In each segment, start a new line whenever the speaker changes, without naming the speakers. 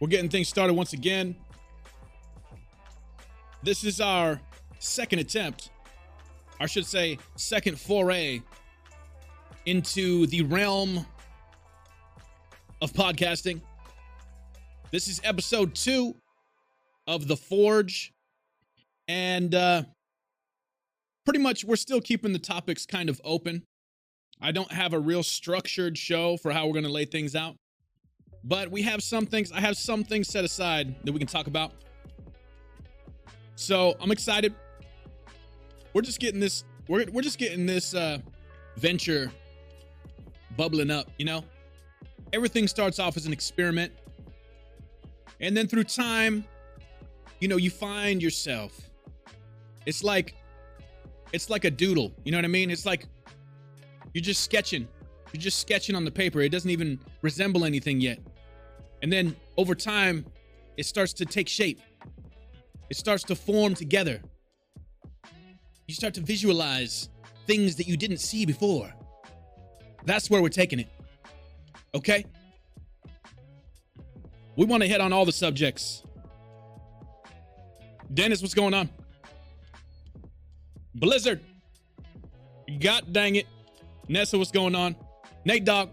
We're getting things started once again. This is our second attempt, or I should say, second foray into the realm of podcasting. This is episode two of The Forge. And uh, pretty much we're still keeping the topics kind of open. I don't have a real structured show for how we're going to lay things out. But we have some things, I have some things set aside that we can talk about. So I'm excited. We're just getting this, we're, we're just getting this uh, venture bubbling up, you know? Everything starts off as an experiment. And then through time, you know, you find yourself. It's like, it's like a doodle. You know what I mean? It's like you're just sketching. You're just sketching on the paper. It doesn't even resemble anything yet. And then over time, it starts to take shape. It starts to form together. You start to visualize things that you didn't see before. That's where we're taking it. Okay? We want to hit on all the subjects. Dennis, what's going on? Blizzard. God dang it. Nessa, what's going on? Nate Dog.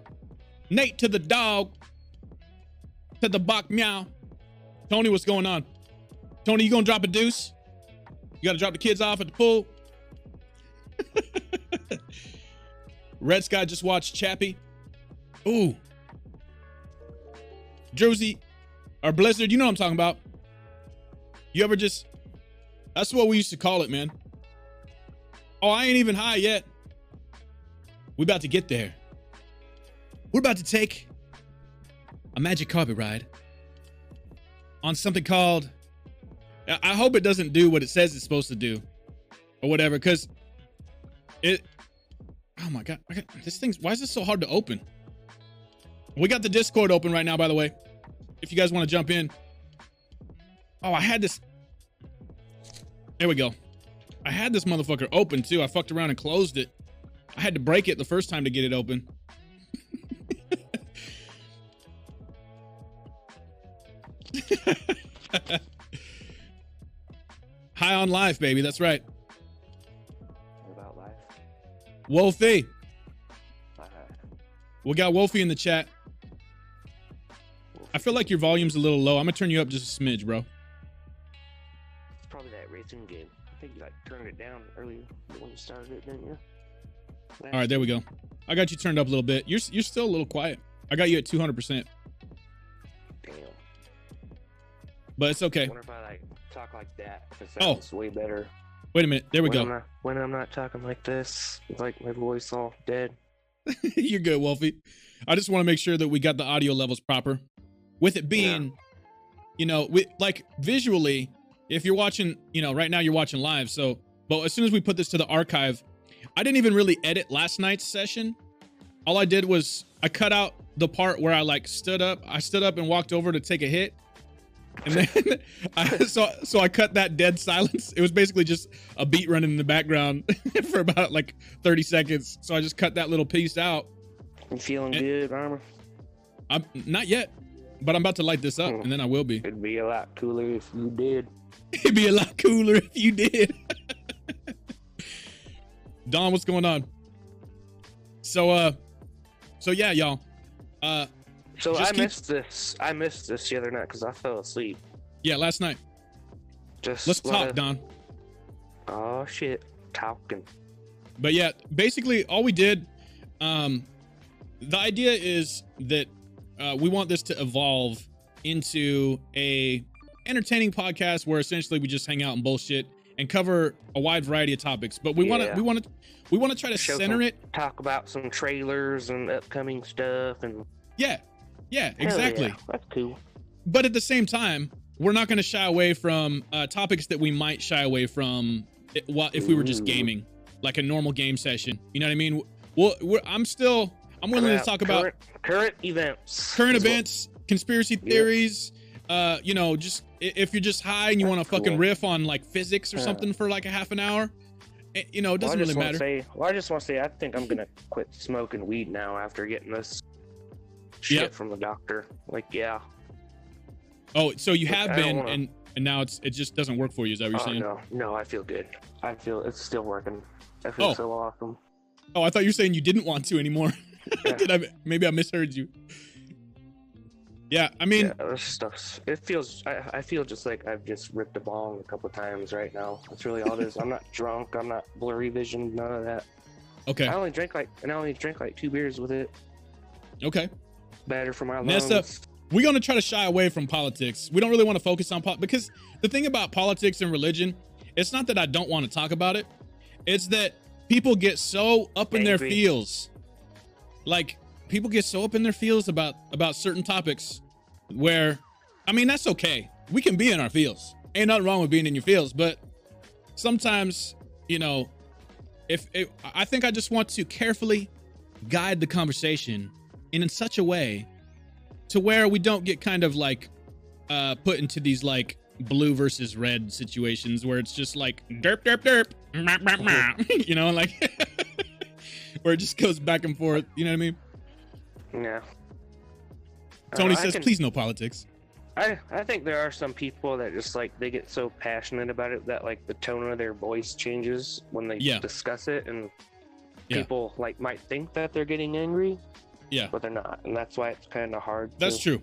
Nate to the dog. To the bok meow. Tony, what's going on? Tony, you gonna drop a deuce? You gotta drop the kids off at the pool. Red Sky just watched Chappie. Ooh. Jersey or Blizzard, you know what I'm talking about. You ever just that's what we used to call it, man. Oh, I ain't even high yet. We're about to get there. We're about to take a magic carpet ride on something called. I I hope it doesn't do what it says it's supposed to do, or whatever. Because it. Oh my god, I got, this thing's. Why is this so hard to open? We got the Discord open right now, by the way. If you guys want to jump in. Oh, I had this. There we go. I had this motherfucker open too. I fucked around and closed it. I had to break it the first time to get it open. High on life, baby. That's right.
What about life?
Wolfie.
Uh,
We got Wolfie in the chat.
well,
I feel like your volume's a little low. I'm going to turn you up just a smidge, bro.
it's probably that racing game. I think you like turned it down earlier when you started it, didn't you?
All right, there we go. I got you turned up a little bit. You're you're still a little quiet. I got you at 200%,
Damn.
but it's okay.
Wonder if I like talk like that. If it
Oh.
sounds way better.
Wait a minute. There we
when I'm
go.
not, when I'm not talking like this, it's like my voice all dead.
you're good, Wolfie. I just want to make sure that we got the audio levels proper. With it being, you know, we, like visually, if you're watching, you know, right now you're watching live. So, but as soon as we put this to the archive, I didn't even really edit last night's session. All I did was I cut out the part where I like stood up. I stood up and walked over to take a hit. And then I so so I cut that dead silence. It was basically just a beat running in the background for about like 30 seconds. So I just cut that little piece out.
You feeling
Eh.
good, armor?
I'm not yet, but I'm about to light this up
Hmm.
and then I will be.
It'd be a lot cooler if you did.
It'd be a lot cooler if you did. Don, what's going on? So uh so yeah, y'all. Uh
So
Just
I
keep-
missed this. I missed this the other night because I fell asleep.
yeah, last night.
Just
Let's
let
talk,
it-
Don.
Oh shit, talking.
but yeah basically all we did um the idea is that uh, we want this to evolve into a entertaining podcast where essentially we just hang out and bullshit and cover a wide variety of topics but we want to
Yeah.
we want to we want to try to
Show
center
some-
it
Talk about some trailers and upcoming stuff and
yeah yeah
Hell yeah,
exactly
That's cool.
but at the same time we're not going to shy away from uh, topics that we might shy away from i- wha- if we were just
Ooh.
gaming like a normal game session you know what i mean well we're, i'm still i'm willing to
About
talk about
current, current events.
current
is what-
events, conspiracy
Yeah.
theories. Uh, you know, just i- if you're just high and you want to
Cool.
fucking riff on like physics or
Yeah.
something for like a half an hour, it, you know, it
Well, I
doesn't
just
really
wanna
matter.
Say, well, I just want to say, I think I'm gonna quit smoking weed now after getting this shit
Yep.
from the doctor. Like, yeah,
Oh, so you have
I don't
been,
wanna-
and and now it's it just doesn't work for you. Is that what you're
Oh
saying?
no, no, I feel good. I feel it's still working. I feel
Oh.
so awesome.
Oh, I thought you were saying you didn't want to anymore.
Yeah.
Did I? Maybe I misheard you. Yeah, I mean,
yeah, this stuff's. It feels. I, I feel just like I've just ripped a bong a couple times right now. That's really all it is. I'm not drunk. I'm not blurry vision. None of that.
okay,
I only drank like, and I only drank like two beers with it.
okay.
Better for my lungs.
Nessa- We're gonna try to shy away from politics. We don't really want to focus on pop because the thing about politics and religion, it's not that I don't want to talk about it. It's that people get so up in their
Angry.
feels. Like people get so up in their feels about about certain topics where I mean that's okay. We can be in our feels. Ain't nothing wrong with being in your feels, but sometimes, you know, if if- I think I just want to carefully guide the conversation and in such a way to where we don't get kind of like uh put into these like blue versus red situations where it's just like derp derp derp mah, mah, mah. you know like where it just goes back and forth you know what i mean
Yeah.
tony
I don't know, Uh, I
says
can-
please no politics
I, I think there are some people that just like they get so passionate about it that like the tone of their voice changes when they
Yeah.
discuss it and
Yeah.
people like might think that they're getting angry
Yeah.
but they're not and that's why it's kind of hard
that's
to
true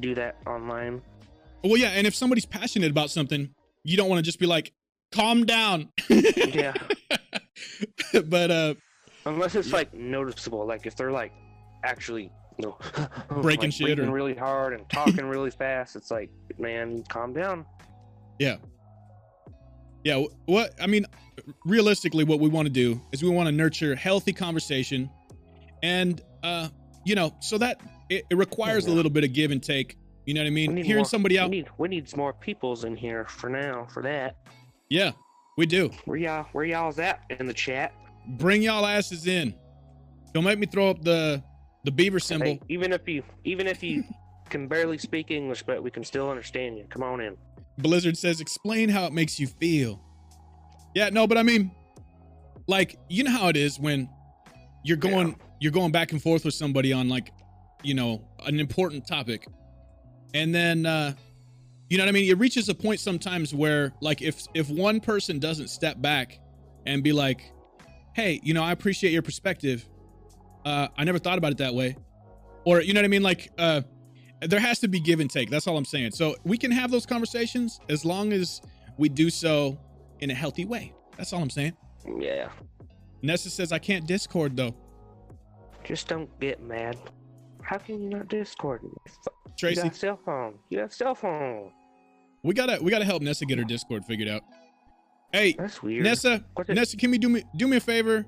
do that online
well yeah and if somebody's passionate about something you don't want to just be like calm down
yeah
but uh
unless it's
Yeah.
like noticeable like if they're like actually you know
Breaking
like,
shit or-
breathing really hard and talking really fast it's like man calm down
Yeah, wh- what I mean, realistically, what we want to do is we want to nurture healthy conversation, and uh, you know, so that it, it requires a
yeah.
little bit of give and take. You know what I mean?
We need
Hearing
more-
somebody
we
out,
need we need some more peoples in here for now for that
yeah, we do.
where y'all where y'all's at in the chat
Bring y'all asses in. Don't make me throw up the the beaver symbol.
Hey, even if you even if you can barely speak English, but we can still understand you. Come on in.
Blizzard says, explain how it makes you feel. Yeah, no, but I mean, like, you know how it is when you're going you're going back and forth with somebody on like, you know, an important topic. And then uh you know what I mean? It reaches a point sometimes where like if if one person doesn't step back and be like, Hey, you know, I appreciate your perspective. Uh I never thought about it that way. Or you know what I mean? Like uh there has to be give and take. That's all I'm saying. So we can have those conversations as long as we do so in a healthy way. That's all I'm saying.
Yeah.
Nessa says I can't Discord though.
Just don't get mad. How can you not Discord? You
Tracy,
got a cell phone. You have a cell phone.
we gotta we gotta help Nessa get her Discord figured out. Hey,
That's weird.
Nessa,
What's it-
Nessa, can we do me do me a favor?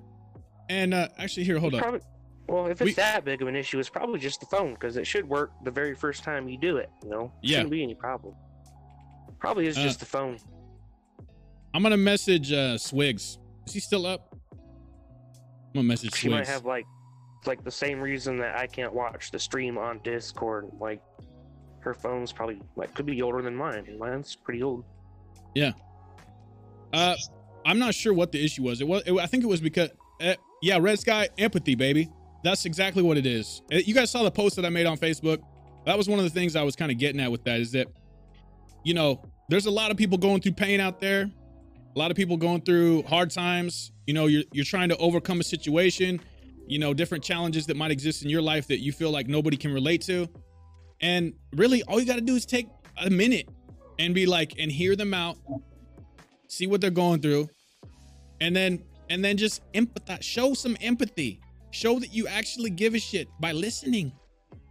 And uh actually, here, hold up.
Probably, well, if it's
We-
that big of an issue, it's probably just the phone because it should work the very first time you do it. You know,
Yeah.
shouldn't be any problem. Probably is
Uh,
just the phone.
I'm gonna message uh Swigs. Is he still up? I'm gonna message
She might
Swigs.
have like like the same reason that I can't watch the stream on Discord. Like her phone's probably like could be older than mine. and Mine's pretty old.
Uh, I'm not sure what the issue was. It was. It, I think it was because. Uh, yeah, Red Sky empathy, baby. That's exactly what it is. Uh, You guys saw the post that I made on Facebook. That was one of the things I was kind of getting at with that is that, you know, there's a lot of people going through pain out there. A lot of people going through hard times. You know, you're you're trying to overcome a situation. You know, different challenges that might exist in your life that you feel like nobody can relate to. And really, all you got to do is take a minute and be like, and hear them out see what they're going through and then and then just empathize show some empathy show that you actually give a shit by listening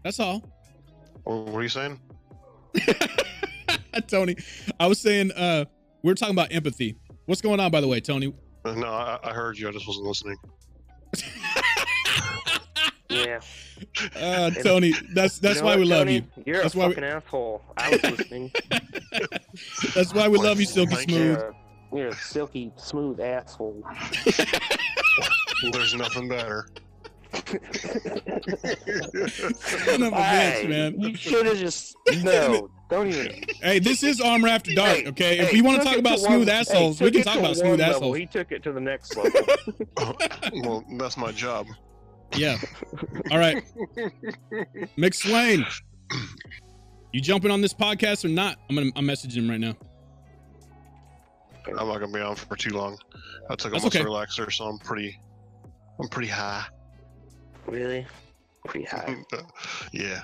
that's all
What what are you saying?
tony i was saying uh we are talking about empathy what's going on by the way tony
Uh, No, I, I heard you. I just wasn't listening.
Yeah.
uh tony that's that's
You know
why
what,
we love
Tony?
you
You're
That's
a
why we-
fucking asshole. I was listening.
that's why we love you silky
Thank you.
smooth
You're, a, you're a silky smooth asshole.
There's nothing better.
Son of a bitch,
Hey,
man.
You should have just no. Don't even.
hey this is armor after dark
Hey,
okay if
hey,
you want to
took
talk
it
about
one-
smooth
hey,
assholes we
took
can
it
talk
to
about
one
smooth
level.
assholes
He took it to the next level.
well, that's my job.
yeah all right mcswain You jumping on this podcast or not? I'm gonna I'm messaging him right now.
I'm not gonna be on for too long. I took a
That's
muscle
okay.
relaxer, so I'm pretty, I'm pretty high.
Really? Pretty high.
yeah.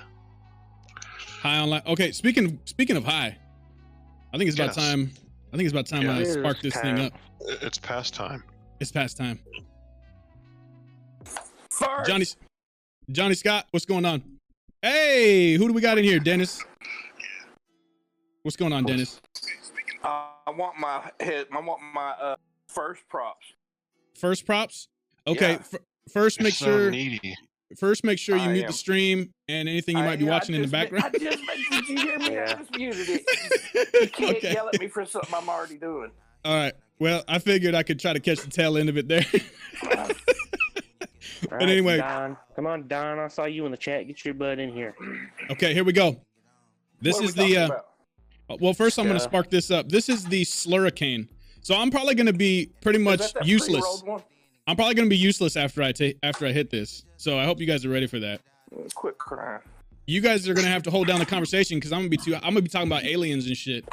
High on like okay. Speaking of, speaking of high, I think it's about
Yes.
time. I think it's about time
Yeah.
I spark this thing up.
It- It's past time.
It's past time. Johnny, Johnny Scott, what's going on? Hey, who do we got in here, Dennis? What's going on, Dennis?
Uh, I want my head. I want my uh, first props.
First props. Okay,
Yeah.
fir- first
You're
make
so
sure
needy.
first make sure you
I
mute
am.
the stream and anything you
I-
might be
yeah, I
watching in the
just did-
background.
I just, made- did you hear me? I
Yeah.
just muted it. You can't
okay.
yell at me for something I'm already doing.
All right. Well, I figured I could try to catch the tail end of it there.
All
anyway-
Don. come on, Don. I saw you in the chat. Get your butt in here.
okay, here we go. This
What are we
is
talking
the uh,
about?
Uh, Well, first I'm going to
Yeah.
spark this up. This is the Slurricane. So I'm probably going to be pretty
Is
much
that that
useless.
pre-rolled one?
I'm probably going to be useless after I take after I hit this. So I hope you guys are ready for that.
Quit crying.
You guys are going to have to hold down the conversation cuz I'm going to be too I'm going to be talking about aliens and shit.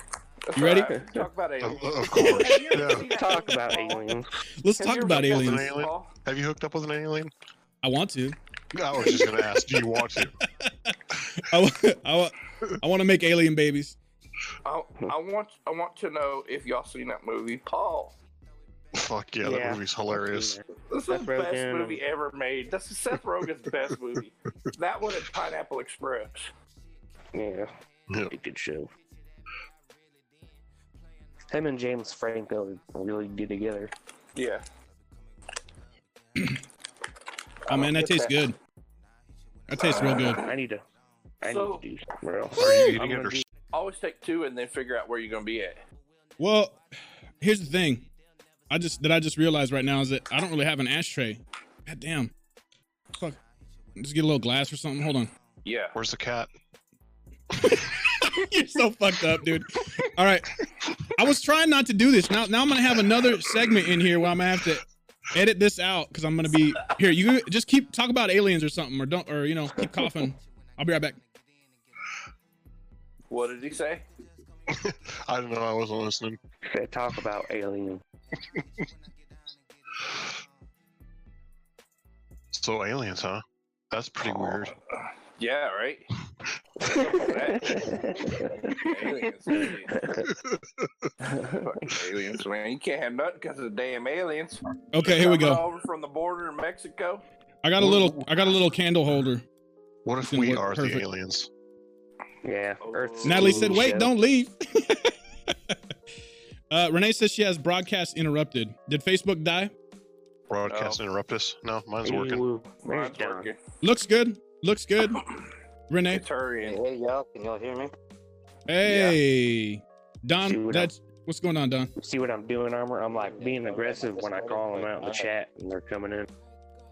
That's
You
all
ready?
right. Talk about
Of,
aliens.
of course.
Have you ever
yeah.
seen that
Talk
movie,
about
Paul?
aliens.
Let's
Have
talk
you ever
about
seen that
aliens.
movie,
Alien.
Paul?
Have you hooked up with an alien?
I want to.
I was just gonna ask. Do you want to?
I wa- I, wa- I want to make alien babies.
I, I want I want to know if y'all seen that movie, Paul.
Fuck yeah,
Yeah.
that movie's hilarious.
This is
Seth
the best
Rogen.
movie ever made. This is Seth Rogen's best movie. That one and Pineapple Express.
Yeah,
Yeah.
pretty good show. Him and James Franco really do together.
Yeah.
Oh man, that
Get
tastes good. That tastes real good.
I need to. I
So-
need to do somewhere else.
Are you
I'm
eating it
gonna
or?
do-
Always take two and then figure out where you're gonna be at.
Well, here's the thing. I just that I just realized right now is that I don't really have an ashtray. God damn. Fuck. Just get a little glass or something. Hold on.
Yeah.
Where's the cat?
You're so fucked up, dude. All right. I was trying not to do this. Now now I'm gonna have another segment in here where I'm gonna have to edit this out because I'm gonna be here. You just keep talk about aliens or something, or don't or you know, keep coughing. I'll be right back.
What did he say?
I don't know. I wasn't listening.
They talk about alien.
So aliens, huh? That's pretty weird.
Yeah, right. aliens, aliens. Fucking aliens, man. You can't have nothing because of the damn aliens.
Okay, here we
Coming
go.
Over from the border in Mexico.
I got a little I got a little candle holder.
What if
Didn't
we
work
are the
perfect.
aliens?
yeah,
Oh.
Earth's
Natalie said,
Ooh,
"Wait,
shit.
don't leave." uh, Renee says she has broadcast interrupted. Did Facebook die?
Broadcast
Oh.
interrupt us? No, mine's working.
Ooh, there's
Mine's
Don.
working.
Looks good. Looks good. Renee,
It's hurrying.
Hey y'all, can y'all hear me?
hey,
See what
Don,
up?
that's what's going on, Don.
See what I'm doing, Armor? I'm like being aggressive when I call them out in the chat and they're coming in.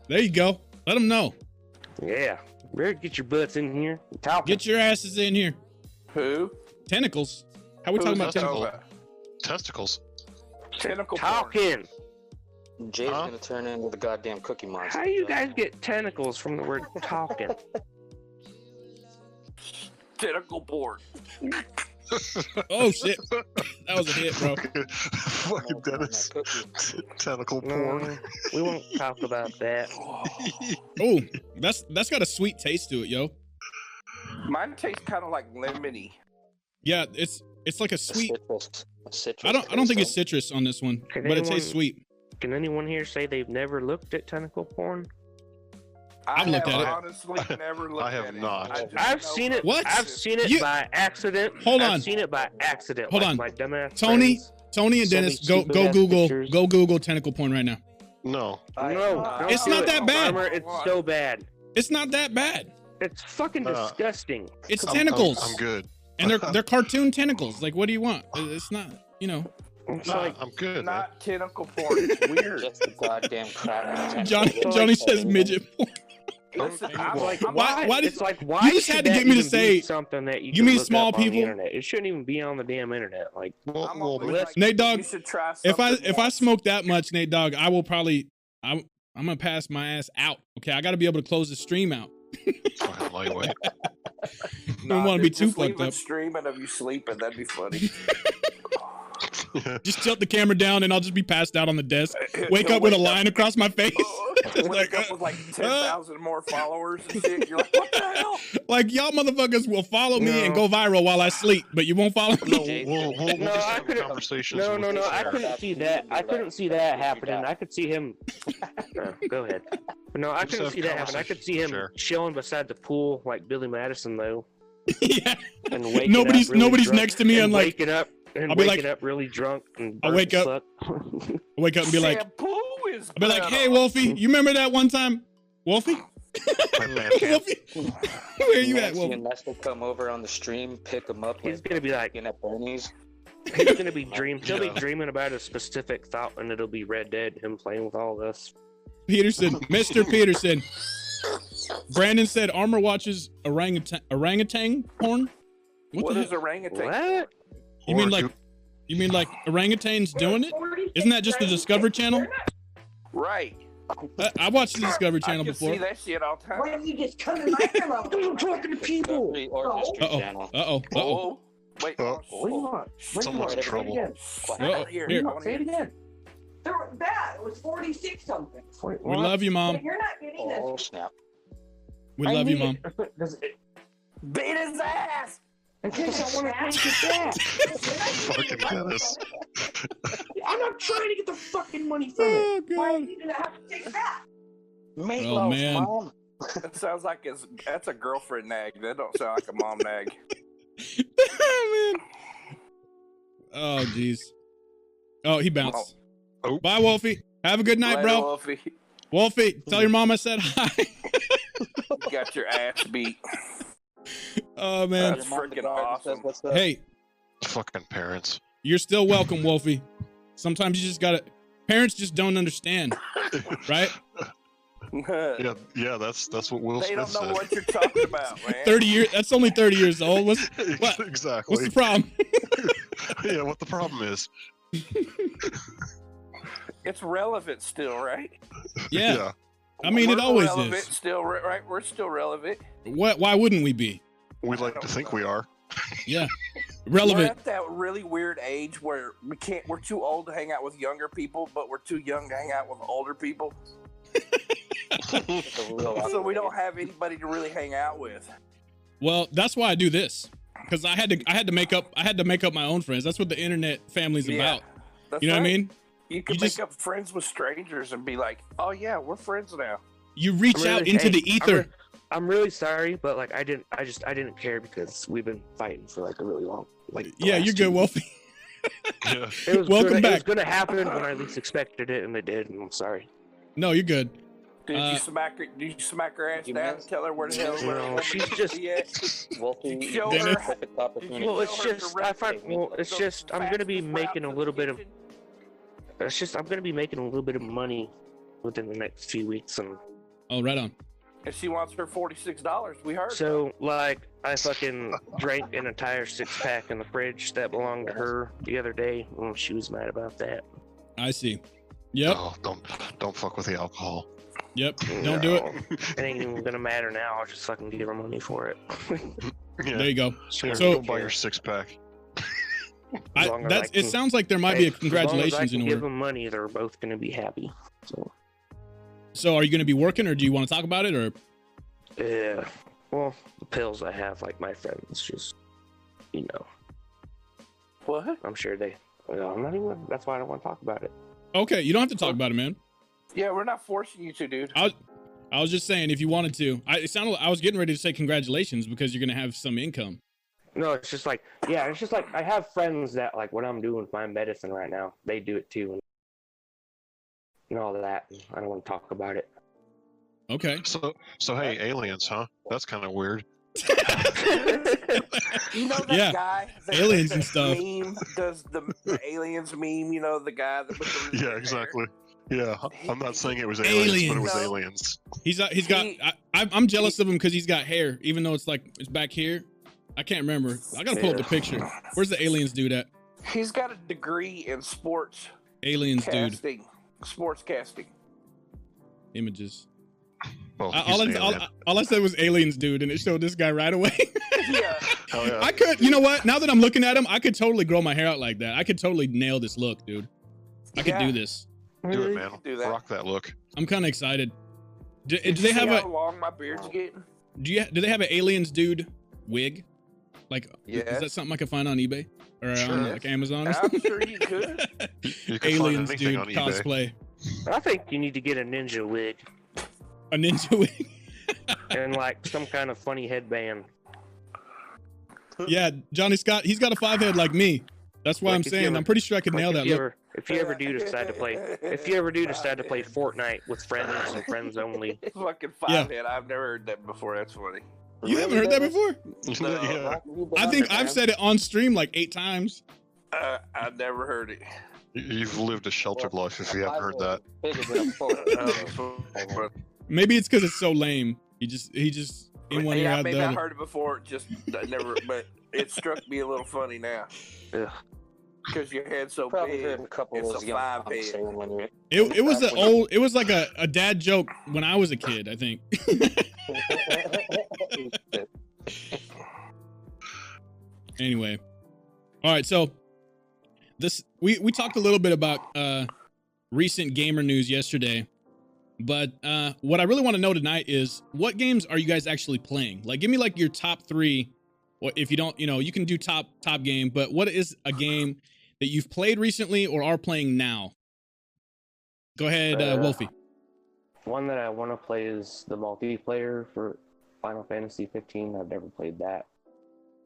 There you go. Let them know.
Yeah. Better get your butts in here. Talk.
Get your asses in here.
Who?
Tentacles. How we
Who's
talking about
this
tentacles?
over?
Testicles.
Tentacle porn.
Talking.
Jay's
Huh?
gonna turn into the goddamn cookie monster.
How do you guys get tentacles from the word talking?
Tentacle porn.
Oh shit, that was a hit, bro.
Fucking
Oh
Turn into
Dennis.
that cookie.
Tentacle porn.
Mm, we won't talk about that.
Oh, that's that's got a sweet taste to it, yo.
Mine tastes kind of like lemony.
Yeah, it's it's like a
A
sweet.
citrus- a citrus
I don't I don't think it's
taste,
citrus on this one,
Can
but it
anyone-
tastes sweet.
Can anyone here say they've never looked at tentacle porn?
I
I've looked
have
at it.
honestly never looked
have
at it.
not.
I just
I've
know
seen it.
What?
I've seen it
You-
by accident.
Hold on.
I've seen it by accident.
Hold
like
on.
My dumbass.
Tony,
friends.
Tony and
Send me
Dennis, go
stupid
go
ass
Google
pictures.
go Google tentacle porn right now.
No.
I-
No,
uh,
don't
It's
do
not
it.
that bad.
Farmer, it's so bad.
It's not that bad.
It's fucking
Uh,
disgusting.
It's
I'm- I'm-
tentacles,
I'm, good.
and they're they're cartoon tentacles. Like, what do you want? It's not, you know.
It's
Nah,
like
I'm good. man.
Not tentacle porn. It's weird.
Just the goddamn crap.
Johnny Johnny says midget. porn.
Listen, I'm
Why-
like, I'm
why-
not-
why did-
it's like why
just
should
had to
that
get me to
even be
say-
something that you,
You
can
mean
look
small
up on the
people?
internet? It shouldn't even be on the damn internet. Like
Well,
I'm
well,
always
but-
like,
Nate Dogg,
you should try
If I
something
if I
else.
smoke that much, Nate Dog, I will probably I'm I'm gonna pass my ass out. Okay, I got to be able to close the stream out.
fucking lightweight.
Don't wanna be
dude,
too
just leave
fucked
it
up.
Streaming of you sleeping, that'd be funny.
Just tilt the camera down and I'll just be passed out on the desk. Wake up with a line across my face.
Wake
Like,
up
uh,
with like ten thousand more followers and shit. You're like, what the hell?
Like y'all motherfuckers will follow me and
No.
go viral while I sleep, but you won't follow me.
No, we'll, we'll, we'll
No,
just
I
have
couldn't-
conversations.
No, no,
with
no. I
Sarah.
couldn't see that. I couldn't see that happening. I could see him. No, go ahead. No, I
Let's
couldn't
have
see that happen. I could see him
conversations,
chilling beside the pool like Billy Madison though,
yeah.
and waking
Nobody's
up really
nobody's
drunk,
next to me
and
and like
waking up and
I'll be like-
waking up really drunk. And
I'll wake
burnt
up.
as fuck.
I wake up and be like
Shampoo is
I'll be like,
better.
hey Wolfie, you remember that one time? Wolfie?
My man can't-
Wolfie? Where you at,
Nancy
Wolfie?
and Ness will come over on the stream, pick him up.
He's
Like,
gonna be like,
fucking at Bernie's.
he's gonna be dreaming. He'll be
Yeah.
dreaming about a specific thought, and it'll be Red Dead. Him playing with all of us.
Peterson, Mr. Peterson. Brandon said armor watches orangutan orangutan horn. What,
what
the
is
heck?
orangutan?
What?
You mean
Or
like
do-
you mean like orangutans doing it? Isn't that just the Discovery Channel?
Right.
I, I watched the Discovery
I
Channel
can
before.
see that shit all the time.
Why don't you just come in my pillow? I'm talking to people.
Discovery or History
Uh-oh.
Channel.
Uh oh. Uh oh.
Oh, wait.
Uh-oh.
oh, shit.
Someone's in trouble.
Uh-oh.
Out here,
Here.
out here.
There were that. It was 46 something.
We love you, mom.
But you're not getting this.
Oh snap!
We love you, mom.
Beat his ass.
In case I want to ask you that.
Fucking Dennis.
I'm not trying to get the fucking money from it.
Oh
Why
god.
do you gonna have to take that?
Meatloaf,
Oh, man.
Mom.
That sounds like it's that's a girlfriend nag. That don't sound like a mom nag.
Man. Oh jeez. Oh, he bounced.
Oh.
Bye, Wolfie. Have a good night,
Later,
bro.
Wolfie,
Wolfie, tell your mom I said hi.
you got your ass beat.
Oh
Your
man.
That's
mom
freaking
in the garden says,
awesome.
"What's up?"
Hey,
Fucking parents.
You're still welcome, Wolfie. Sometimes you just gotta. Parents just don't understand, right?
they
Yeah, yeah, that's that's what Will Smith
don't know
said.
what you're talking about, man.
Thirty years. That's only thirty years old. What's what-
exactly.
what's the problem?
yeah, what the problem is.
It's relevant still, right?
Yeah. I mean, it
We're
always
relevant
is.
Still, ri- right? We're still relevant.
What? Why wouldn't we be
We like to think we are.
We're
relevant?
at that really weird age where we can't. We're too old to hang out with younger people, but we're too young to hang out with older people.
It's a real
So we don't have anybody to really hang out with.
Well, that's why I do this because I had to. I had to make up. I had to make up my own friends. That's what the internet family's
Yeah,
about.
That's
You know what I
right.
mean?
You can
You
make
just-
up friends with strangers and be like, "Oh yeah, we're friends now."
You reach
I'm really-
out into
hey,
the
I'm re-
ether.
I'm really sorry, but like I didn't. I just I didn't care because we've been fighting for like a really long. Like the
yeah,
last
you're
two
good, Wolfie.
Yeah.
It
Welcome
was gonna, It was
back.
going to happen when I least expected it, and it did. And I'm sorry.
No, you're good.
Did
Uh,
you smack her? Did you smack her ass
You
down
missed-
and tell her where the hell?
No,
where the hell
she's
she
just-
be at?
Wolfie,
Did you show
her-
perfect opportunity.
Well, it's
Tell her
just
to
I
rest
find,
it.
well, it's
The
just I'm going to be
fastest route
making
to
a
the
little bit of.
kitchen.
It's just I'm going to be making a little bit of money within the next few weeks, and
Oh, right on.
And she wants her forty-six dollars. We heard.
so like I fucking drank an entire six pack in the fridge that belonged to her the other day, and she was mad about that.
I see. Yep.
Oh, don't don't fuck with the alcohol.
Yep. Don't do it.
It ain't even going to matter now. I'll just fucking give her money for it.
Yeah.
There you go.
Here,
So-
go buy your six pack.
I,
long as
that's.
I
It
can-
sounds like there might be a
As long as I
congratulations
can
in
give
order.
them money, they're both going to be happy. So.
So, are you going to be working, or do you want to talk about it, or
Yeah. Well, the pills I have, like my friends, just you know,
What?
I'm sure they. Well, I'm not even. That's why I don't want to talk about it.
Okay, you don't have to talk about it, man.
Yeah, we're not forcing you to, dude.
I was, I was just saying if you wanted to. I it sounded. I was getting ready to say congratulations because you're gonna have some income.
No, it's just like yeah, it's just like I have friends that like what I'm doing with my medicine right now, they do it too, and, and all of that. I don't want to talk about it.
Okay.
So so hey, aliens, huh? That's kind of weird.
You know that
Yeah.
guy? That,
Aliens
that
and stuff.
Meme does the, the aliens meme? You know the guy that. With the
Yeah, exactly. Yeah, I'm not saying it was aliens, but it was
Aliens.
aliens.
He's uh, he's got.
He-
I, I'm- I'm jealous of him because he's got hair, even though it's like it's back here. I can't remember. I gotta pull up the picture. Where's the aliens dude at?
He's got a degree in sports
Aliens dude
casting, sports casting.
images.
Well,
I,
he's
all,
an
I, all,
alien.
all I said was aliens, dude, and it showed this guy right away.
yeah.
Hell yeah.
I could, you know what? Now that I'm looking at him, I could totally grow my hair out like that. I could totally nail this look, dude. I could
Yeah.
do this.
do it,
You
man.
can Do that.
Rock that look.
I'm kind of excited. Do,
Did
do
you
they have
see
a
how long my beard's getting?
do you do they have an aliens dude wig? Like,
Yeah.
is that something I could find on eBay or
Sure.
on like Amazon or
I'm
something?
sure you could.
You can find
aliens
anything
dude
on eBay.
cosplay,
I think you need to get a ninja wig
a ninja wig.
and like some kind of funny headband.
yeah, Johnny Scott, he's got a five head like me. That's why
Like,
I'm
if you
saying
ever-
I'm pretty sure I could
Like,
nail
if
that
you
look.
ever- if you ever do decide to play, if you ever do decide to play Fortnite with friends and friends only,
Fucking five head. I've never heard that before. That's funny.
you haven't heard that before?
No.
yeah,
I think I've said it on stream like eight times.
Uh, I've never heard it.
you've lived a sheltered life if you haven't heard that.
Bigger than a foot.
Um, but-
Maybe it's because it's so lame. He just he just in one ear
yeah,
out
maybe
the
I
other.
heard it before. Just I never, but it struck me a little funny now.
Ugh.
Because your head's so
Probably
big.
heard a couple
It's
of
a
those young
five
punks
head.
saying when you're
It, it was an old it was like a, a dad joke when I was a kid. I think. anyway, all right. So this we we talked a little bit about uh, recent gamer news yesterday, but uh, what I really want to know tonight is what games are you guys actually playing? Like, give me like your top three. Or if you don't, you know, you can do top top game, but what is a game that you've played recently or are playing now? Go ahead, uh,
Uh,
Wolfie.
one that I want to play is the multiplayer for Final Fantasy 15. I've never played that.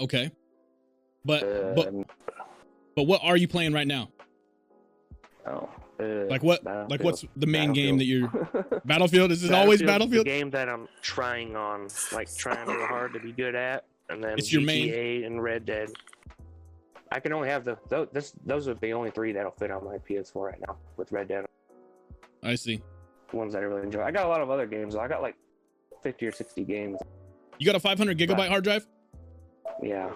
Okay, but but
Um,
but what are you playing right now?
oh, uh,
Like what? Like what's the main game that you're? Battlefield? Is it always Battlefield?
Battlefield's The game that I'm trying on, like trying real hard to be good at, and then
It's
it's
your
your
main-
GTA and Red Dead. I can only have the those. This, those are the only three that'll fit on my PS4 right now with Red Dead.
I see.
The ones that I really enjoy. I got a lot of other games. though. I got like 50 or 60 games.
You got a 500 gigabyte
Right.
hard drive?
Yeah.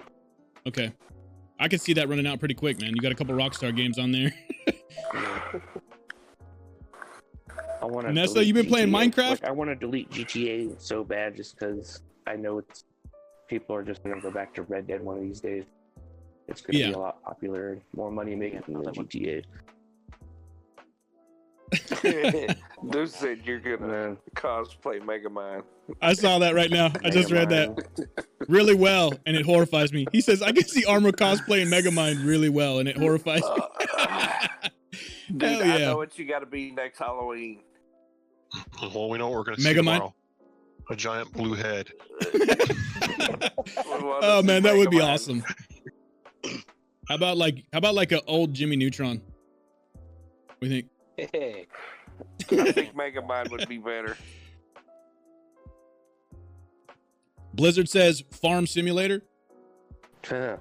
Okay. I could see that running out pretty quick, man. You got a couple Rockstar games on there.
I want to.
Nesta, you been playing Minecraft?
I want to delete GTA so bad just because I know it's people are just gonna go back to Red Dead one of these days. It's gonna
Yeah.
be a lot popular, and more money making than GTA.
Dude said you're gonna
Man,
cosplay Megamind.
I saw that right now. I just read that
Megamind.
really well, and it horrifies me. He says, I can see Armor cosplay and Megamind really well, and it horrifies me.
Oh, Uh, Dude,
Hell
I
yeah.
know what you got to be next Halloween.
Well, we know what we're gonna see
Megamind?
tomorrow. A giant blue head.
Oh, man, that would be awesome. How about like, how about like an old Jimmy Neutron? We think.
Hey,
I think Megamind would be better.
Blizzard says Farm Simulator.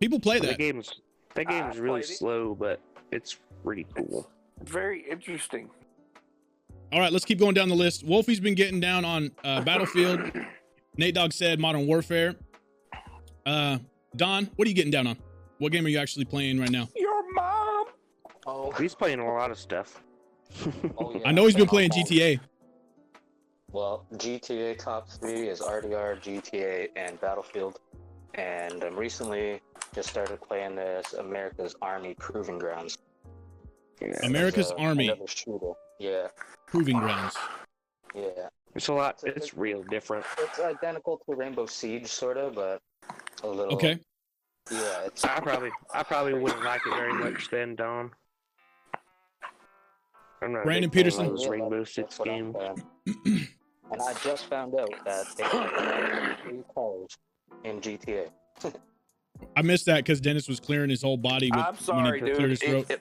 People play
that
that.
game's that
I
game's really
played it.
slow, but it's pretty cool.
Very interesting.
All right, let's keep going down the list. Wolfie's been getting down on uh, Battlefield. Nate Dogg said Modern Warfare. Uh, Don, what are you getting down on? What game are you actually playing right now?
Your mom.
oh,
He's playing a lot of stuff.
oh, yeah,
I know he's been
I'll
playing
follow.
GTA.
Well, GTA top three is RDR, GTA, and Battlefield. And um, recently just started playing this America's Army Proving Grounds.
Yeah.
It's,
America's
uh,
Army
another shooter. Yeah,
Proving Grounds.
yeah.
It's a lot. It's real different.
It's identical to Rainbow Siege, sort of, but a little.
Okay.
Yeah, it's
I probably, I probably wouldn't like it very much then, Don. I'm not a
Brandon
big fan
Peterson.
of Those Rainbow Six
That's what I'm
game.
saying. and I just found out that they have three cars in GTA.
I missed that because Dennis was clearing his whole body with,
I'm sorry,
when he cleared
dude.
his throat.
It,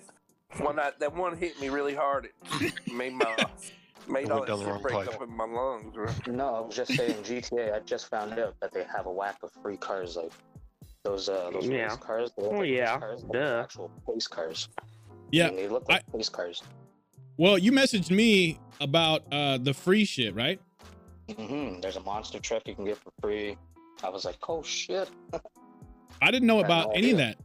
it, when I, that one hit me really hard, it made my made
It
all
went down
that
the
shit
wrong
break
pipe.
up in my lungs. Bro.
No, I was just saying GTA. I just found out that they have a whack of free cars, like those uh those
Yeah.
race cars. They have,
Oh,
like, race
yeah,
cars, but
duh.
they're Actual police cars.
Yeah,
and they look like police cars.
Well, you messaged me about uh, the free shit, right?
hmm There's a monster truck you can get for free. I was like, oh shit.
I didn't know
had
about
no
any of that.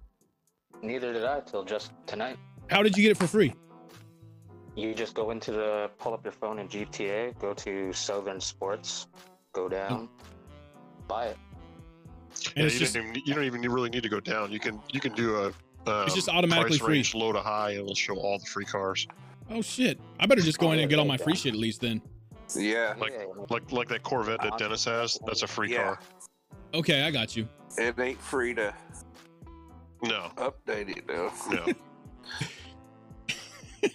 Neither did I till just tonight.
How did you get it for free?
You just go into the pull up your phone in GTA, go to Southern Sports, go down,
Hmm.
buy it.
And
yeah,
it's
you,
just
don't even, you don't even really need to go down. You can you can do a. Um,
It's just automatically
price
free.
range low to high. It'll show all the free cars,
oh shit. I better just go in and get all my free shit at least then.
Yeah.
Like-
Yeah, I mean,
like like that Corvette that Dennis has. That's a free
Uh, Yeah.
car.
Okay, I got you.
It ain't free to
No,
update it though.
no.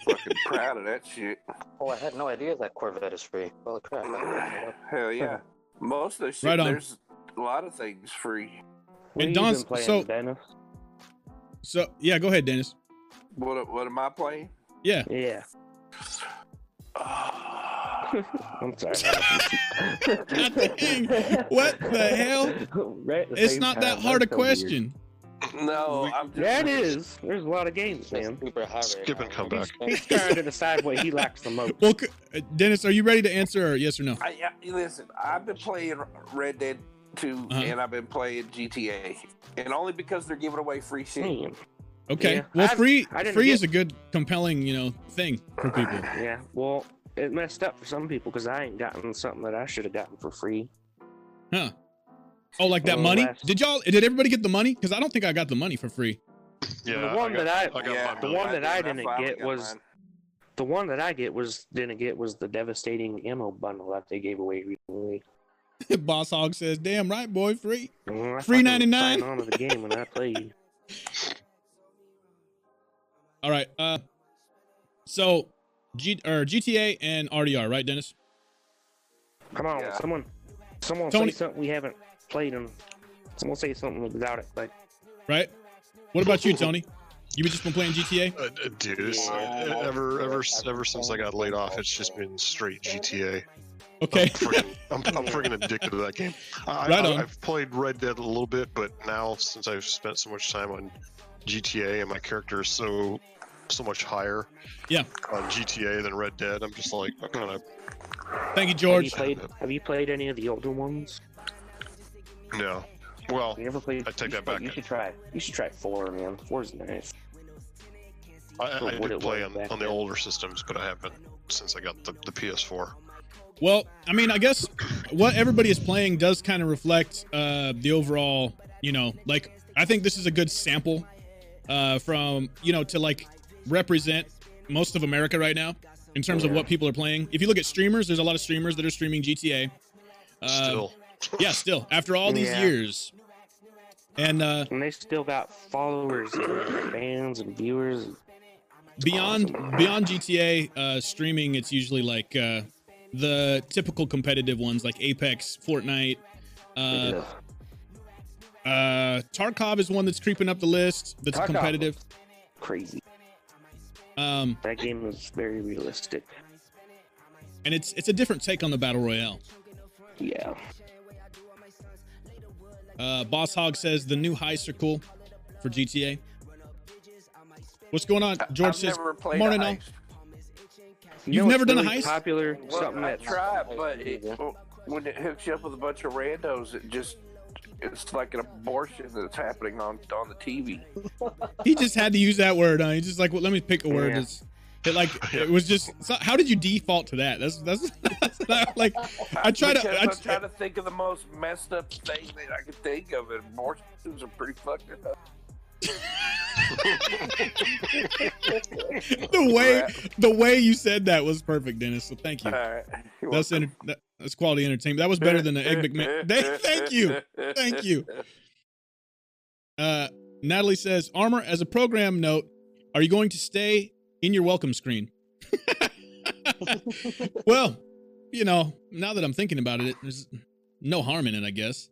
Fucking proud of that shit.
oh, I had no idea that Corvette is free. Holy crap. I-
Hell yeah. Most of the shit
Right on.
there's a lot of things free.
And
What have you
Don's-
been playing,
so-
Dennis?
So yeah, go ahead, Dennis.
What what am I playing?
Yeah.
Yeah, I'm sorry.
God dang. What the hell?
Right at the
It's
same
not that
time,
hard a
that's so weird.
question.
no, I'm just
Yeah, it is. There's a lot of games, man.
Super high right
Skip
now.
and come back.
He's trying to decide what he likes the most.
Well, c- uh, Dennis, are you ready to answer or yes or no?
I, I- listen, I've been playing Red Dead 2
Uh-huh.
and I've been playing GTA. And only because they're giving away free shit.
Damn.
Okay.
Yeah.
Well,
I've-
free
I didn't
free
get-
is a good compelling, you know, thing for people.
Yeah, well, it messed up for some people because I ain't gotten something that I should have gotten for free.
Oh, like that
Well,
money?
that's-
Did y'all did everybody get the money? Cuz I don't think I got the money for free.
Yeah,
the one
I got,
that I,
I got
Yeah.
the
my million.
one that I
did.
didn't
finally
get
got
was
mine.
the one that I get was didn't get was the devastating ammo bundle that they gave away recently.
Boss Hog says, "Damn right, boy, free."
And when I
Free
fucking
99?
sign on to the game when I play.
All right. Uh, so, G or GTA and RDR, right, Dennis?
Come on,
Yeah.
someone, someone
Tony-
say something we haven't played and someone say something without it. Like
Right. What about you, Tony? You just been playing GTA?
Uh, uh, dude, it's,
Yeah.
ever ever ever since I got laid off, it's just been straight GTA.
Okay.
I'm friggin', I'm, I'm friggin' addicted to that game. I,
Right
I,
on.
I've played Red Dead a little bit, but now since I've spent so much time on GTA and my character is so so much higher,
Yeah.
on GTA than Red Dead, I'm just like I'm kind of
Thank you,
have you
George.
played? Have you played any of the older ones?
no. Well,
You ever played?
I take
you should
that
play-
back.
You should try. You should try four, man. Four's nice.
I,
For
I
what
did
it
play
was
on,
back
on the
then.
older systems, but I haven't since I got the, the PS4.
Well, I mean, I guess what everybody is playing does kind of reflect uh, the overall, you know, like I think this is a good sample uh, from, you know, to like represent most of America right now in terms of what people are playing. If you look at streamers, there's a lot of streamers that are streaming GTA. Uh,
Still,
Yeah, still after all these
Yeah.
years. And uh,
And they still got followers and fans and viewers.
beyond beyond GTA uh, streaming, it's usually like uh, the typical competitive ones like Apex, Fortnite. Uh,
Ugh.
uh, Tarkov is one that's creeping up the list. That's
Tarkov.
competitive.
Crazy.
Um,
That game is very realistic.
and it's it's a different take on the battle royale.
Yeah.
Uh, Boss Hog says the new heists are cool for GTA. What's going on? George
I've
says,
never played
"Morning,
a
all."
heist.
You
You've
know
never
what's
done a
really
heist?
Popular
Well,
something
I
that's
tried, but it, when it hooks you up with a bunch of randos, it just it's like an abortion that's happening on on the TV.
He just had to use that word. Huh? He's just like, well, let me pick a word.
Yeah.
That's, it like it was just. So, how did you default to that? That's that's, that's not, like I try
Because
to. I,
I'm trying to think of the most messed up thing that I could think of, and abortions are pretty fucked up.
the way the way you said that was perfect, Dennis. So thank you.
All right. You're
That's
welcome.
enter, that, that's quality entertainment. That was better than the egg McMahon. They- thank you. Thank you. Uh, Natalie says, Armor, as a program note, are you going to stay in your welcome screen? well, you know, now that I'm thinking about it, there's no harm in it, I guess.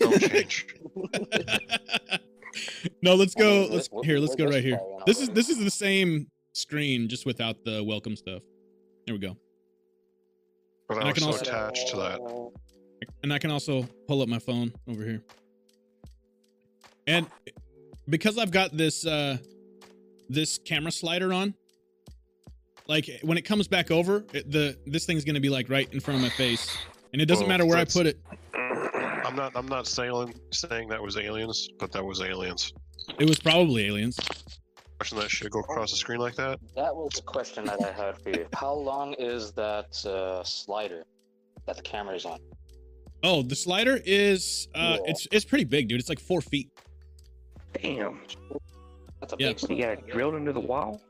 don't change.
no, let's
I
go.
mean,
Let's
what-
here. Let's
what
go
was
right here.
that one
This is
already?
this is the same screen, just without the welcome stuff. There we go.
But
And I
I'm
can
so
also-
attached to that.
and I can also pull up my phone over here. And because I've got this uh this camera slider on, like when it comes back over, it, the this thing's gonna be like right in front of my face, and it
Oh,
doesn't
Whoa,
matter where I
that's-
put it.
I'm not. I'm not saying saying that was aliens, but that was aliens.
It was probably aliens.
watching that shit go across the screen like that.
That was a question that I had for you. How long is that uh, slider that the camera is on?
Oh, the slider is uh,
Cool.
it's it's pretty big, dude. It's like four feet.
Damn.
That's a
Yeah.
big
You got
slider.
it drilled into the wall?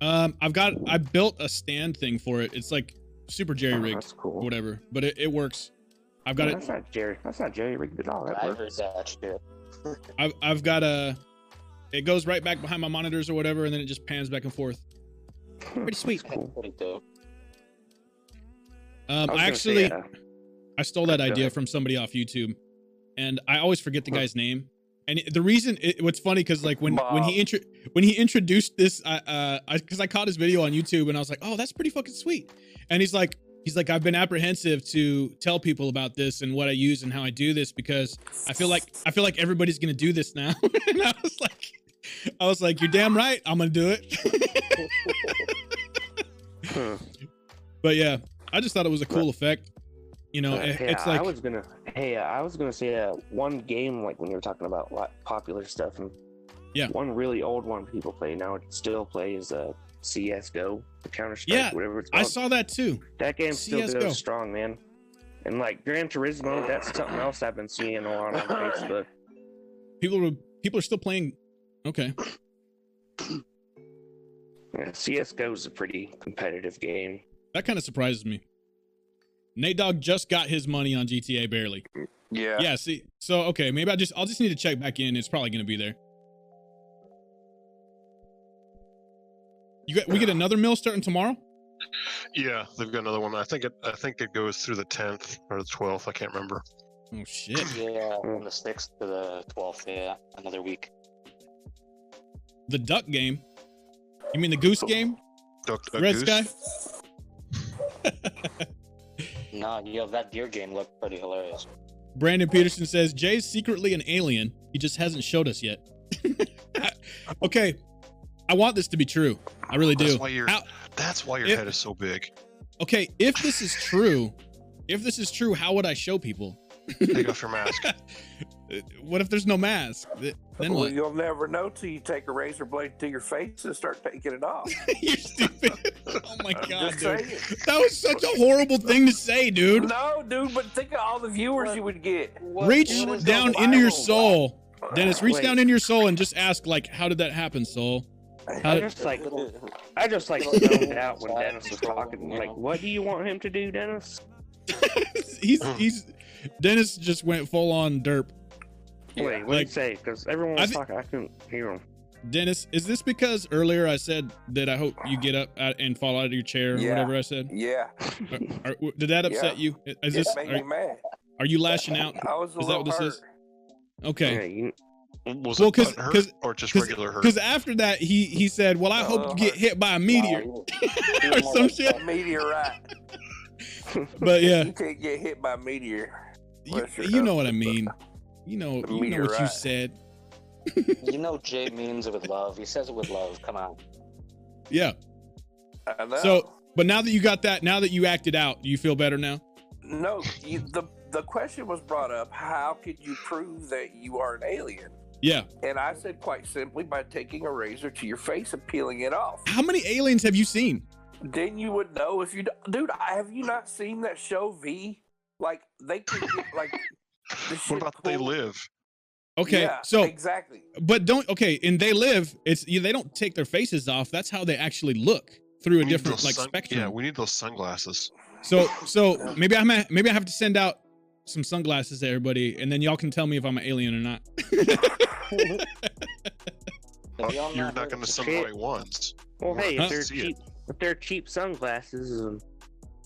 Um, I've got I built a stand thing for it. It's like super jerry
Oh,
rigged,
that's cool.
or whatever, but it, it works. I've got it.
That's not Jerry. That's not Jerry rigged at all. That
I heard
works.
that shit.
I've I've got a. It goes right back behind my monitors or whatever, and then it just pans back and forth. Pretty sweet.
That's cool.
Pretty dope.
Um,
I was
I
gonna
actually
say, uh,
I stole that
Go
idea
ahead.
from somebody off YouTube, and I always forget the
Huh.
guy's name. And it- the reason it, what's funny because like when when he
Bob.
intro when he introduced this, I uh because I, 'cause I caught his video on YouTube and I was like, oh, that's pretty fucking sweet. And he's like, he's like, I've been apprehensive to tell people about this and what I use and how I do this because I feel like I feel like everybody's gonna do this now. and I was like, I was like, you're damn right, I'm gonna do it.
hmm.
but yeah, I just thought it was a cool effect. You know,
Uh,
it-
yeah,
it's like
I was gonna. Hey, uh, I was gonna say uh, one game like when you were talking about like, popular stuff and
Yeah.
one really old one people play now still play is uh, CS:GO, the Counter Strike,
Yeah,
whatever it's
I
called.
saw that too.
that game still
CS:GO.
goes strong, man. And like Gran Turismo, that's something else I've been seeing a lot on Facebook.
people were people are still playing okay
Yeah, CS:GO is a pretty competitive game.
that kind of surprises me nate dog just got his money on gta barely
Yeah.
yeah. see so okay maybe i just i'll just need to check back in it's probably gonna be there you got we get another mill starting tomorrow
Yeah, they've got another one. I think it. I think it goes through the tenth or the twelfth. I can't remember.
oh shit
Yeah, from the 6th to the 12th. Yeah, another week.
the duck game you mean the goose game
Duck, duck,
red
goose.
sky
Nah, yo, that deer game looked pretty hilarious.
brandon peterson says jay's secretly an alien he just hasn't showed us yet okay i want this to be true i really do
That's why your
How-
that's why your
If-
head is so big.
Okay, if this is true, if this is true, how would I show people?
Take off your mask.
Uh, What if there's no mask? Th- Then
Well,
what?
you'll never know till you take a razor blade to your face and start taking it off.
You're stupid. Oh my
I'm
god,
just
dude.
saying.
That was such a horrible thing to say, dude.
No, dude, but think of all the viewers you would get.
Reach
dude, it's
down
so
into your
viral.
soul. Dennis, reach
Wait.
down into your soul and just ask, like, how did that happen, soul? How
I
did-
just like I just like zoned out when Dennis was talking. Like, what do you want him to do, Dennis?
he's he's Dennis just went full on derp.
Wait, what
Like-
did he say? Because everyone
I
was
thi-
talking, I couldn't hear him.
Dennis, is this because earlier I said that I hope you get up out and fall out of your chair or
Yeah.
whatever I said?
Yeah,
Are, w did that upset you? Is
it
this
made
are,
me mad.
are you lashing out?
I was a
is that
little
what this
hurt.
is? Okay.
Yeah, you,
Was
Well,
it
'cause-
butt hurt
'cause-
or just
'cause-
regular hurt?
Because after that, he he said, "Well, I
Oh,
hope you get
alright.
hit by a meteor
Wow,
or some shit."
A
um,
meteorite.
But yeah,
You can't get hit by a meteor.
you,
Bless your
you know what
heart.
I mean. You know, you know
The
what you
meteorite.
said.
you know Jay means it with love. He says it with love. Come on.
Yeah.
I know.
So, but now that you got that, now that you acted out, you feel better now.
no, you, the the question was brought up. How could you prove that you are an alien?
Yeah.
And I said quite simply by taking a razor to your face and peeling it off.
How many aliens have you seen?
Then you would know if you, d- dude. I- Have you not seen that show V? Like they could get like. The shit
what about they
pulled-
live?
Okay.
Yeah,
so,
exactly.
but don't. Okay. And they live. It's yeah, they don't take their faces off. That's how they actually look through a
We need
different
those
like
sun-
spectrum.
Yeah, we need those sunglasses.
So so maybe I'm a, maybe I have to send out some sunglasses to everybody, and then y'all can tell me if I'm an alien or not.
If y'all
Uh, you're
heard
not
of
going to
it,
send the
shit.
right ones.
well, hey,
Huh?
if they're
See it.
cheap, if they're cheap sunglasses, and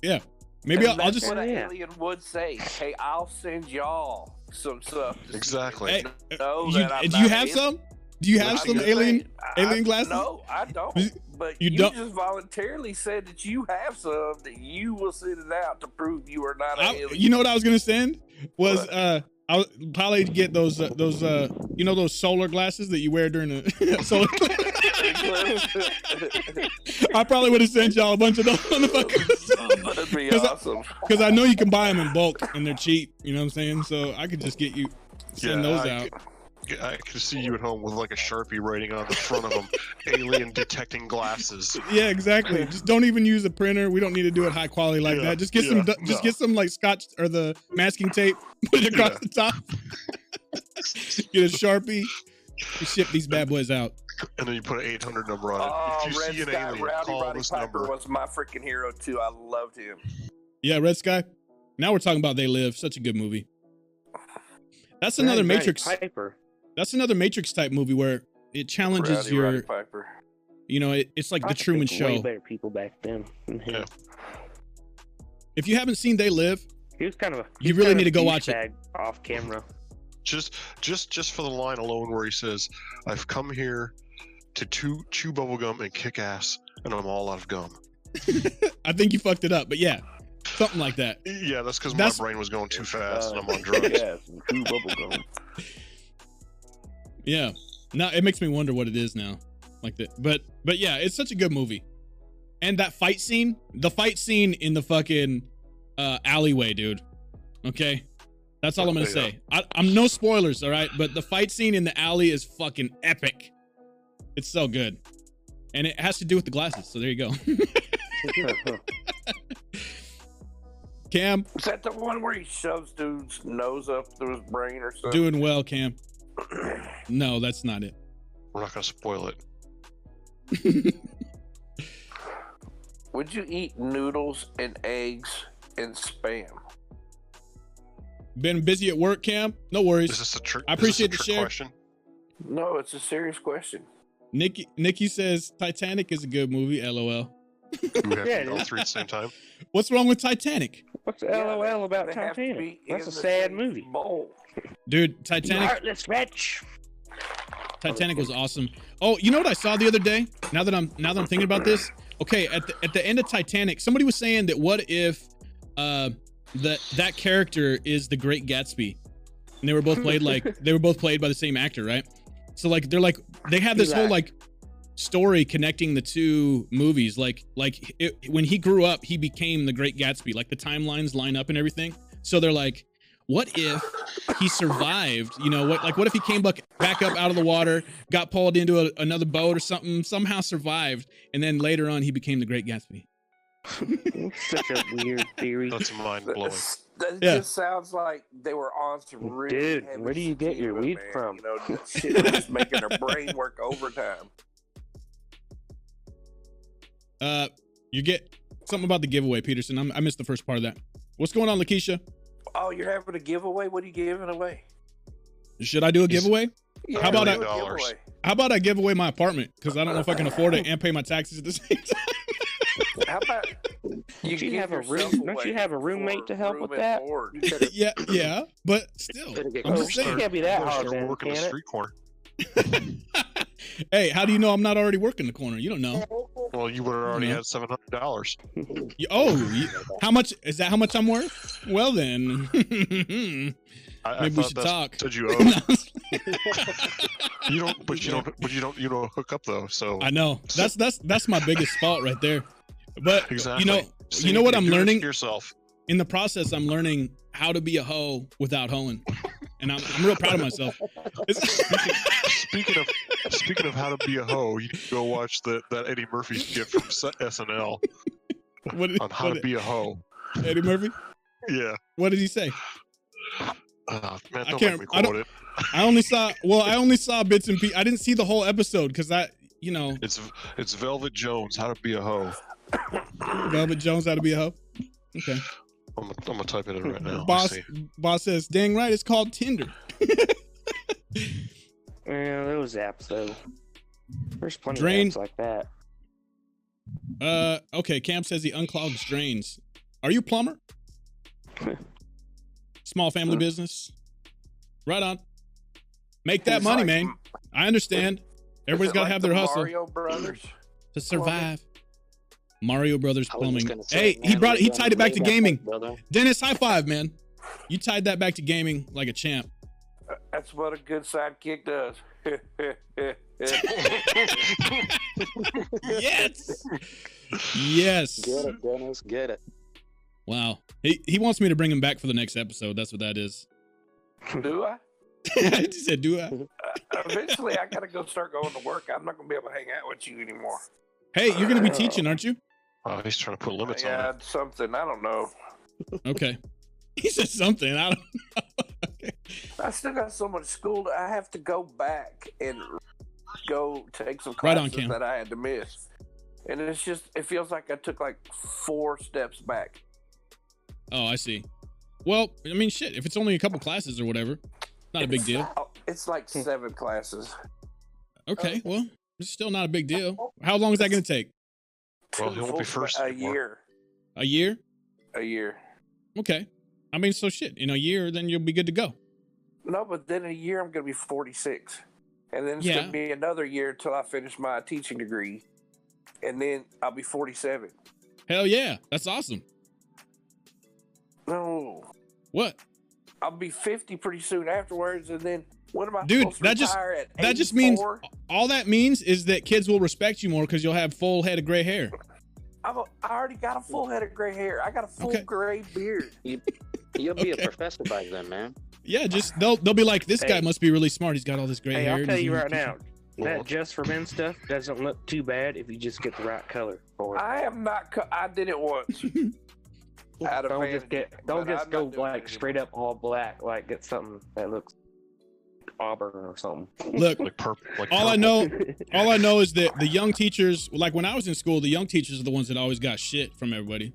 Maybe
And
I'll, I'll
that's
just
what an
Yeah.
alien would say. Hey, I'll send y'all some stuff. to see if
Exactly.
you
Hey,
know
you,
that I'm
do you
not
have
alien.
some? Do you have
I'm
some
just
alien?
saying, I-
alien
I-
glasses?
No, I
You-
don't. But
you
you,
don't-
just voluntarily said that you have some that you will send it out to prove you are not an
I,
alien.
you know what I was gonna send was
What?
uh I was probably get those uh, those uh you know those solar glasses that you wear during the solar. I probably would have sent y'all a bunch of those motherfuckers
That'd be
'Cause I-
awesome.
because I know you can buy them in bulk and they're cheap. You know what I'm saying? So I could just get you send
Yeah,
those
I-
out.
I could see you at home with like a sharpie writing on the front of them, alien detecting glasses.
Yeah, exactly. Just don't even use a printer. We don't need to do it high quality like
Yeah,
that. Just get
yeah,
some, du- just
no.
get some like scotch or the masking tape, put it across
Yeah.
the top. get a sharpie. You ship these bad boys out.
And then you put an 800 number on it.
Oh,
if you
Red
see an
Scott,
alien,
Rowdy
call
Roddy
this
Piper
number.
was my freaking hero too. I loved him.
Yeah, Red Sky. Now we're talking about They Live. Such a good movie. That's another
Right, right,
Matrix.
Piper.
That's another Matrix type movie where it challenges
Rowdy
your,
Roddy Piper.
you know, it, it's like
I
the Truman
think Way
Show.
better people back then. than him.
Yeah.
If you haven't seen They Live,
He was kind of a.
You really need to go watch it.
it off camera.
Just, just, just for the line alone where he says, "I've come here to chew, chew bubble gum and kick ass, and I'm all out of gum."
I think you fucked it up, but yeah, something like that.
Yeah, that's because my
That's-
brain was going too fast, and I'm on drugs.
yeah, two bubblegum.
Yeah. Now it makes me wonder what it is now. Like that. But but yeah, it's such a good movie. And that fight scene, the fight scene in the fucking uh alleyway, dude. Okay? That's all I'm gonna
Yeah.
say. I, I'm no spoilers, all right? But the fight scene in the alley is fucking epic. It's so good. And it has to do with the glasses, so there you go. Cam,
Is that the one where he shoves dude's nose up through his brain or something?
doing well, Cam. No, that's not it.
We're not gonna spoil it.
Would you eat noodles and eggs and spam?
Been busy at work, Cam? No worries.
Is this a trick?
I
is this a
appreciate the
trick
share.
question.
No, it's a serious question.
Nikki Nikki says Titanic is a good movie. LOL.
Do we have
Yeah,
to
it
go
is.
through at the same time?
What's wrong with Titanic,
What's
Yeah,
LOL about
They have to
Titanic?
be
That's
in
a
the
sad
same
movie.
Bowl.
dude? Titanic.
Heartless wretch.
Titanic was awesome. Oh, you know what I saw the other day? Now that I'm now that I'm thinking about this. Okay, at the, at the end of Titanic, somebody was saying that what if uh that that character is the Great Gatsby, and they were both played like they were both played by the same actor, right? So like they're like they have this whole
Eli.
like story connecting the two movies like like it, when he grew up he became the great gatsby like the timelines line up and everything so they're like what if he survived you know what like what if he came back, back up out of the water got pulled into a, another boat or something somehow survived and then later on he became the great gatsby
Such a weird theory.
That's mind
That,
blowing.
that
Yeah.
just sounds like they were on some really
Dude,
heavy
where do you get your
tequila,
weed
man.
from?
You know, that shit was just making their brain work overtime.
uh you get something about the giveaway peterson I'm, i missed the first part of that what's going on lakeisha
Oh, you're having a giveaway? What are you giving away?
should i do a
He's-
giveaway
Yeah,
How about
do a
dollars?
giveaway.
how about i give away my apartment because i don't know if i can afford it and pay my taxes at the same time
How about you
Don't you
give
have a
yourself
room- don't
away
you have a
for
roommate to help
room
with
and
that?
board?
yeah, yeah, but still,
Better get
I'm
close.
just saying.
can't be that
Or
hard,
Oh, start
man,
working the
can it?
street corner.
hey, how do you know I'm not already working the corner? You don't know.
Well, you would have already
Yeah.
had seven hundred dollars.
You- oh, you- how much is that? How much I'm worth? Well then, maybe
I, I
we
thought
should
that's
talk.
what you
No,
owe.
I'm just-
You don't, but you don't, but you don't, you don't hook up though. So
I know that's that's that's my biggest fault right there. But
Exactly.
you know,
So
you know what I'm
can do it to
learning
yourself.
in the process, I'm learning how to be a hoe without hoeing, and I'm, I'm real proud of myself. It's-
Speaking of speaking of how to be a hoe, you can go watch that that Eddie Murphy skit from S- SNL
what, did-
on how to
what did-
be a hoe.
Eddie Murphy?
Yeah,
What did he say?
uh, man,
I
don't
can't-
make me
I don't-
quote it.
I only saw well, I only saw bits and pieces. I didn't see the whole episode because I, you know,
It's it's Velvet Jones, how to be a hoe.
Velvet Jones how to be a hoe. Okay.
I'm gonna, I'm gonna type it in right now.
boss,
Let's see.
boss says, "Dang right, it's called Tinder."
Yeah, those apps though. There's plenty
Drain-
of apps like that.
Uh, okay. Cam says he unclogs drains. Are you a plumber? Small family
Huh.
business. Right on. Make that
It's
money,
like-
man. I understand. Everybody's
Is it
got to
like
have
the
their hustle
Mario Brothers.
to survive. Mario Brothers
I was
Plumbing.
just gonna say,
Hey, he
man,
brought it. He
we're
tied it back to
way
gaming.
brother.
Dennis, high five, man. You tied that back to gaming like a champ.
That's what a good sidekick does.
Yes. yes.
Get it, Dennis. Get it.
Wow. He he wants me to bring him back for the next episode. That's what that is.
Do I?
she said, "Do I?"
Uh, eventually, I gotta go start going to work. I'm not gonna be able to hang out with you anymore.
Hey, you're gonna be teaching, aren't you?
Oh, he's trying to put limits
yeah,
on
something. I don't know.
Okay. He said something. I don't.
I still got so much school. That I have to go back and go take some
Right
classes
on, Cam.
that I had to miss. And it's just, it feels like I took like four steps back.
Oh, I see. Well, I mean, shit. If it's only a couple classes or whatever, not a big deal.
Oh, It's like
Hmm.
seven classes.
Uh-huh.
Okay. Well, it's still not a big deal. How long is that gonna take?
Well, he won't be first
A
anymore.
year.
A year?
A year.
Okay. I mean, so shit. In a year, then you'll be good to go.
No, but then in a year I'm going to be 46. And then it's going
Yeah.
to be another year until I finish my teaching degree. And then I'll be 47.
Hell yeah, that's awesome.
No.
What?
I'll be 50 pretty soon afterwards. And then what am I
Dude,
supposed to
that just-
retire at
That just means
84?
all that means is that kids will respect you more because you'll have full head of gray hair.
I'm a, I already got a full head of gray hair. I got a full
Okay.
gray beard.
You'll be
Okay.
a professor by then, man.
Yeah, just they'll they'll be like, this guy
Hey.
must be really smart. He's got all this gray
Hey,
hair.
I'll
and
tell
he's
you
really
right now,
Well,
that just for men stuff doesn't look too bad if you just get the right color for it.
I am not. Co- I did it once. out
don't just
of vanity,
get don't
but
just
I'm
go
not doing it
like
anymore.
straight up all black. Like get something that looks auburn or something.
Look,
Like purple. Like
all I
purple.
know, all I know is that the young teachers, like when I was in school, the young teachers are the ones that always got shit from everybody,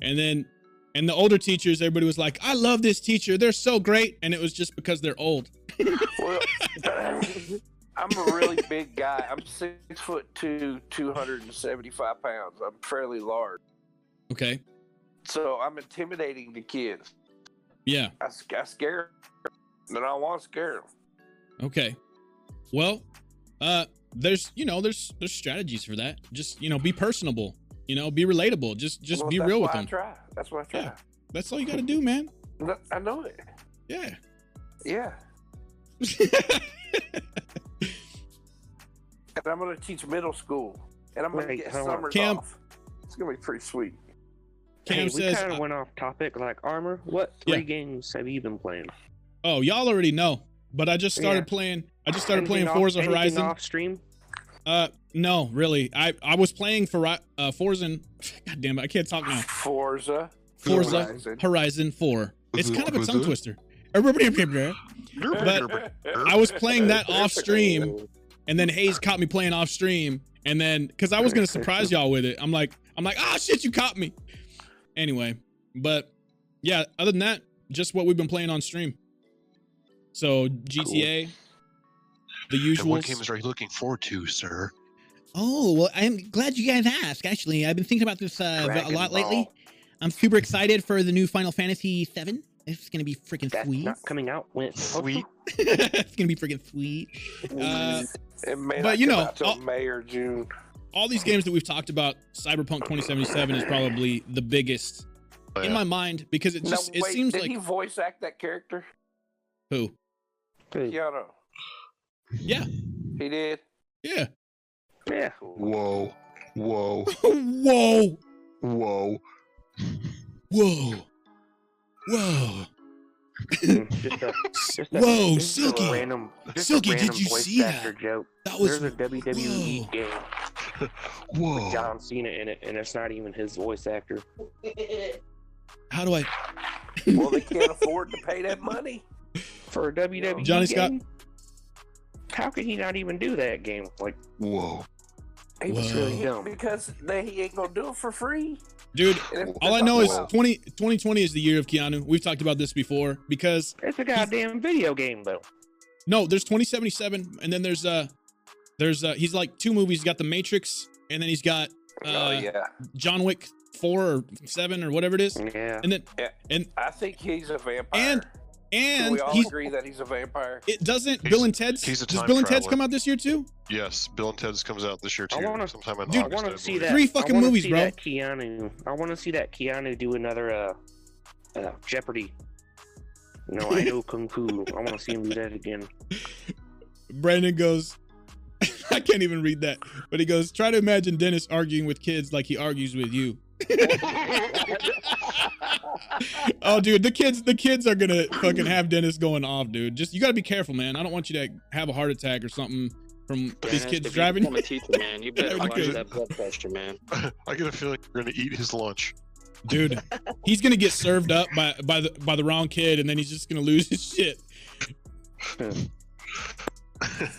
and then and the older teachers, everybody was like, I love this teacher. They're so great, and it was just because they're old.
Well, I'm a really big guy. I'm six foot two, 275 pounds. I'm fairly large.
Okay,
So I'm intimidating the kids.
yeah,
I, s- I scare them. And I want to scare them.
okay. Well, uh, there's you know there's there's strategies for that. Just you know be personable. You know be relatable. Just just
Well,
be
that's
real
why
with
I
them.
try. That's what I try.
Yeah. That's all you got to do, man.
No, I know it.
Yeah.
Yeah. And I'm going to teach middle school. And I'm going to
Wait,
get
hold on.
summers
Cam-
off. It's going to be pretty sweet.
Cam
hey, we
says,
kind
uh,
of went off topic. Like armor, what
Yeah.
three games have you been playing?
oh, y'all already know, but I just started
Yeah.
playing. I just started
Anything
playing
off-
Forza
anything
Horizon.
off stream.
Uh, no, really. I I was playing for uh Forza. God damn it, I can't talk now.
Forza.
Forza Horizon,
Horizon.
Four. It's kind of a tongue
Forza.
twister. Uh, I was playing that off stream, and then Hayes caught me playing off stream, and then because I was gonna surprise y'all with it, I'm like, I'm like, ah, shit, you caught me. Anyway, but yeah, other than that, just what we've been playing on stream. So GTA, the
And
usual.
what games are you looking forward to, sir?
Oh, well, I'm glad you guys asked. Actually, I've been thinking about this uh, a
Dragon
lot lately.
Ball.
I'm super excited for the new Final Fantasy VII. It's gonna be freaking
That's
sweet.
not coming out when.
Sweet.
it's gonna be freaking sweet. Uh,
It may
But,
not
you
come
know,
out till
I'll-
May or June.
all these games that we've talked about, Cyberpunk 2077 is probably the biggest
Oh,
in my mind because it just
no,
it
wait,
seems
did
like
he voice act that character?
who?
Keanu.
Yeah,
He did.
yeah.
Yeah.
Whoa, whoa,
whoa,
whoa.
whoa, whoa.
just a, just a,
Whoa,
just a
Silky.
Random, just a
Silky, did
random
you
voice
see
actor
that?
Joke.
That was Oh.
There's a WWE game,
Whoa.
John Cena in it, and it's not even his voice actor.
Uh, how do I?
Well, they can't afford to pay that money.
For a WWE
Johnny Scott.
game, how could he not even do that game? Like,
Whoa.
he was
Whoa.
really dumb.
Because they he ain't gonna do it for free.
Dude,
And if-
all I know is
Wow.
20, 2020 is the year of Keanu. We've talked about this before because
It's a goddamn video game, though.
no, there's 2077 and then there's uh there's uh he's like two movies, he's got The Matrix and then he's got
oh
uh,
yeah,
John Wick 4 or 7 or whatever it is.
Yeah.
And then
I think he's a vampire.
and-
Can
and
we all
he's
agree that he's a vampire.
it doesn't
He's-
Bill and Ted's
he's a
Does
time
Bill and Ted's
traveler.
come out this year too?
Yes, Bill and Ted's comes out this year
I
too.
wanna-
sometime in
Dude,
I
August.
want to see
believe.
that.
Three
I
fucking
wanna
movies,
see
bro.
That Keanu. I want to see that Keanu do another uh, uh Jeopardy. No, I know kung fu. I want to see him do that again.
Brandon goes I can't even read that. But he goes, "Try to imagine Dennis arguing with kids like he argues with you." Oh, dude, the kids, the kids are gonna fucking have Dennis going off, dude. Just you gotta be careful, man. I don't want you to have a heart attack or something from these
Dennis,
kids
if
driving.
You become a teacher, man. You better
Okay.
watch that blood pressure, man.
I get a feeling we're gonna eat his lunch.
dude he's gonna get served up by by the by the wrong kid and then he's just gonna lose his shit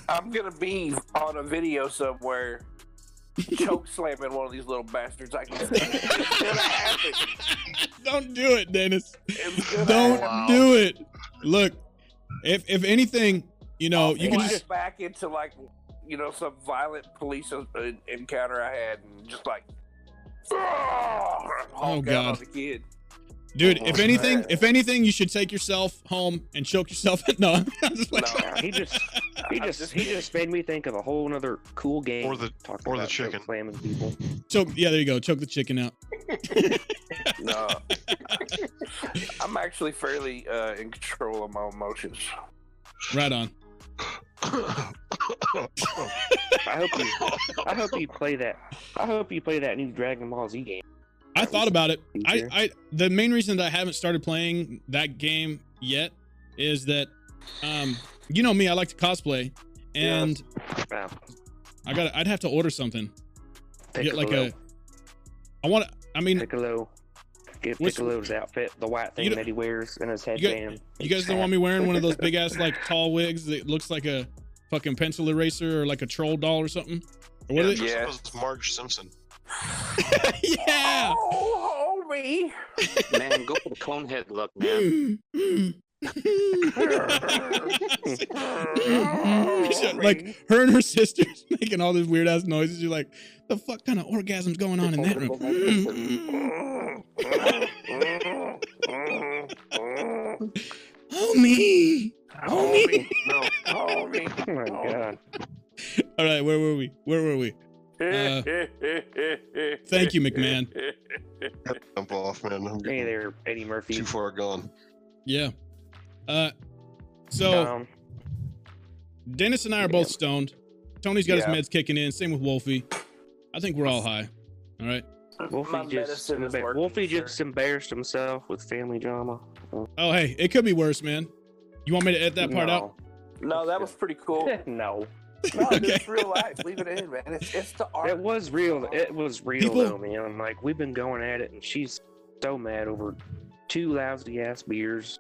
I'm gonna be on a video somewhere, choke slamming one of these little bastards. I can. It's gonna happen.
don't do it dennis
It's gonna
don't
happen.
Wow.
do it look if if anything you know you can
Flash
just
back into like you know some violent police uh, encounter I had, and just like. Oh
God.
The kid.
dude if anything if anything you should take yourself home and choke yourself no i'm just like
No.
He just he
I'm
just,
just
he
kidding.
just made me think of a whole nother cool game.
Or the-
talking
or the
about choke
chicken.
slamming people.
choke yeah there you go choke the chicken out
No. I'm actually fairly uh, in control of my emotions.
right on
I hope you I hope you play that. I hope you play that new Dragon Ball Z game.
I thought about it. I,
Easier.
I the main reason that I haven't started playing that game yet is that um you know me, I like to cosplay and
Wow.
I got to I'd have to order something. Get like
Piccolo.
a I want to I mean,
Piccolo. Get
What's-
Piccolo's outfit, the white
You
thing
don't-
that he wears in his
got-
headband.
you guys don't want me wearing one of those big ass like tall wigs that looks like a fucking pencil eraser or like a troll doll or something. Or what
yeah,
is
just
it?
Yeah.
as Marge Simpson.
Yeah.
Oh, homie.
Man, go for the cone head look, man.
like her and her sisters making all these weird ass noises. You're like, the fuck kind of orgasm's going on in that room? oh me.
homie. No, homie.
Oh my god.
All right, where were we? Where were we? Uh, Thank you, McMahon.
Jump off, man. I'm
Hey
getting
there, Eddie Murphy.
too far gone.
Yeah. Uh so
Um,
Dennis and I are both stoned. Tony's got
Yeah.
his meds kicking in. Same with Wolfie. I think we're all high. All right.
My
Wolfie just,
medicine is working,
Wolfie
sir.
just embarrassed himself with family drama.
Oh hey, it could be worse, man. You want me to edit that part out?
No, that was pretty cool.
out? no.
No, dude,
Okay.
it's real life. Leave it in, man. It's, it's the art.
It was real. It was real,
People-
though, man. Like, we've been going at it, and she's so mad over two lousy ass beers.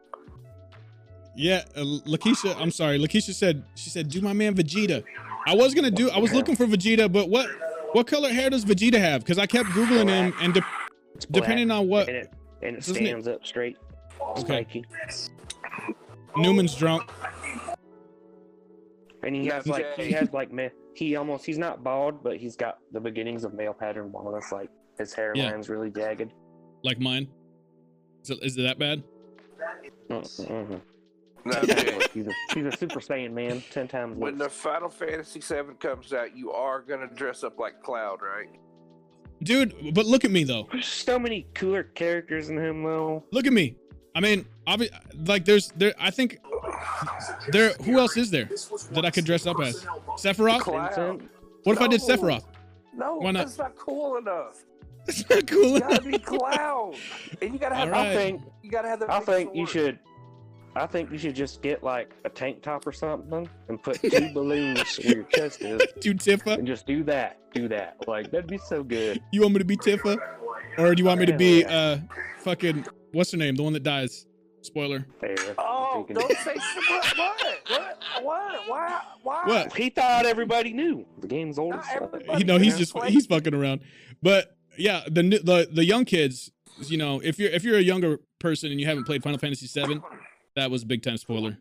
Yeah, uh, Lakeisha. I'm sorry, Lakeisha said she said do my man Vegeta. I was gonna do. I was looking for Vegeta, but what what color hair does Vegeta have? Because I kept googling him, and de-
It's black,
depending on what
and it, and it
Doesn't it-
stands up straight. Spiky.
Newman's drunk.
And he has, like, he
Okay.
has, like, meh. He almost, he's not bald, but he's got the beginnings of male pattern baldness. Like, his hairline's really jagged.
like mine. Is it, is it that bad?
Mm-mm-mm.
No, dude.
Mm-hmm. he's, a, he's a Super Saiyan, man. Ten times
when
worse.
the Final Fantasy VII comes out, you are gonna dress up like Cloud, right?
Dude, but look at me though.
There's so many cooler characters in him, though.
Look at me. I mean, obvi- like there's there. I think there. Who else is there that I could dress up as? Sephiroth.
Cloud.
Vincent.
What if I did
No.
Sephiroth?
No,
Why not?
that's not cool enough.
That's not cool.
You gotta be Cloud, and you gotta have.
All right.
I think
You gotta have the.
I
big
think you
sword.
should. I think you should just get like a tank top or something and put two balloons where your chest is,
Do Tifa?
and just do that. Do that. Like that'd be so good.
You want me to be Tifa, or do you want me to be uh, fucking what's her name? The one that dies. Spoiler.
There.
Oh,
Thinking-
don't say what? What? What? What? Why? Why?
What?
He thought everybody knew the game's old.
Not everybody
you know he's
Yeah.
just he's fucking around but yeah the new- the the young kids you know if you're if you're a younger person and you haven't played final fantasy 7 that was a big time spoiler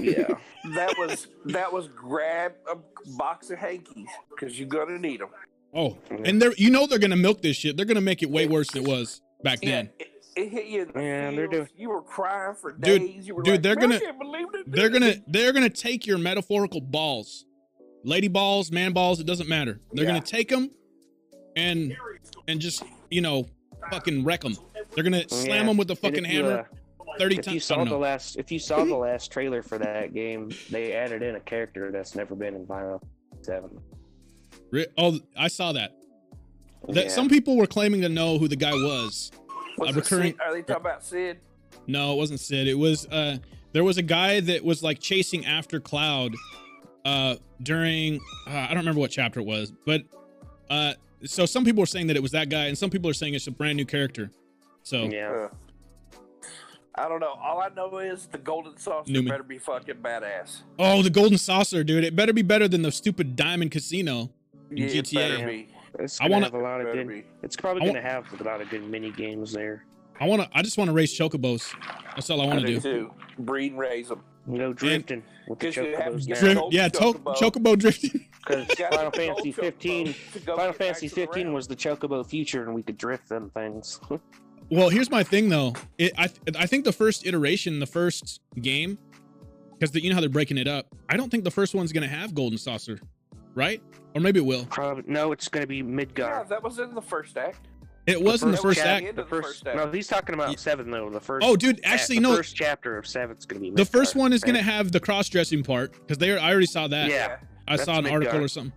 Yeah.
That was that was grab a box of hankies because you're gonna need them.
oh and they're you know they're gonna milk this shit they're gonna make it way worse than it was back
Yeah,
then
it, it hit you. In the
Yeah, they're
feels.
doing-
You were crying for
Dude,
days. You were
dude,
like,
they're
"Man,
gonna-
I can't believe they did
they're gonna
this."
they're gonna take your metaphorical balls lady balls man balls it doesn't matter they're
Yeah.
gonna take them and and just you know fucking wreck them they're gonna slam
Yeah.
them with the
And
fucking
if you,
hammer
uh,
30
if you
times I
saw
don't
the
know.
last, if you saw the last trailer for that game, they added in a character that's never been in Final Seven.
Re- oh i saw that That
Yeah.
some people were claiming to know who the guy was.
Was
A
it
recurring-
Sid? Are they talking about Sid?
No, it wasn't Sid. It was uh there was a guy that was like chasing after Cloud uh during uh, I don't remember what chapter it was, but uh so some people were saying that it was that guy and some people are saying it's a brand new character. So
Yeah.
Uh, I don't know. All I know is the golden saucer
Newman.
better be fucking badass.
Oh, the golden saucer, dude. It better be better than the stupid diamond casino.
Yeah, it
GTA.
better be.
It's
I
gonna
wanna-
have a lot of
Oh. Better
good.
be.
It's probably
I wa-
gonna have a lot of good mini games there.
I wanna I just wanna race chocobos. That's all I wanna do.
too. Breed and raise them.
No drifting with the
Because you have
chocobos
to get
now.
Drift,
Chocobo.
yeah, to- chocobo drifting.
Because Final Fantasy 15, Final Fantasy 15 was the chocobo future, and we could drift them things.
Well, here's my thing though. It, I I think the first iteration, the first game, because you know how they're breaking it up. I don't think the first one's gonna have golden saucer, right? Or maybe it will.
probably no, it's gonna be
Yeah,
Midgar.
that was in the first act.
It was in the
first
first
game.
act.
the first act.
no, he's talking about
Ye-
seven though. The first.
Oh, dude, actually
the
no.
First chapter of seven's gonna be.
The first
Midgar,
one is gonna
right?
have the cross dressing part because they are, I already saw that.
Yeah.
I
That's
saw an
Midgar.
article or something.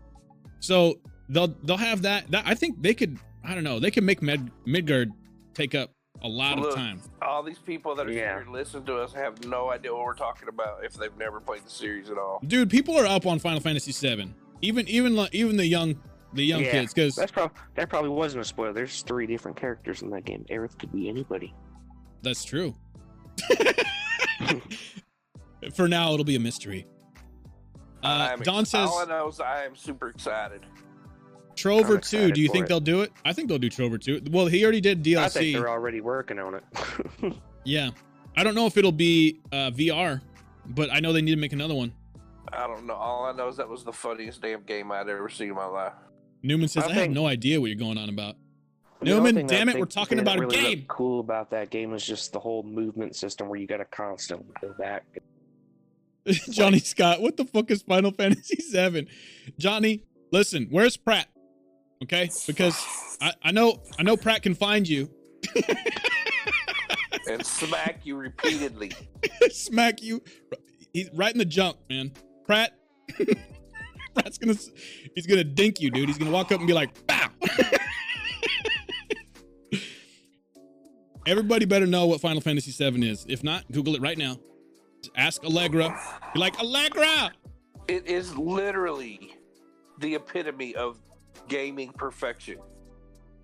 So they'll they'll have that. That I think they could. I don't know. They could make Med, Midgard take up a lot of
Look.
time.
All these people that are
Yeah.
here listening to us have no idea what we're talking about if they've never played the series at all.
Dude, people are up on Final Fantasy VII. Even even li- even the young the young
Yeah.
kids because
That's probably that probably wasn't a spoiler. There's three different characters in that game. Aerith could be anybody.
that's true. For now, it'll be a mystery. Uh,
I'm ex-
Don says
all I know is I am super excited.
Trover
I'm
two. Do you think
excited for it.
they'll do it? I think they'll do Trover two. Well, he already did
I think
DLC.
they're already working on it.
yeah, I don't know if it'll be uh, VR, but I know they need to make another one.
I don't know. All I know is that was the funniest damn game I'd ever seen in my life.
Newman says,
I
"I, have
think-
no idea what you're going on about."
The only
Newman,
thing that
damn
I
it, we're
think
talking
that
about a
really looked
game.
Cool about that game is just the whole movement system where you got to constantly go back.
Johnny Scott, what the fuck is Final Fantasy VII? Johnny, listen, where's Pratt? Okay, because I, I know I know Pratt can find you,
and smack you repeatedly.
smack you. He's right in the junk, man. Pratt, Pratt's gonna s- he's gonna dink you, dude. He's gonna walk up and be like, "Bow." Everybody better know what Final Fantasy VII is. If not, Google it right now. Ask Allegra. Be like, Allegra.
It is literally the epitome of gaming perfection.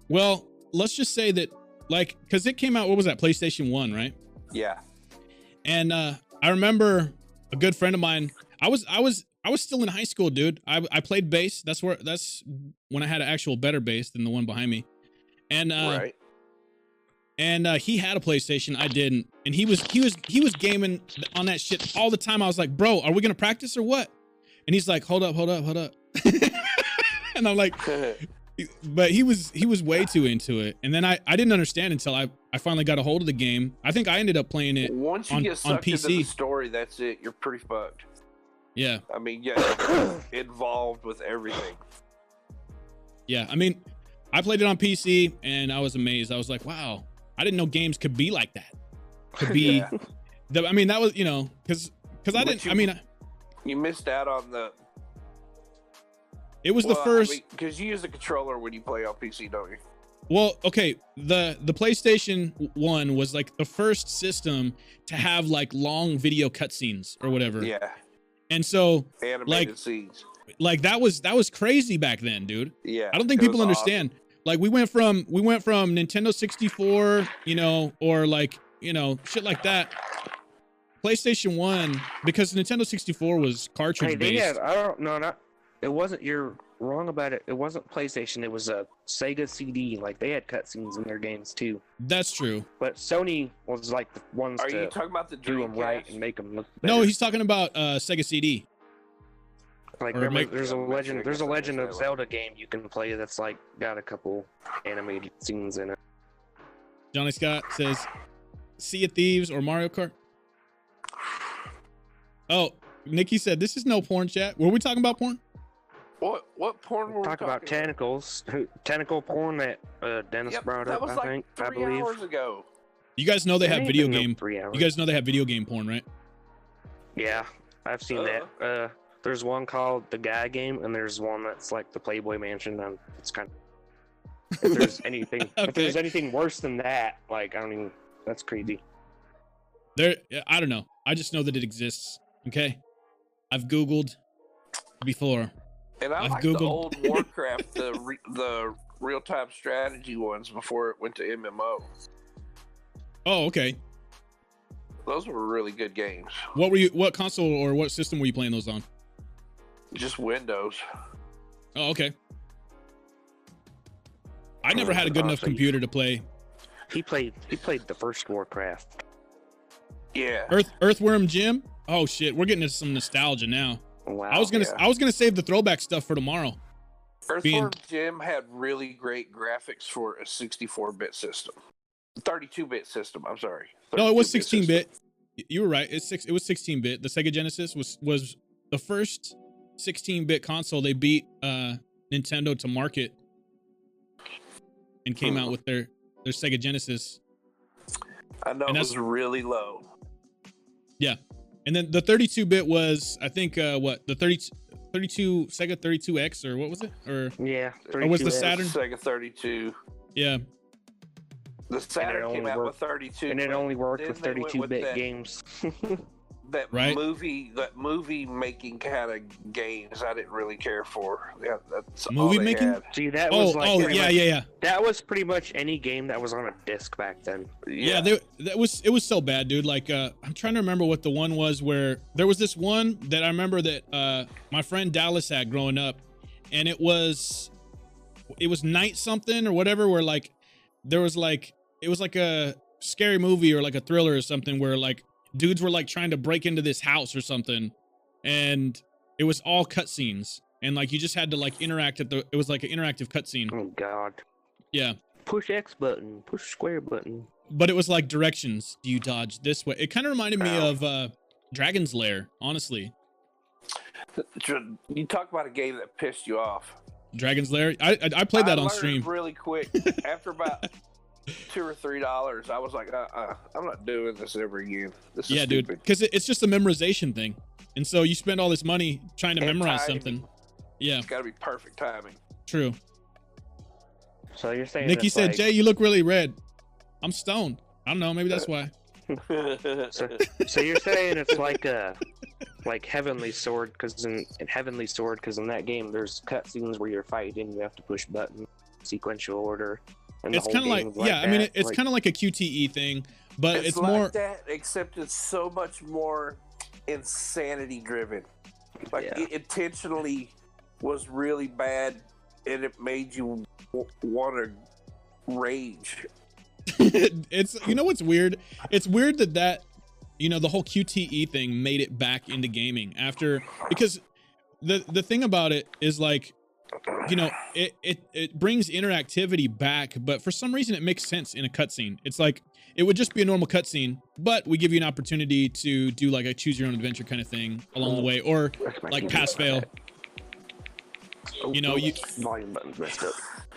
Well, let's just say that, like, because it came out, what was that, PlayStation 1, right?
Yeah.
And uh, I remember a good friend of mine, I was, I was, I was still in high school, dude. I, I played bass. That's where, that's when I had an actual better bass than the one behind me. And, uh,
right.
and uh, he had a PlayStation. I didn't. And he was, he was, he was gaming on that shit all the time. I was like, bro, are we going to practice or what? And he's like, hold up, hold up, hold up. and I'm like, but he was he was way too into it and then i i didn't understand until i i finally got a hold of the game i think i ended up playing it
Once you
on- on
get sucked into
PC.
the story, that's it. You're pretty fucked.
yeah
I mean, yeah, involved with everything.
yeah i mean i played it on pc and i was amazed i was like wow i didn't know games could be like that could be
Yeah.
the, i mean that was you know because because i
But
didn't
you-
i mean I-
You missed out on the.
it was the first
Because you use a controller when you play on PC, don't you?
Well, okay, the the PlayStation 1 was like the first system to have like long video cutscenes or whatever.
Yeah.
And so
Animated
Like-
scenes.
like that was that was crazy back then, dude.
Yeah.
I don't think
it
people
was
understand. Like we went from we went from Nintendo 64, you know, or like, you know, shit like that. PlayStation 1 because Nintendo 64 was
Hey,
cartridge
they
based.
had. I don't. No, not. It wasn't. You're wrong about it. It wasn't PlayStation. It was a Sega CD. Like they had cutscenes in their games too.
That's true.
But Sony was like the ones
Awesome. Are
to
you talking about the
do them
Dreamcast?
right and make them look.
No,
better.
he's talking about uh Sega CD.
like
or
remember,
make-
there's a
Yeah, make sure
legend.
it
There's a
gets
Legend of
understandable.
Zelda game you can play that's like got a couple animated scenes in it.
Johnny Scott says, "Sea of Thieves or Mario Kart." Oh, Nikki said, "This is no porn chat." Were we talking about porn?
What what porn were we
Talk
talking
about tentacles, tentacle porn that uh, Dennis
Yep,
brought
that
up.
was
I
like
think I
three
believe.
hours ago.
You guys know they
It
have
ain't
video
been no
game.
Three hours.
You guys know they have video game porn, right?
Yeah, I've seen
Uh-huh.
that. Uh, there's one called the Guy Game, and there's one that's like the Playboy Mansion, and it's kind If there's anything, if
Okay.
there's anything worse than that, like I don't even. That's crazy.
There, yeah, I don't know. I just know that it exists. Okay, I've Googled before.
And I
I've
like
Googled-
the old Warcraft, the re- the real time strategy ones before it went to MMO.
Oh, okay.
Those were really good games.
What were you? What console or what system were you playing those on?
Just Windows.
Oh, okay. I never had a good enough
Awesome.
computer to play
He played. He played the first Warcraft.
Yeah.
Earth Earthworm Jim. Oh shit, we're getting into some nostalgia now.
Wow.
I was gonna
yeah.
I was gonna save the throwback stuff for tomorrow.
Earthworm Jim had really great graphics for a 64 bit system. 32 bit system, I'm sorry.
No, it was
32-bit
16
system.
bit. You were right. It's six. It was 16 bit. The Sega Genesis was was the first 16 bit console they beat uh, Nintendo to market and came
Hmm.
out with their their Sega Genesis.
I know
and
it
that's-
was really low.
And then the 32 bit was I think uh, what the 30, 32 Sega 32X or what was it or
Yeah.
Or
Uh, was the
32
Saturn-
Sega 32.
yeah
The Saturn
only
came out with
worked-
32.
and it
but
only worked
then
with
they went with
32 bit
that-
games.
that
Right.
movie, that movie making kind of games, I didn't really care for. Yeah, that's all
Movie
they
making?
had.
See, that
oh
was like
oh
pretty
yeah
much-
yeah yeah
That was pretty much any game that was on a disc back then.
yeah, they, that was it was so bad dude like uh i'm trying to remember what the one was where there was this one that i remember that uh my friend dallas had growing up and it was it was night something or whatever where like there was like it was like a scary movie or like a thriller or something where like dudes were like trying to break into this house or something and it was all cutscenes and like you just had to like interact at the it was like an interactive cutscene
Oh God.
yeah
Push X button. Push square button.
but it was like directions. Do you dodge this way? It kind of reminded me
Ow.
of uh, Dragon's Lair, honestly.
Ju- You talk about a game that pissed you off.
Dragon's Lair. I I, I played that
I
on
learned
stream.
really quick. After about two or three dollars, I was like, uh, uh I'm not doing this ever again. This is
Yeah, dude,
stupid.
because it, it's just a memorization thing, and so you spend all this money trying to
And
memorize
timing.
something. Yeah,
It's got to be perfect timing.
true.
So you're saying
Nikki
it's
said,
like-
"Jay, you look really red." I'm stoned. I don't know. Maybe that's why.
So, so you're saying it's like a like Heavenly Sword because in, in Heavenly Sword because in that game there's cutscenes where you're fighting, you have to push buttons, sequential order. And the
It's
whole
kind of like,
game's
yeah. I mean,
that,
it, it's
like-
kind of like a QTE thing, but Uh, it's,
it's, like
more.
that, except it's so much more insanity driven. Like
Yeah.
it intentionally was really bad, and it made you w- want to rage.
it's you know what's weird it's weird that that you know the whole qte thing made it back into gaming after because the the thing about it is like you know it it, it brings interactivity back but for some reason it makes sense in a cutscene it's like it would just be a normal cutscene but we give you an opportunity to do like a choose your own adventure kind of thing along the way or
That's my
like
TV.
pass fail
Oh,
you know, you-
volume button's messed up.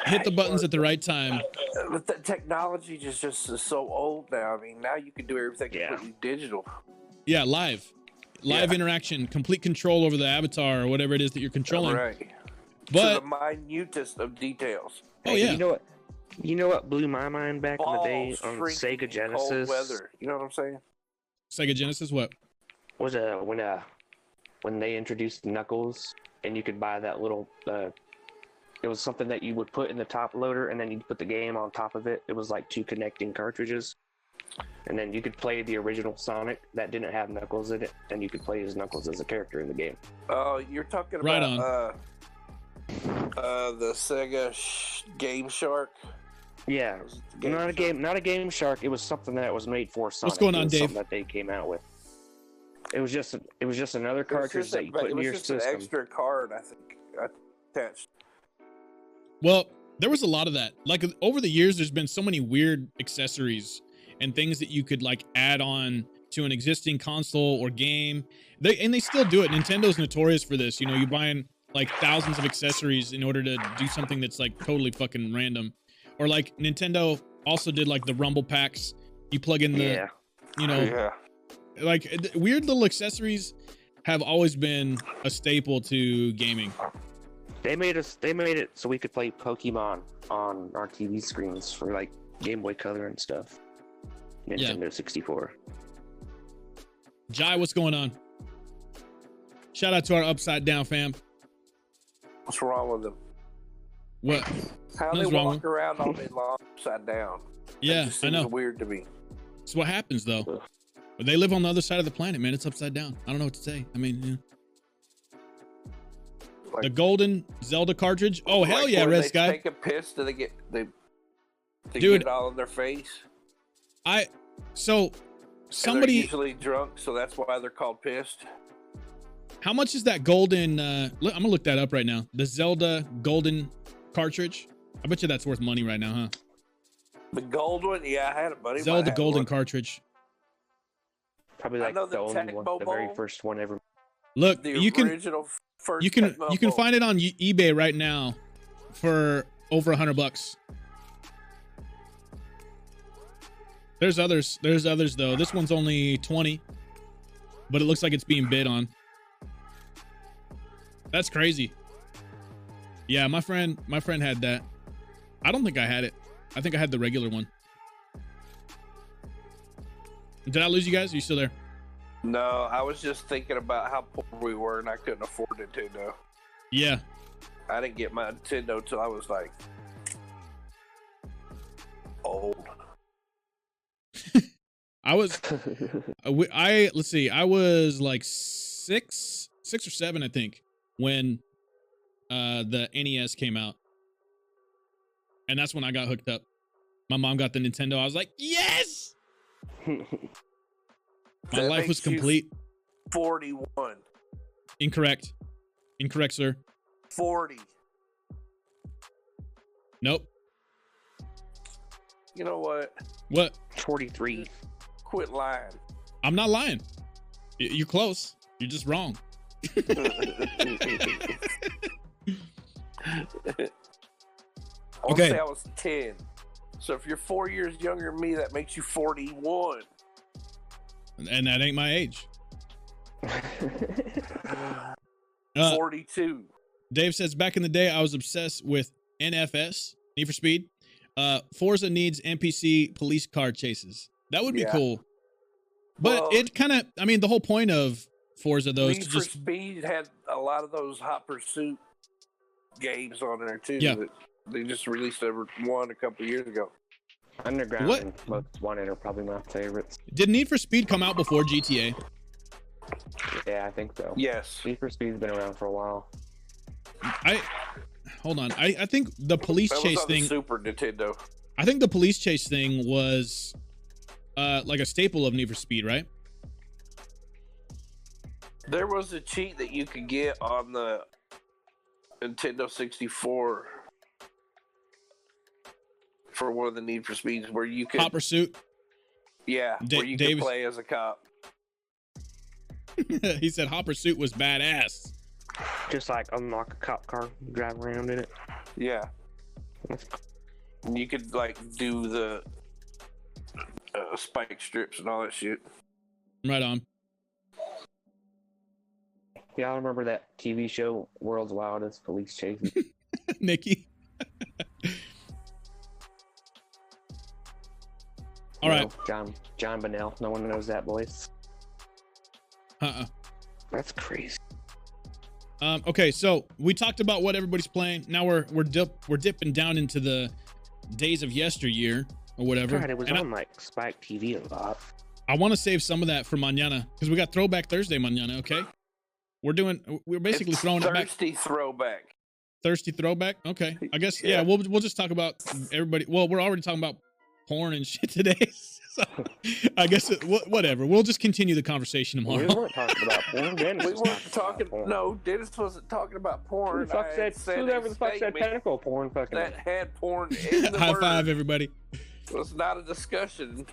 hit the buttons at the right time
Uh, But the technology just just is so old now. I mean, now you can do everything
Yeah.
completely digital.
yeah live live interaction complete control over the avatar or whatever it is that you're controlling
Right.
but
to the minutest of details.
Oh,
Hey,
yeah.
You know what? You know what blew my mind back
Balls
in the day on
shrinking
Sega
in Oh, Cold
Genesis
weather. You know what I'm saying?
Sega Genesis, what?
was uh when uh when they introduced Knuckles and you could buy that little uh it was something that you would put in the top loader and then you'd put the game on top of it. It was like two connecting cartridges. And then you could play the original Sonic that didn't have Knuckles in it, and you could play as Knuckles as a character in the game.
Oh, you're talking
Right
about uh, uh, the Sega sh- Game Shark.
Yeah. not a game not a game shark, it was something that was made for Sonic.
going
It
on,
was
Dave?
something that they came out with. It was just it was just another
It was
cartridge
just a-
that you put
it
in
was
your
just
system.
an extra card, I think, attached.
Well, there was a lot of that. Like over the years, there's been so many weird accessories and things that you could like add on to an existing console or game. They and they still do it. Nintendo's notorious for this. You know, you buying like thousands of accessories in order to do something that's like totally fucking random. Or like Nintendo also did like the rumble packs. You plug in the
yeah.
you know like th- weird little accessories have always been a staple to gaming.
They made us. They made it so we could play Pokemon on our TV screens for like Game Boy Color and stuff.
Yeah.
Nintendo 64.
Jai, what's going on? Shout out to our upside down fam.
What's wrong with them?
What?
How
Nothing's
they
wrong
walk
with-
around all day long upside down? That
Yeah,
just
I
seems
know.
Weird to me.
It's what happens though. But they live on the other side of the planet, man. It's upside down. I don't know what to say. I mean, yeah.
Like-
the golden Zelda cartridge. Oh hell
Like,
yeah,
what,
Red
they
Sky.
Take a piss. Do they get they? They
Dude.
get it all in their face.
I so
And they're
somebody.
usually drunk, so that's why they're called pissed.
How much is that golden? Uh, look, I'm gonna look that up right now. The Zelda golden cartridge. I bet you that's worth money right now, huh?
The gold one, yeah, I had a buddy. of mine
Zelda
had
golden
one.
cartridge.
Probably
I
like
know
the,
the
only one,
Tecmo
the very
Bowl.
first one ever.
Look,
The
you can
original f- first.
you can
Tecmo
you can
Bowl.
find it on Ye- eBay right now for over a hundred bucks. There's others. There's others though. This one's only twenty, but it looks like it's being bid on. That's crazy. Yeah, my friend, my friend had that. I don't think I had it. I think I had the regular one. Did I lose you guys? Are you still there?
No, I was just thinking about how poor we were, and I couldn't afford Nintendo.
Yeah.
I didn't get my Nintendo till I was like old.
I was I, w- I- let's see. I was like six, six or seven, I think, when uh the NES came out, and that's when I got hooked up. My mom got the Nintendo. I was like, yes, my
That
life was
makes you
complete.
Forty-one.
Incorrect, incorrect, sir.
Forty.
Nope.
You know what?
What?
43.
Quit lying.
I'm not lying. Y- You're close. You're just wrong.
I want
Okay.
to say I was 10. So if you're four years younger than me, that makes you 41.
And that ain't my age. Uh,
42.
Dave says back in the day I was obsessed with NFS, Need for Speed. Uh Forza needs NPC police car chases. That would be
Yeah.
cool. But
Well-
it kind of I mean the whole point of Forza though is
Need
to
for
just
Speed had a lot of those hot pursuit games on there too.
Yeah.
That they just released a, one a couple years ago.
Underground
What?
and Most Wanted are probably my favorites.
did Need for Speed come out before GTA?
Yeah, I think so.
Yes.
Need for Speed's been around for a while.
I hold on. I, I think the police
That was
chase
on the
thing
Super Nintendo.
I think the police chase thing was uh like a staple of Need for Speed, right?
There was a cheat that you could get on the Nintendo 64 for one of the Need for Speeds where you could
Hot Pursuit.
Yeah,
Da-
where you
Dave
can
is-
play as a cop.
he said Hot Pursuit was badass.
Just like unlock a cop car, drive around in it.
Yeah. And you could like do the uh, spike strips and all that shit.
Right on.
Yeah, I remember that TV show, World's Wildest Police Chase.
Nikki. All
You
right.
know, John John Bunnell. No one knows that voice.
Uh-uh.
That's crazy.
Um, okay, so we talked about what everybody's playing. Now we're we're dip, we're dipping down into the days of yesteryear or whatever.
God, it was
And
on like Spike TV a lot.
I, I want to save some of that for mañana because we got Throwback Thursday mañana. Okay, we're doing we're basically
It's
throwing it back.
thirsty throwback.
Thirsty throwback. Okay, I guess yeah.
Yeah.
We'll we'll just talk about everybody. Well, we're already talking about porn and shit today. so I guess it, wha- whatever. We'll just continue the conversation
We
tomorrow.
weren't talking about porn. Dennis
We
was
weren't talking.
about porn.
No, Dennis wasn't talking about porn.
Who the fuck
I
said,
said
whoever
a
the fuck said
statement
pinnacle porn fucking
that had porn in the
High
word.
five, everybody.
It was not a discussion.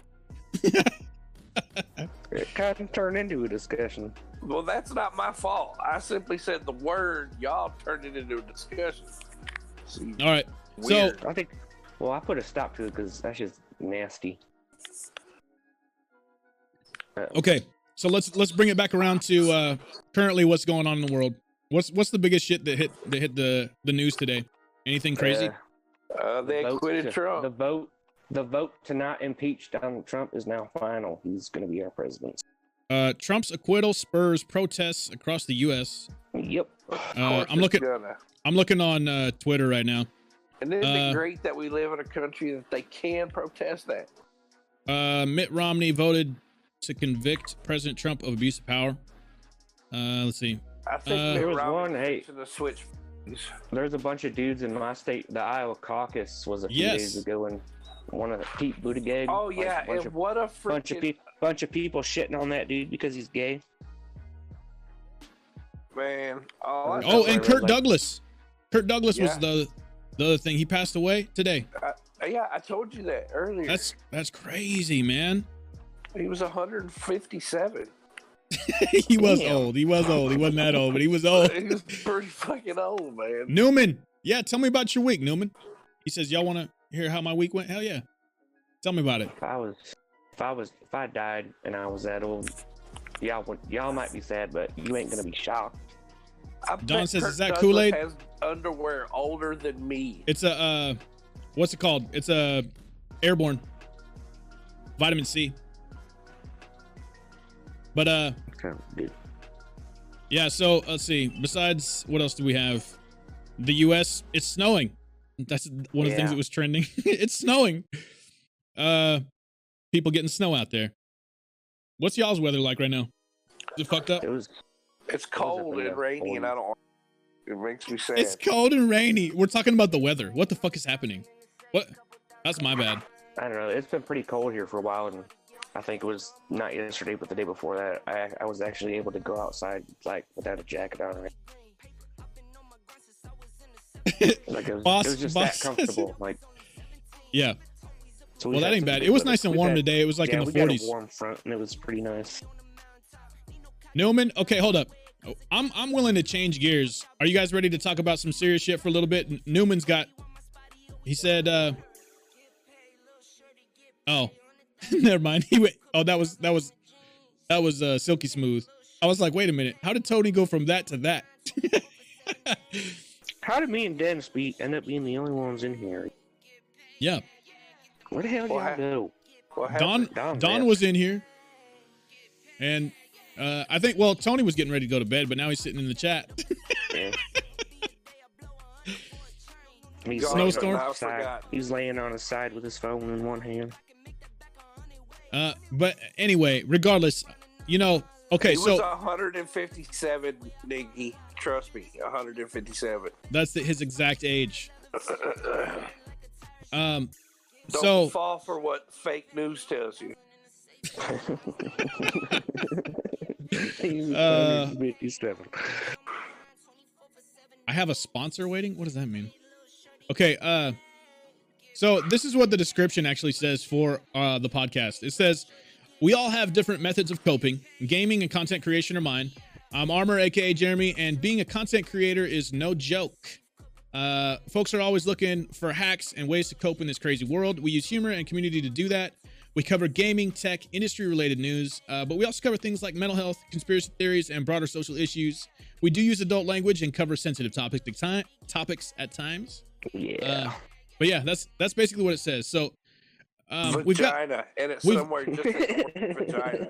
it kind of turned into a discussion.
Well, that's not my fault. I simply said the word. Y'all turned it into a discussion. See,
All right.
weird.
I think. Well, I put a stop to it because that's just nasty.
So okay, so let's let's bring it back around to uh, currently what's going on in the world. What's what's the biggest shit that hit that hit the the news today? Anything crazy?
Uh, uh, they
vote
acquitted
to-
Trump.
The vote, the vote to not impeach Donald Trump is now final. He's going to be our president.
Uh, Trump's acquittal spurs protests across the U.S.
Yep.
Of
Uh,
course
I'm
it's
looking-
Gonna.
I'm looking on uh, Twitter right now.
And isn't
uh,
it great that we live in a country that they can protest that?
Uh, Mitt Romney voted to convict President Trump of abuse of power. Uh, let's see.
I think
Uh,
Mitt
There was
Romney
one, hey.
fixing to switch.
There's a bunch of dudes in my state. The Iowa caucus was a few
Yes.
days ago, and one of the Pete Buttigieg.
Oh
like,
yeah,
bunch
and
of,
what a
bunch of
freaking
people, bunch of people shitting on that dude because he's gay.
man! All
Oh,
I
Oh,
know-
and
Right,
Kurt
right.
Douglas. Kurt Douglas was
Yeah.
the the other thing. He passed away today.
yeah, I told you that earlier.
That's that's crazy, man.
He was 157.
he was
Damn.
old. He was old. He wasn't that old, but he was old.
he was pretty fucking old, man.
Newman. Yeah, tell me about your week, Newman. He says, Y'all wanna hear how my week went? Hell yeah. Tell me about it.
If I was, if I was, if I died and I was that old, y'all would, y'all might be sad, but you ain't gonna be shocked.
I
Don
bet
says,
Kirk
"Is that
Douglas
Kool-Aid?"
Has underwear older than me.
It's a uh what's it called? It's a airborne. Vitamin C. But uh yeah, so let's see. Besides what else do we have? The US, it's snowing. That's one of the things
Yeah.
that was trending. it's snowing. Uh people getting snow out there. What's y'all's weather like right now? Is it fucked up?
It was
It's cold
been
and
a
rainy,
cold-
and I don't. It makes me sad.
It's cold and rainy. We're talking about the weather. What the fuck is happening? What? That's my bad.
I don't know. It's been pretty cold here for a while, and I think it was not yesterday, but the day before that, I, I was actually able to go outside like without a jacket on. Right? Like it was,
Boss-
it was just
boss-
that comfortable. Like,
Yeah.
so we
Well,
had
that ain't
some
bad.
good
It was
weather.
nice and
We
warm
got-
today. It was like
yeah,
in the
we got a
40s.
warm front, and it was pretty nice.
Newman, okay, hold up. I'm I'm willing to change gears. Are you guys ready to talk about some serious shit for a little bit? N- Newman's got. He said. uh Oh, never mind. He went. Oh, that was that was that was uh, silky smooth. I was like, wait a minute. How did Tony go from that to that?
How did me and Dennis be end up being the only ones in here?
yeah,
Where the hell did
Why?
I go?
What
Don
happened?
Don
Don
left.
was in here, and uh, I think well Tony was getting ready to go to bed, but now he's sitting in the chat.
Yeah. He's
Don-
laying
Snowstorm?
on
I
his side.
forgot.
He's laying on his side with his phone in one hand.
Uh, but anyway, regardless, you know. Okay,
he
so
was 157, Niggy. Trust me, 157.
That's the, his exact age. Um,
Don't
so
fall for what fake news tells you.
He's
Uh,
157.
I have a sponsor waiting. What does that mean? Okay. Uh, so this is what the description actually says for uh, the podcast. It says, "We all have different methods of coping. Gaming and content creation are mine. I'm Armor, aka Jeremy, and being a content creator is no joke." Uh, folks are always looking for hacks and ways to cope in this crazy world. We use humor and community to do that. We cover gaming, tech, industry related news, uh, but we also cover things like mental health, conspiracy theories, and broader social issues. We do use adult language and cover sensitive topics at, time, topics at times.
Yeah.
Uh, but yeah, that's that's basically what it says. So um, we've got.
vagina, and it's
we've-
somewhere just in vagina,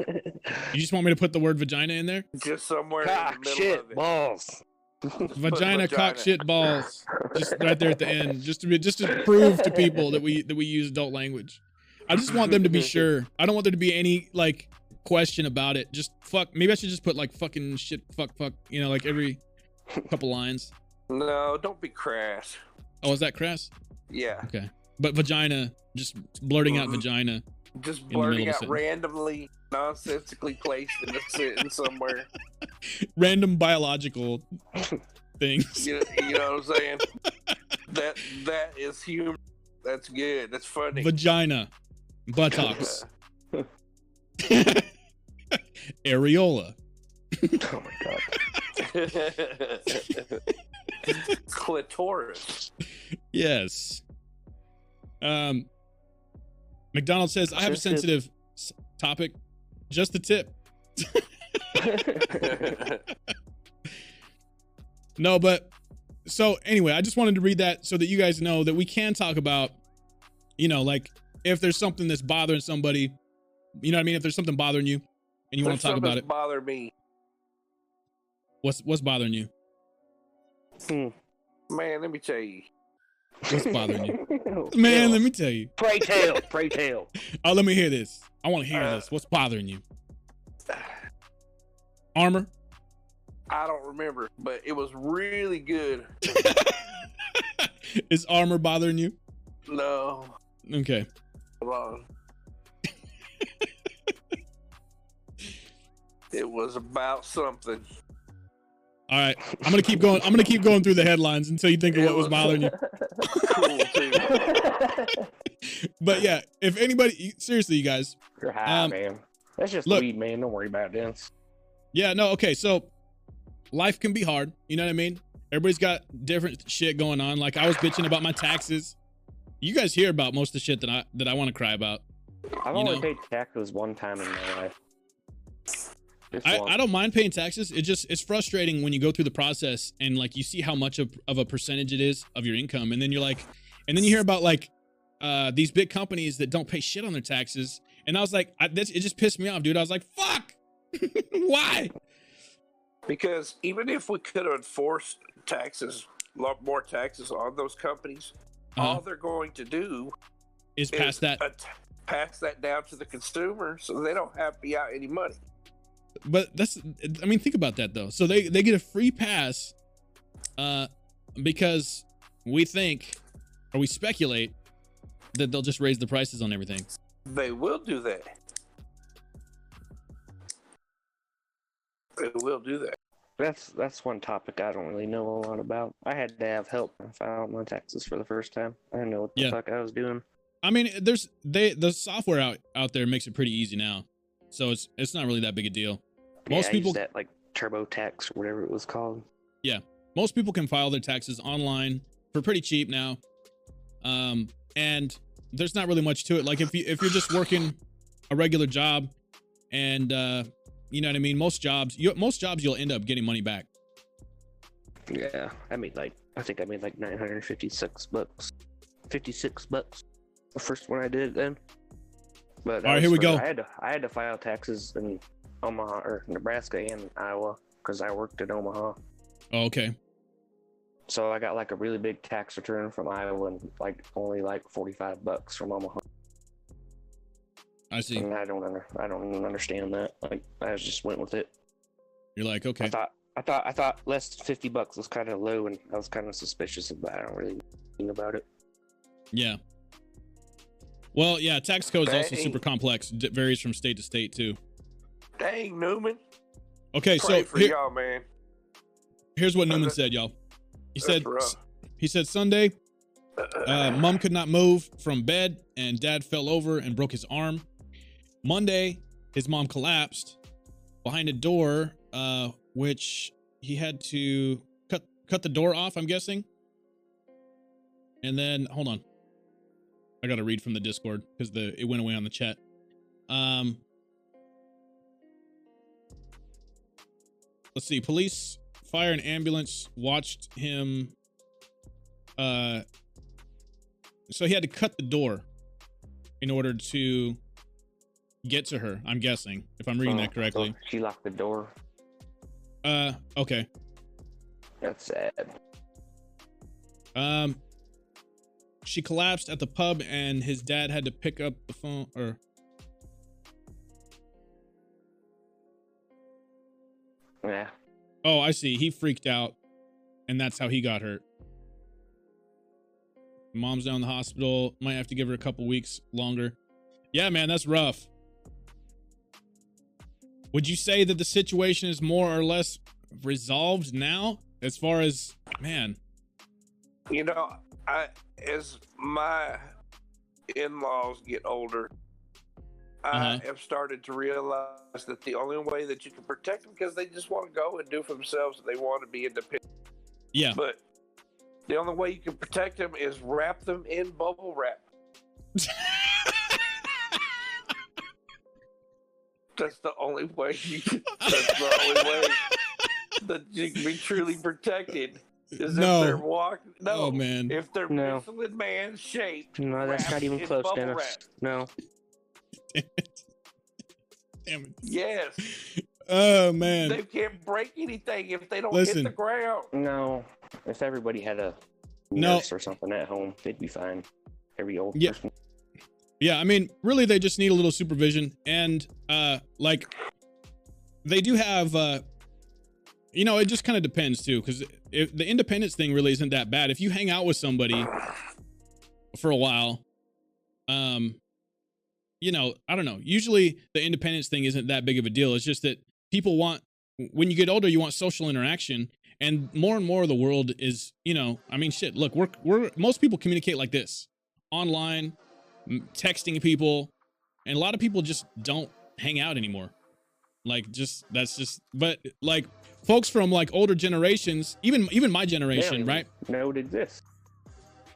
You just want me to put the word vagina in there?
just somewhere in
Cock,
the middle of
Ah, shit,
it.
balls.
Vagina,
vagina.
cock, shit, balls, just right there at the end, just to be, just to prove to people that we that we use adult language. I just want them to be sure. I don't want there to be any like question about it. Just fuck. Maybe I should just put like fucking shit, fuck, fuck. You know, like every couple lines.
No, don't be crass.
Oh, is that crass?
Yeah,
But vagina, just blurting out
Mhm.
vagina.
just
the middle of
blurting
a
out
sentence.
randomly, nonsensically placed in a sentence somewhere.
random biological things.
You, you know what I'm saying? That that is humor. That's good. That's funny.
Vagina, buttocks, areola.
Oh my god.
Clitoris.
Yes. Um, McDonald says I have a
Just the-
sensitive s- topic. Just the tip. No, but so anyway, I just wanted to read that so that you guys know that we can talk about, you know, like if there's something that's bothering somebody, you know what I mean? If there's something bothering you and you want to
There's
talk
something
about
that's
it,
Bother me,
what's what's bothering you?
man. Let me tell you.
What's bothering you? Man, let me tell you.
Pray tell, pray tell.
Oh, let me hear this. I want to hear
Uh,
this. What's bothering you? Armor?
I don't remember, but it was really good.
Is armor bothering you?
No,
Okay.
hold on. it was about something.
All right. I'm going to keep going. I'm going to keep going through the headlines until you think of
Yeah,
what was
well-
bothering you.
Cool too.
But yeah, if anybody seriously, you guys,
You're high,
Um,
man. That's just
look-
weed, man. Don't worry about this.
Yeah, no, okay. So life can be hard. You know what I mean? Everybody's got different shit going on. Like I was bitching about my taxes. You guys hear about most of the shit that I that I want to cry about.
I've
You
only
know-
paid taxes one time in my life. Just
I,
once.
I don't mind paying taxes. It just it's frustrating when you go through the process and like you see how much of, of a percentage it is of your income, and then you're like, and then you hear about like uh these big companies that don't pay shit on their taxes. And I was like, I, this, it just pissed me off, dude. I was like, fuck, why?
because even if we could have enforced taxes, a lot more taxes on those companies,
Uh,
all they're going to do
is
is
past that,
at- pass that down to the consumer, so they don't have to be out any money.
but that's i mean think about that though so they they get a free pass uh because we think or we speculate that they'll just raise the prices on everything
They will do that. They will do that.
That's that's one topic I don't really know a lot about. I had to have help when I filed my taxes for the first time. I didn't know what the
Yeah.
fuck I was doing.
i mean there's they the software out out there makes it pretty easy now so it's it's not really that big a deal Most
yeah, I
people-
used that like TurboTax or whatever it was called.
most people can file their taxes online for pretty cheap now um and there's not really much to it like if you if you're just working a regular job and uh you know what i mean most jobs you most jobs you'll end up getting money back
Yeah, I made like I think I made like 956 bucks, 56 bucks. The first one I did then. But that
All right,
was
here we
for-
go.
I had to I had to file taxes in Omaha or Nebraska and Iowa because I worked in Omaha.
oh, okay
So I got like a really big tax return from Iowa and like only like 45 bucks from Omaha.
i see
And I don't under, I don't even understand that. Like I just went with it.
You're like,
I
okay,
thought I thought I thought less than fifty bucks was kind of low, and I was kind of suspicious about. It. I don't really think about it.
yeah. Well, yeah, tax code is also
Dang.
super complex. It varies from state to state too.
Dang, Newman.
Okay,
Pray
so
for
here-
y'all, man.
here's what Newman
That's-
said, y'all. He
that's
said
rough.
he said Sunday, uh, mom could not move from bed, and dad fell over and broke his arm. Monday, his mom collapsed behind a door, uh, which he had to cut cut the door off. I'm guessing. And then hold on, I gotta read from the Discord because the it went away on the chat. Um, let's see. Police, fire, and ambulance watched him. Uh, so he had to cut the door in order to get to her. I'm guessing if I'm reading
Uh,
that correctly.
so she locked the door.
Uh, okay.
That's sad.
Um, she collapsed at the pub, and his dad had to pick up the phone. Or
Yeah,
oh, I see. He freaked out, and that's how he got hurt. Mom's down in the hospital. Might have to give her a couple weeks longer. Yeah, man, that's rough. Would you say that the situation is more or less resolved now? As far as man,
You know, I as my in-laws get older, I
Uh-huh.
have started to realize that the only way that you can protect them because they just want to go and do for themselves. They want to be independent,
yeah,
but the only way you can protect them is wrap them in bubble wrap. That's the only way. You can, that's the only way. that you can be truly protected is
No.
if they're walking. No,
Oh man.
if they're
No.
Michelin Man shaped.
No, that's
wrapped
not even
in
close,
bubble
Dennis.
wrap.
No.
Damn it.
Yes,
Oh man.
they can't break anything if they don't
Listen.
hit the ground.
No. If everybody had a
No.
nurse or something at home, they'd be fine. Every old
Yeah.
person.
Yeah, I mean, really, they just need a little supervision, and uh, like, they do have, uh, you know, it just kind of depends too, because if the independence thing really isn't that bad. If you hang out with somebody for a while, um, you know, I don't know. Usually, the independence thing isn't that big of a deal. It's just that people want, when you get older, you want social interaction, and more and more of the world is, you know, I mean, shit. Look, we're we're most people communicate like this online m- texting people and a lot of people just don't hang out anymore like just that's just but like folks from like older generations even even my
They don't
generation
even
right
Know it exists.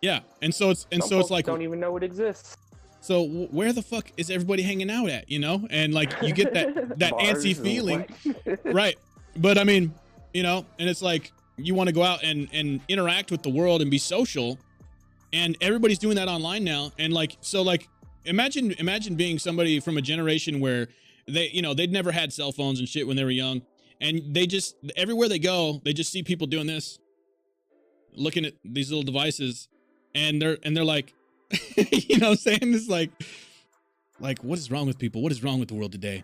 yeah and so it's and
Some
so it's
folks
like
don't even know it exists.
so wh- where the fuck is everybody hanging out at you know and like you get that that
Bars
antsy
and
feeling
what-
right but i mean you know and it's like you want to go out and and interact with the world and be social and everybody's doing that online now and like so like imagine imagine being somebody from a generation where they you know they'd never had cell phones and shit when they were young and they just everywhere they go they just see people doing this looking at these little devices and they're and they're like you know what i'm saying it's like like what is wrong with people what is wrong with the world today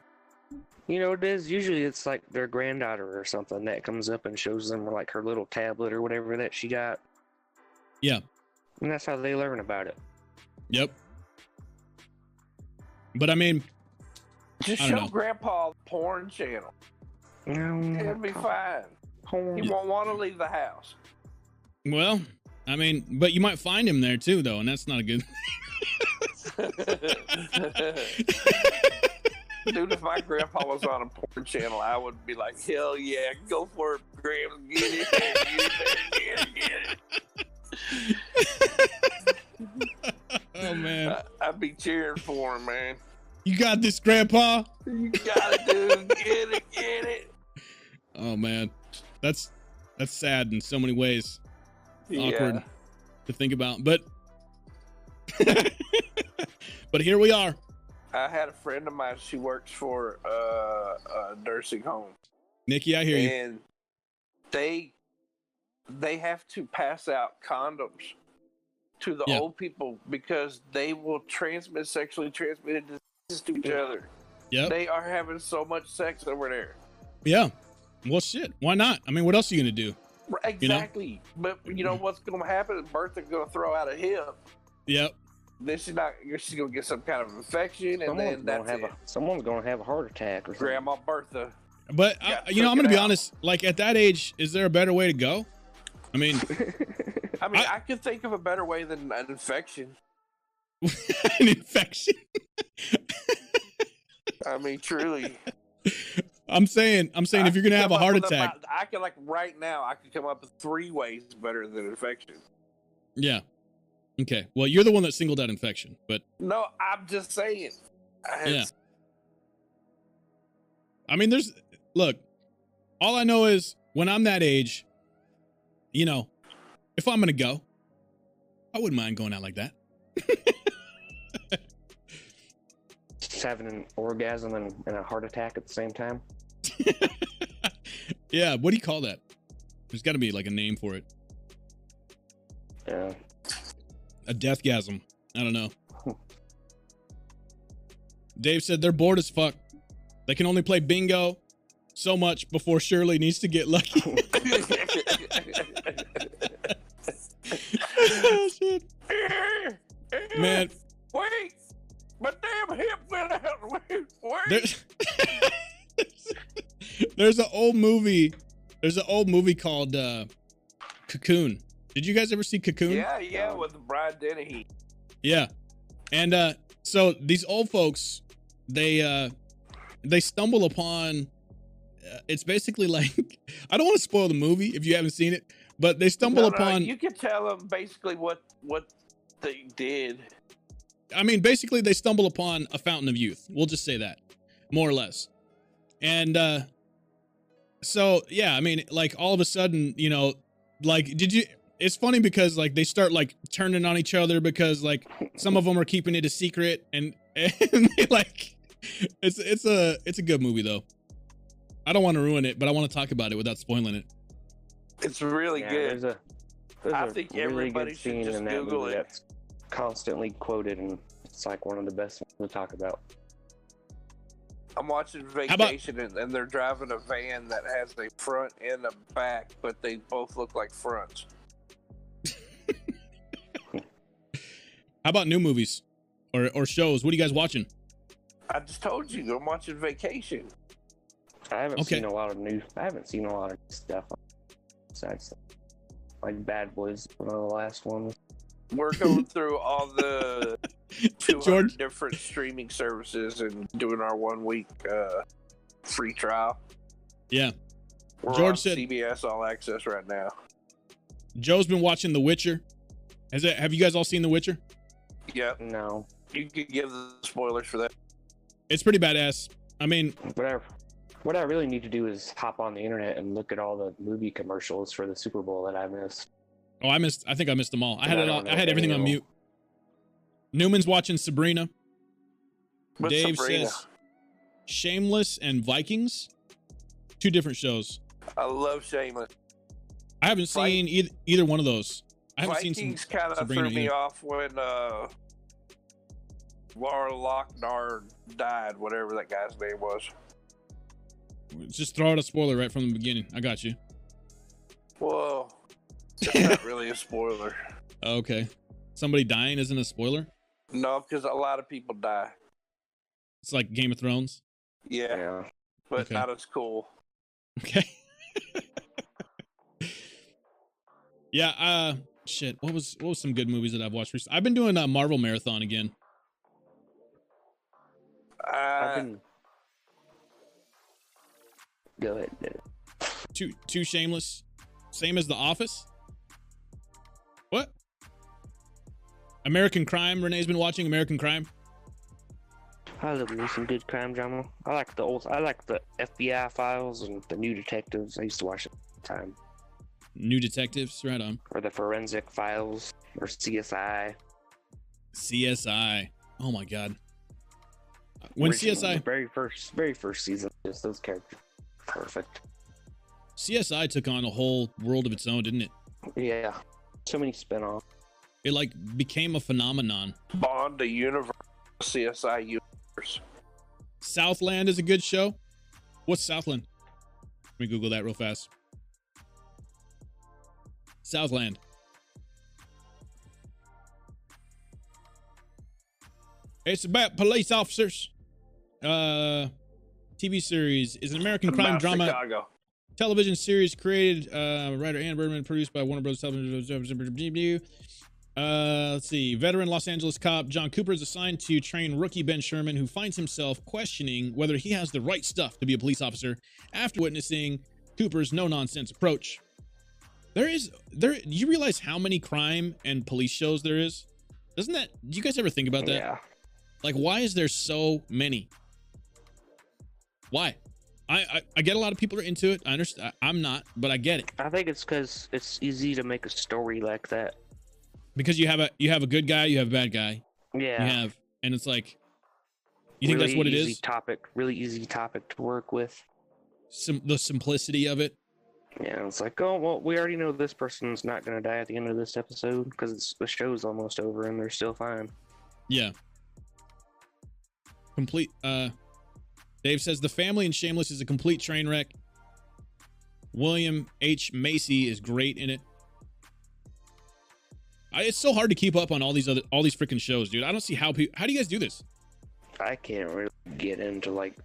You know, it is. Usually it's like their granddaughter or something that comes up and shows them like her little tablet or whatever that she got.
Yeah.
And that's how they learn about it.
Yep. But I mean,
Just
I don't
show
know.
Grandpa the porn channel.
No, Oh,
It'll be fine. He
porn.
won't want to leave the house.
well, I mean, but you might find him there too, though, and that's not a good.
Dude, if my grandpa was on a porn channel, I would be like, hell yeah, go for it, Graham. Get it, get it, get it, get it.
oh man,
I- I'd be cheering for him, man.
you got this, Grandpa.
You got it, dude. Get it, get it.
Oh man, that's that's sad in so many ways. Awkward
Yeah.
to think about, but but here we are.
I had a friend of mine. She works for uh, a nursing home,
Nikki, I hear you.
and they they have to pass out condoms to the
Yeah.
old people because they will transmit sexually transmitted diseases to each other.
Yep.
They are having so much sex over there.
Yeah. Well, shit. Why not? I mean, what else are you gonna do?
Right, Exactly. But you know what's going to happen? is Bertha's going to throw out a hip.
Yep.
Then she's not. She's going to get some kind of infection, and
Someone's
then
gonna
that's
have
it.
a someone's gonna have a heart attack or something.
Grandma Bertha.
But
Yeah,
I, you know, I'm
check it
gonna be
out.
honest. Like at that age, is there a better way to go? I mean,
I mean,
I-
I, could think of a better way than an infection.
an infection.
I mean, truly.
I'm saying, I'm saying,
I
if you're gonna
could
have a
come
heart
up with
attack,
about- I could like right now. I could come up with three ways better than infection.
yeah. Okay. Well, you're the one that singled out infection, but
No, I'm just saying. I had-
Yeah. I mean, there's look. All I know is when I'm that age, you know, if I'm gonna go, I wouldn't mind going out like that.
Just having an orgasm and, and a heart attack at the same time.
yeah. What do you call that? There's got to be like a name for it.
Yeah.
A deathgasm. I don't know. Dave said they're bored as fuck. They can only play bingo so much before Shirley needs to get lucky. Oh, Shit. Man,
Wait, my damn hip went out. Wait, wait.
there's, there's an old movie. There's an old movie called uh, Cocoon. Did you guys ever see Cocoon?
yeah, yeah, with Brian Dennehy.
Yeah. And uh so these old folks they uh they stumble upon uh, it's basically like I don't want to spoil the movie if you haven't seen it, but they stumble
No, no,
upon
you can tell them basically what what they did.
I mean, basically, they stumble upon a fountain of youth. We'll just say that, more or less. And uh, so yeah, I mean, like all of a sudden, you know, like did you? It's funny because like they start like turning on each other because like some of them are keeping it a secret and and they, like it's it's a it's a good movie though. I don't want to ruin it, but I want to talk about it without spoiling it.
It's really
Yeah,
good.
There's a, there's
I
a
think
really
everybody
good
should
scene
just
in that
Google
movie
it.
That's constantly quoted, and it's like one of the best ones to talk about.
I'm watching
about-
Vacation, and, and they're driving a van that has a front and a back, but they both look like fronts.
How about new movies or or shows? What are you guys watching?
I just told you, I'm watching Vacation.
I haven't
Okay.
seen a lot of new. I haven't seen a lot of stuff besides stuff. like Bad Boys. One of the last ones.
We're going through all the 200
George,
different streaming services and doing our one week uh, free trial.
Yeah.
We're
George
on
said-
CBS All Access right now.
Joe's been watching The Witcher. Has it, have you guys all seen The Witcher?
Yep,
No,
you could give the spoilers for that.
It's pretty badass. I mean,
what I what I really need to do is hop on the internet and look at all the movie commercials for the Super Bowl that I missed.
oh, I missed. I think I missed them all. I had
I
it.
don't
All,
know
I had everything on
any
mute.
of
Newman's watching Sabrina.
But
Dave
Sabrina,
says Shameless and Vikings, two different shows.
I love Shameless.
I haven't
Vi-
seen either either one of those. I haven't
Vikings
seen some.
kind of
Sabrina
threw me
either.
off when uh, Laura Lochnar died, whatever that guy's name was.
Just throw out a spoiler right from the beginning. I got you.
Whoa, that's not really a spoiler.
Okay. Somebody dying isn't a spoiler.
No, because a lot of people die.
It's like Game of Thrones.
Yeah,
Yeah,
but
Okay.
not as cool.
Okay. yeah. Uh. Shit. What was what was some good movies that I've watched recently? I've been doing a Marvel marathon again.
Uh,
I've been. Go ahead. Dennis.
Too too shameless. Same as The Office. What? American Crime. Renee's been watching American Crime.
I love me some good crime drama. I like the old. I like the FBI files and the New Detectives. I used to watch it all the time,
New Detectives. Right on.
or the Forensic Files, or CSI.
CSI. Oh my god. When
original, the
CSI
very first, very first season, just those characters, perfect.
CSI took on a whole world of its own, didn't it?
Yeah, so many spinoffs.
It like became a phenomenon.
Bond the universe, CSI universe.
Southland is a good show. What's Southland? Let me Google that real fast. Southland. It's about police officers. Uh, TV series is an American crime
About
drama
Chicago.
television series created, uh, writer Ann Bergman, produced by Warner Brothers Television. Uh, let's see. Veteran Los Angeles cop John Cooper is assigned to train rookie Ben Sherman, who finds himself questioning whether he has the right stuff to be a police officer after witnessing Cooper's no nonsense approach. There is there. Do you realize how many crime and police shows there is? Doesn't that? Do you guys ever think about that?
Yeah,
Like, why is there so many? Why? I, I, I get a lot of people are into it. I understand. I, I'm not, but I get it
I think it's because it's easy to make a story like that.
because you have a you have a good guy, you have a bad guy,
Yeah,
you have, and it's like, you think that's
really
what it
easy
is?
Topic, really easy topic to work with.
Sim- the simplicity of it.
Yeah, it's like, oh well, we already know this person's not gonna die at the end of this episode because the show's almost over and they're still fine.
Yeah. Complete. Uh, Dave says the family in Shameless is a complete train wreck. William H Macy is great in it. I, it's so hard to keep up on all these other all these freaking shows, dude. I don't see how people. How do you guys do this?
I can't really get into like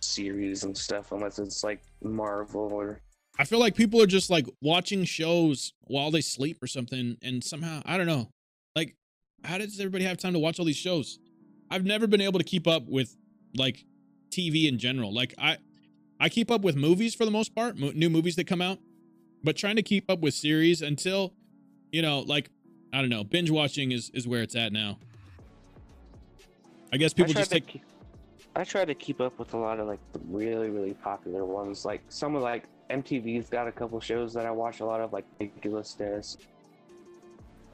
series and stuff unless it's like Marvel or
I feel like people are just like watching shows while they sleep or something, and somehow I don't know. Like, how does everybody have time to watch all these shows? I've never been able to keep up with like TV in general. Like I, I keep up with movies for the most part, mo- new movies that come out, but trying to keep up with series until, you know, like I don't know, binge watching is is where it's at now. I guess people
I tried
just
to
take
keep- I try to keep up with a lot of like the really really popular ones. Like some of like MTV's got a couple shows that I watch a lot of, like Ridiculousness.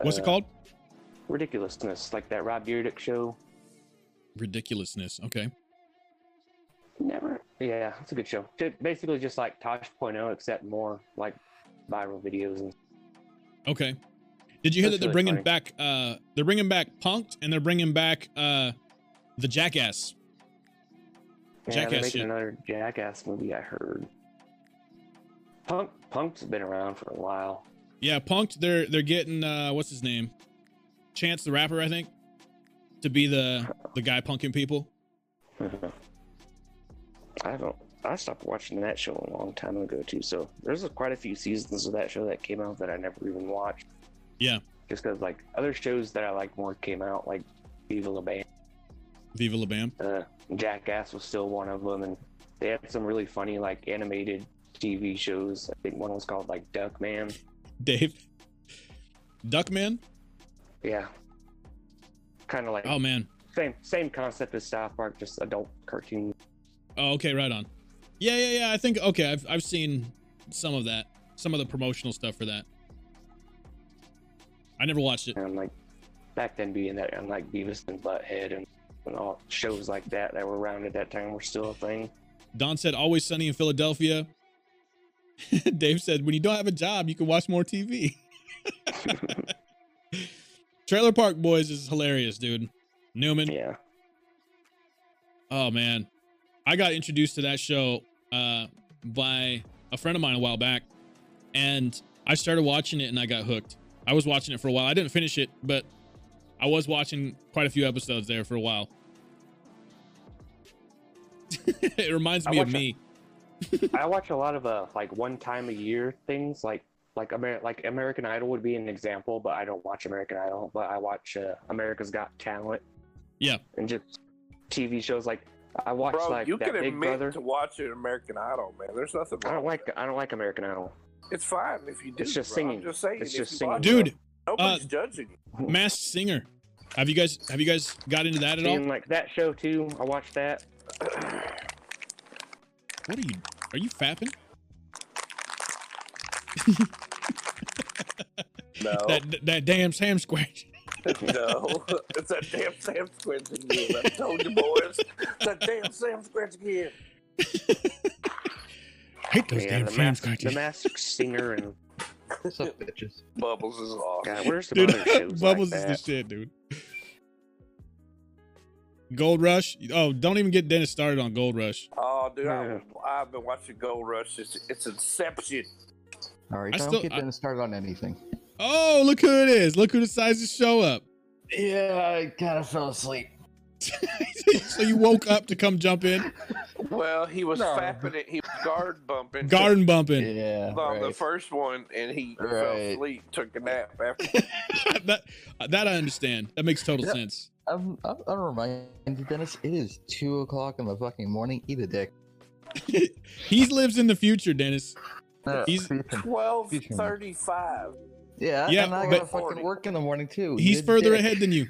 What's
Uh,
it called?
Ridiculousness, like that Rob Dyrdek show.
Ridiculousness. Okay.
Never. Yeah, it's a good show. Ju- Basically, just like Tosh.0, except more like viral videos and
Okay. Did you hear
That's
that they're
really
bringing
funny.
back? uh They're bringing back Punked and they're bringing back uh the Jackass.
Yeah, they're
Jackass
making
shit.
another Jackass movie. I heard. Punk Punk's been around for a while.
Yeah, Punked. They're they're getting uh what's his name? Chance the Rapper, I think, to be the the guy punking people.
I haven't. I stopped watching that show a long time ago too. So there's a, quite a few seasons of that show that came out that I never even watched.
Yeah.
Just because like other shows that I like more came out, like Viva La Bam,
Viva La Bam.
uh, Jackass was still one of them, and they had some really funny like animated TV shows. I think one was called like Duckman.
Dave. Duckman.
Yeah. Kind of like
Oh man.
same same concept as South Park, just adult cartoon.
Oh, okay, right on. Yeah, yeah, yeah. I think okay. I've I've seen some of that, some of the promotional stuff for that. I never watched it.
And like back then, being that and like Beavis and Butthead and, and all shows like that that were around at that time were still a thing.
Don said, "Always sunny in Philadelphia." Dave said, "When you don't have a job, you can watch more TV." Trailer Park Boys is hilarious, dude. Newman.
Yeah,
Oh man, I got introduced to that show uh, by a friend of mine a while back, and I started watching it and I got hooked. I was watching it for a while. I didn't finish it, but I was watching quite a few episodes there for a while. it reminds
I
me of
watch a-
me.
I watch a lot of uh like one time a year things like. Like Amer- like American Idol would be an example, but I don't watch American Idol. But I watch uh, America's Got Talent.
Yeah.
and just TV shows like I watch
Bro,
like
you
that
can
Big
admit
Brother.
to watching American Idol, man. There's nothing
I
wrong.
don't like I don't like American Idol.
It's fine if you do.
It's just
bro. I'm
singing.
just saying.
It's
if
just
you
singing.
watch it,
Dude, uh,
nobody's judging you.
Masked Singer. Have you guys have you guys got into that at all?
Seeing like that show too. I watched that.
What are you? Are you fapping?
No,
Oh.
That that damn Sam Squatch.
no, it's that damn Sam Squinch again. I told you, boys, it's that damn Sam Squinch again.
hate those
Yeah,
damn
the
Sam
mask, the
Squatches.
masked singer and
What's up, bitches?
Bubbles is awesome.
God, where's the
dude.
other shows
Bubbles
like
is
that?
the shit, dude. Gold Rush. Oh, don't even get Dennis started on Gold Rush.
Oh, dude, I, I've been watching Gold Rush. It's, it's Inception.
All right,
I
don't
still-
get
I-
them started on anything.
Oh, look who it is. Look who decides to show up.
Yeah, I kind of fell asleep.
so you woke up to come jump in.
Well, he was
No.
fapping it. He was guard bumping.
Garden bumping.
Yeah,
on the
right.
first one, and he fell
Right.
asleep, took a nap after.
that that I understand. That makes total
Yeah.
sense.
I'm, I'm, I'm reminded, Dennis. It is two o'clock in the fucking morning. Eat a dick.
He lives in the future, Dennis.
Uh,
He's-
Twelve thirty-five.
yeah,
Yeah,
and I
but-
gotta fucking work in the morning
Oh,
too.
He's
Eat a
further
dick.
ahead than you.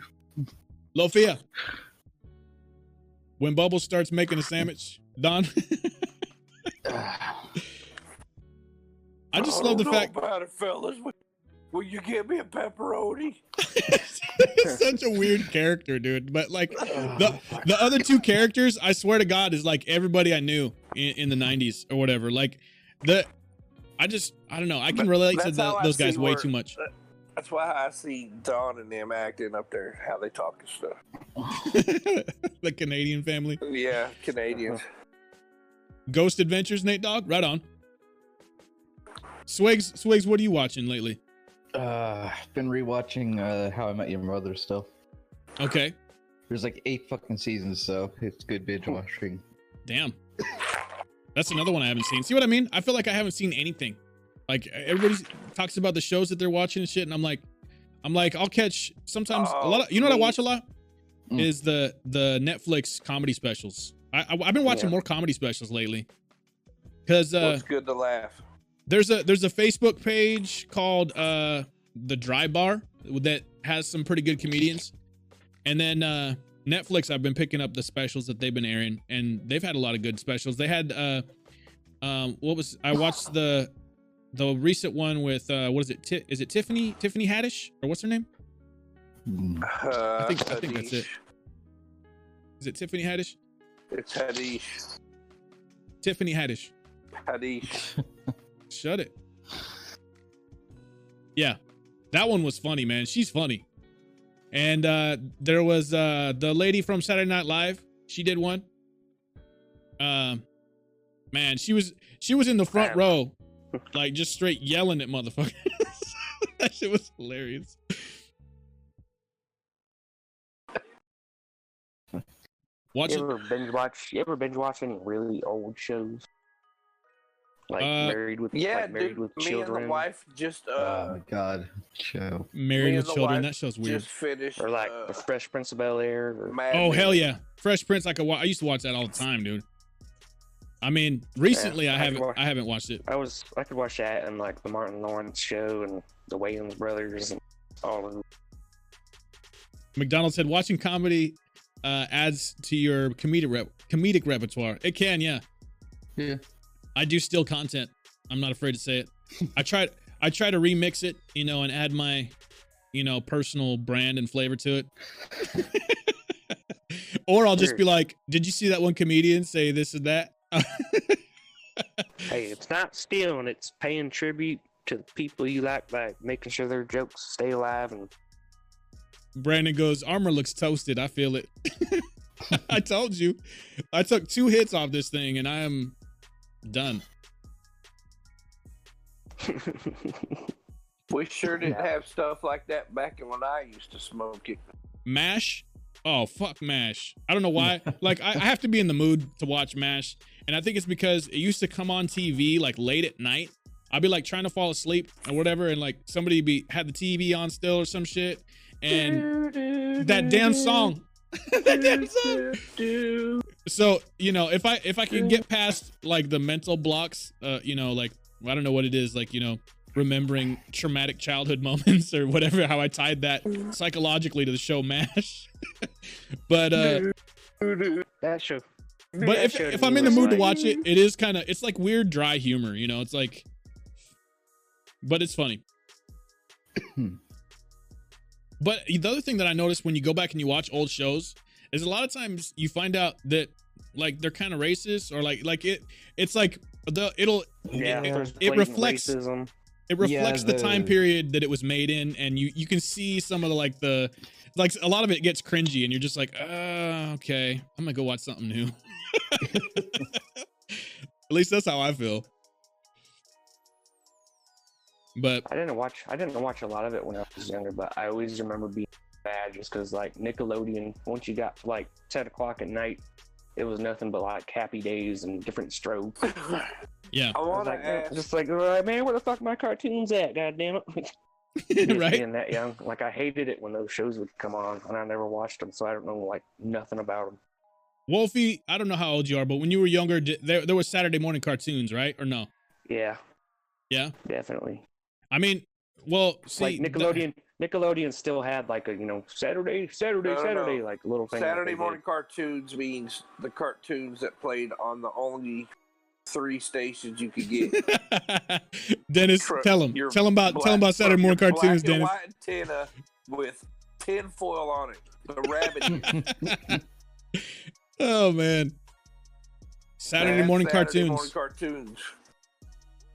Lofia. When Bubbles starts making a sandwich, Don, I just love the
don't know
fact
About it, fellas, will, will you give me a pepperoni?
He's such a weird character, dude. But like the the other two characters, I swear to God, is like everybody I knew in, in the '90s or whatever. Like the, I just I don't know. I can
That-
relate to
that's
the,
how I
those guys
see
way
work. Uh,
too much.
That's why I see Don and them acting up there, how they talk and stuff.
the Canadian family,
Yeah, Canadians.
Ghost Adventures, Nate Dog, right on. Swigs, Swigs, what are you watching lately?
Uh, been rewatching uh, How I Met Your Mother still.
Okay,
There's like eight fucking seasons, so it's good binge watching.
damn, that's another one I haven't seen. See what I mean? I feel like I haven't seen anything. Like e-, everybody talks about the shows that they're watching and shit, and I'm like, I'm like, I'll catch sometimes a
Oh,
lot. Of, you know what I
me-
watch a lot
Mm.
is the the Netflix comedy specials. I, I I've been watching
Yeah.
more comedy specials lately because uh,
What's good to laugh?
there's a there's a Facebook page called uh the Dry Bar that has some pretty good comedians, and then uh Netflix, I've been picking up the specials that they've been airing, and they've had a lot of good specials. They had uh, um, what was I watched the the recent one with uh, what is it? Ti- is it Tiffany Tiffany Haddish or what's her name?
Mm.
Uh,
I think- I think that's it.
Hadish.
Is it Tiffany Haddish?
It's Hadish.
Tiffany Haddish.
Hadish.
Shut it. Yeah. That one was funny, man. She's funny. And uh there was uh the lady from Saturday Night Live. She did one. Um man, she was she was in the front
Man.
row, like just straight yelling at motherfuckers. that shit was hilarious. Watch
you ever binge watch? You ever binge watch any really old shows? Like
Uh,
married with
Yeah,
like married
dude.
with
me
children,
and the wife just uh,
oh my god, chill.
Married
Me
with
and the
Children.
wife
That show's weird.
just finished.
or like
uh,
the Fresh Prince of Bel Air. Or,
Mad
Oh
Men.
hell yeah, Fresh Prince. I could. Wa- I used to watch that all the time, dude. I mean, recently I
Yeah, I could
haven't.
watch-
I haven't watched it.
I was I could watch that and like the Martin Lawrence show and the Wayans brothers and all of them.
McDonald said watching comedy uh, adds to your comedic rep- comedic repertoire. It can, yeah.
Yeah.
I do steal content. I'm not afraid to say it. I try. I try to remix it, you know, and add my, you know, personal brand and flavor to it. or I'll just be like, "Did you see that one comedian say this and that?"
Hey, it's not stealing; it's paying tribute to the people you like by making sure their jokes stay alive and
Brandon goes, armor looks toasted. I feel it. I told you. I took two hits off this thing and I am done.
We sure didn't have stuff like that back in when I used to smoke it.
MASH? Oh, fuck MASH. I don't know why. like, I, I have to be in the mood to watch MASH. And I think it's because it used to come on TV like late at night. I'd be like trying to fall asleep or whatever. And like somebody be had the TV on still or some shit. And that damn song. that damn song. so you know if i if i can get past like the mental blocks uh you know like i don't know what it is like you know remembering traumatic childhood moments or whatever how i tied that psychologically to the show mash but uh
that show.
but
that
if,
show to
if
me
i'm in the
was
mood to
like-
watch it it is kind of it's like weird dry humor you know it's like but it's funny but the other thing that i noticed when you go back and you watch old shows is a lot of times you find out that like they're kind of racist or like like it it's like the it'll
yeah,
it-
there's
it
blatant
reflects-
racism.
it reflects
Yeah,
the time
the-
period that it was made in and you you can see some of the like the like a lot of it gets cringy and you're just like uh, okay i'm gonna go watch something new at least that's how i feel but
I didn't watch I didn't watch a lot of it when I was younger, but I always remember being mad just because like Nickelodeon, once you got to, like ten o'clock at night, it was nothing but like happy days and different strokes. I
yeah
I
was
want to
like, eh,
ask.
just like "Oh, man, where the fuck my cartoons at? God damn it! Just
right
Being that young, like I hated it when those shows would come on, and I never watched them, so I don't know like nothing about them.
wolfie i don't know how old you are but when you were younger di- there, there was saturday morning cartoons right or no
Yeah,
yeah
definitely.
i mean well see
like
the-
Nickelodeon, Nickelodeon still had like a you know Saturday, Saturday,
No, no, no.
Saturday, like little thing. that they
Saturday
did.
morning cartoons means the cartoons that played on the only three stations you could get.
dennis
Tru-
tell him
your
tell him about tell him about
black-
saturday morning
your
cartoons
black and
dennis
white antenna with tinfoil on it. The
Hmm.
rabbit.
Oh man. Saturday
Man,
morning
Saturday
cartoons.
morning cartoons.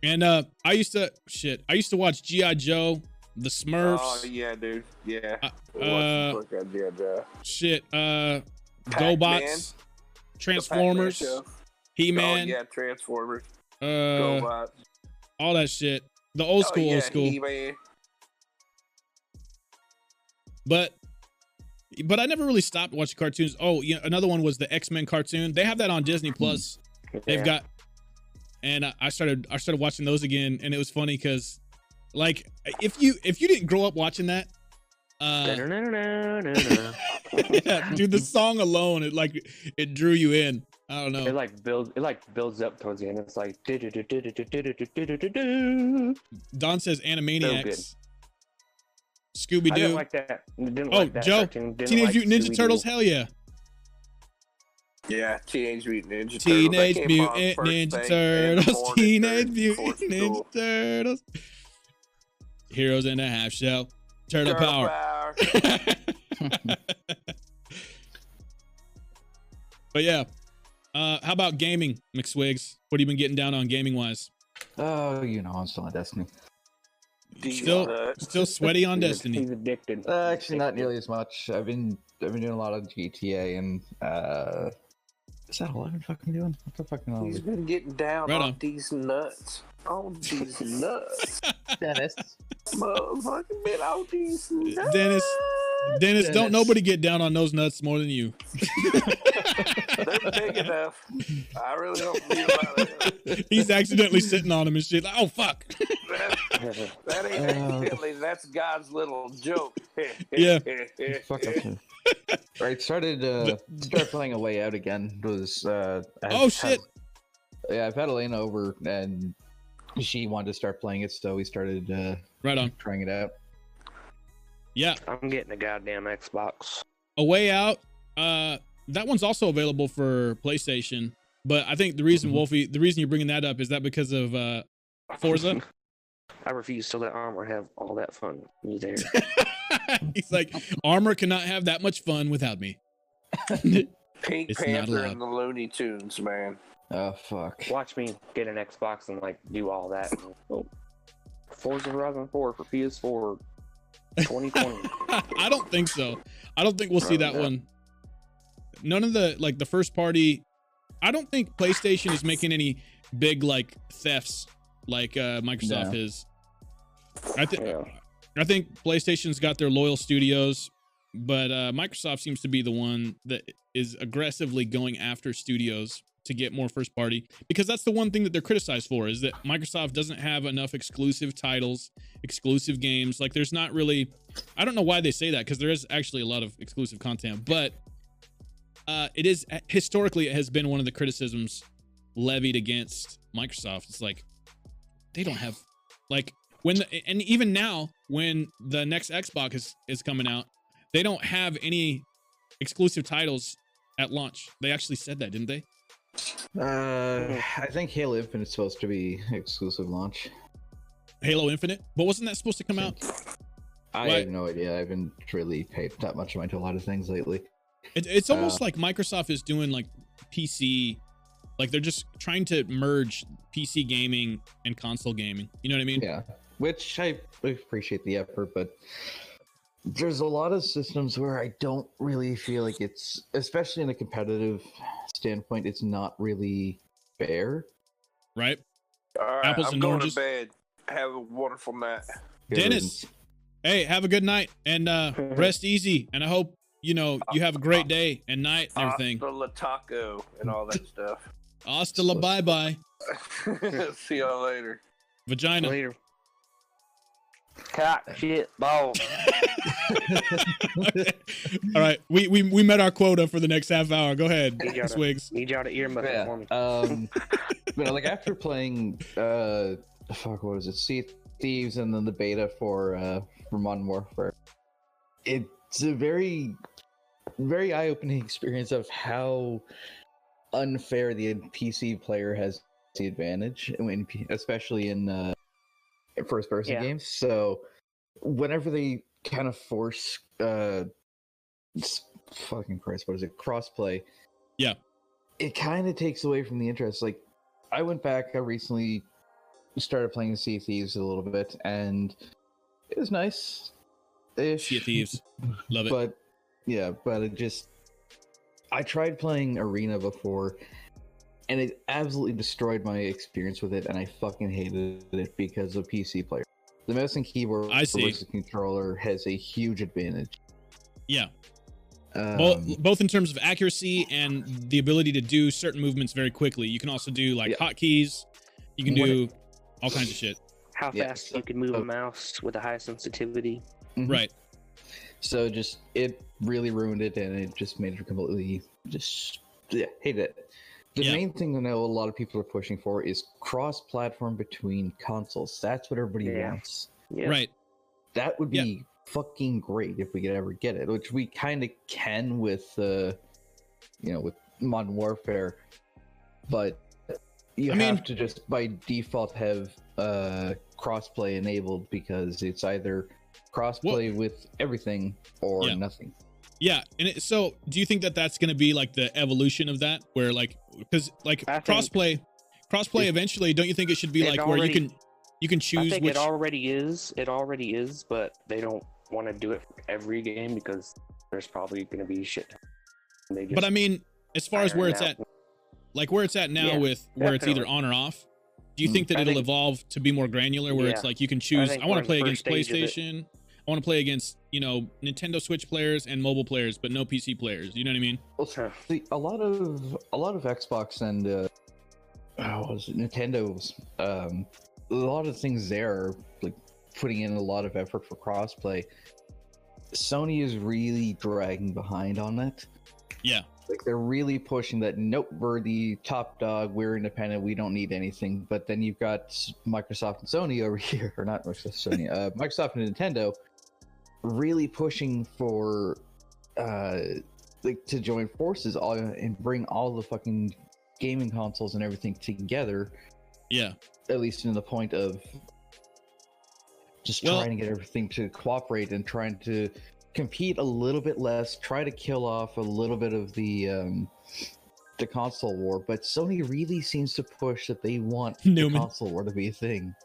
and uh I used to shit, I used to watch G.I. Joe, the Smurfs,
Oh yeah, dude. Yeah.
Uh,
What the fuck I did, uh,
shit, uh
Pac-Man.
GoBots,
the Pac-Man
Transformers,
show.
He
Oh
Man,
yeah, Transformers.
uh
GoBots.
all that shit. The old school,
oh, yeah,
old school.
He-Man.
but but I never really stopped watching cartoons. Oh, yeah, another one was the X-Men cartoon. They have that on Disney Plus.
Yeah.
They've got, and I- I started I started watching those again, and it was funny because, like, if you if you didn't grow up watching that, uh,
Da-da-da-da-da-da.
yeah, dude, the song alone it like it drew you in. I don't
It
know.
like builds. It like builds up towards the end. It's like do-do-do-do-do-do-do-do-do-do.
Don says Animaniacs, Scooby
I didn't
Doo,
like that. Didn't
Oh,
like that
Joe,
cartoon.
Oh,
Didn't
Teenage
like
Mutant Ninja
Scooby-Doo.
Turtles. Hell yeah,
Yeah, Teenage Mutant Ninja Turtles.
Teenage
That came on
Mutant
first
Ninja
thing in the
Turtles.
morning
Teenage
during
Mutant
fourth
Ninja
school.
Turtles. Heroes in a half shell. Turtle
Turtle
power.
power.
but yeah. Uh, how about gaming, McSwigs? What have you been getting down on gaming wise?
Oh, you know, I'm still on Destiny.
Deep
Still-
nuts.
Still sweaty on
He's-
Destiny.
He's addicted.
Uh, actually, not
Addicted.
nearly as much. I've been I've been doing a lot of GTA and uh, is that all I've been fucking doing? What the fucking
Um,
hell?
He's been getting down
Right
on,
on.
these nuts. On these nuts.
Dennis,
Motherfucking been on these nuts.
Dennis, Dennis, don't
Dennis.
nobody get down on those nuts more than you.
They're big enough. I really don't need a lot of them.
He's accidentally sitting on them and shit. Like, oh fuck.
That, that ain't
Uh.
accidentally. That's God's little joke.
Yeah.
fuck up. Right, started uh, started playing a way out again. Was uh, I
Oh,
had-
shit.
yeah, I've had Elena over and she wanted to start playing it, so we started uh,
Right on.
trying it out.
Yeah.
I'm getting a goddamn Xbox.
A Way Out. Uh, that one's also available for PlayStation. But I think the reason
Mhm.
Wolfie, the reason you're bringing that up is that because of uh, Forza.
I refuse to let Armor have all that fun. You there?
He's like, armor cannot have that much fun without me.
Pink
It's not
Panther
allowed.
and the Looney Tunes, man.
Oh fuck!
Watch me get an Xbox and like do all that. Oh, Forza Horizon 4 for PS4 2020.
I don't think so. I don't think we'll see
Probably
that
not.
one. None of the like the first party. I don't think PlayStation is making any big like thefts like uh, Microsoft
No.
is. I think
Yeah.
I think PlayStation's got their loyal studios, but uh, Microsoft seems to be the one that is aggressively going after studios to get more first party because that's the one thing that they're criticized for is that Microsoft doesn't have enough exclusive titles, exclusive games. Like there's not really I don't know why they say that because there is actually a lot of exclusive content, but uh, it is historically it has been one of the criticisms levied against Microsoft. It's like they don't have like when the, and even now when the next Xbox is is coming out, they don't have any exclusive titles at launch. They actually said that, didn't they?
Uh, I think Halo Infinite is supposed to be exclusive launch.
Halo Infinite, but wasn't that supposed to come out?
I
Right.
have no idea. I haven't really paid that much mind to a lot of things lately.
It, it's almost
Uh,
like Microsoft is doing like PC, like they're just trying to merge PC gaming and console gaming. You know what I mean?
Yeah, which I appreciate the effort, but there's a lot of systems where I don't really feel like it's, especially in a competitive standpoint, it's not really fair.
Right?
All right,
Apples
I'm
and
going
oranges.
to bed. Have a wonderful night.
Dennis, hey, have a good night and uh, rest easy. And I hope you know you have a great day and night and everything.
Hasta la taco and all that stuff.
Hasta la bye bye,
See y'all later.
vagina.
Later. Cock, shit, balls.
All right, we, we we met our quota for the next half hour. Go ahead,
You got it.
Swigs.
Need y'all to earmuff it for me.
Um, you know, like after playing, uh, fuck, what was it? Sea of Thieves, and then the beta for uh, for Modern Warfare. It's a very, very eye-opening experience of how unfair the PC player has the advantage, when, especially in uh, in first-person
Yeah.
games. So, whenever they kind of force, uh, s- fucking Christ, what is it? Crossplay it kind of takes away from the interest. Like, I went back, I recently started playing Sea of Thieves a little bit, and it was nice.
Sea of Thieves, love it.
But, yeah, but it just. I tried playing Arena before, and it absolutely destroyed my experience with it, and I fucking hated it because of PC player. The mouse and keyboard
I see.
versus controller has a huge advantage.
Yeah,
Um,
both both in terms of accuracy and the ability to do certain movements very quickly. You can also do like
Yeah.
hotkeys. You can
What-
do all kinds of shit.
How
Yeah.
fast you can move a mouse with a high sensitivity.
Mhm.
Right.
So just it really ruined it, and it just made it completely just yeah, hate it. The
Yeah.
main thing I know a lot of people are pushing for is cross-platform between consoles. That's what everybody
Yeah.
wants.
Yeah.
Right.
That would be
Yeah.
fucking great if we could ever get it, which we kind of can with uh, you know, with Modern Warfare, but you
I
have
mean-
to just by default have uh, crossplay enabled because it's either crossplay with everything or
Yeah.
nothing.
Yeah, and it, so do you think that that's going to be like the evolution of that, where like because like
I think-
crossplay, crossplay eventually, don't you think it should be
It
like where
already-
you can you can
I
choose
think
which?
it already is. It already is, but they don't want to do it for every game because there's probably going to be shit. They just
but I mean, as far as
iron
where it's
out.
at, like where it's at now
Yeah,
with where it's either
definitely.
on or off. Do you
Mm.
think that
I
it'll
think-
evolve to be more granular, where it's
Yeah.
like you can choose?
think
I
we're
want
in
to
the
play
first
against
stage of it.
PlayStation. I want to play against you know Nintendo Switch players and mobile players, but no PC players. You know what I mean?
Well,
Huh.
see, a lot of a lot of Xbox and uh, oh, what was it Nintendo's um, a lot of things there are like putting in a lot of effort for crossplay. Sony is really dragging behind on that.
Yeah.
Like they're really pushing that. Nope, we're the top dog. We're independent. We don't need anything. But then you've got Microsoft and Sony over here, or not Microsoft, Sony, uh, Microsoft and Nintendo, really pushing for uh, like to join forces all and bring all the fucking gaming consoles and everything together.
Yeah.
At least in the point of just
Well-
trying to get everything to cooperate and trying to compete a little bit less, try to kill off a little bit of the um, the console war. But Sony really seems to push that they want the
Newman.
console war to be a thing.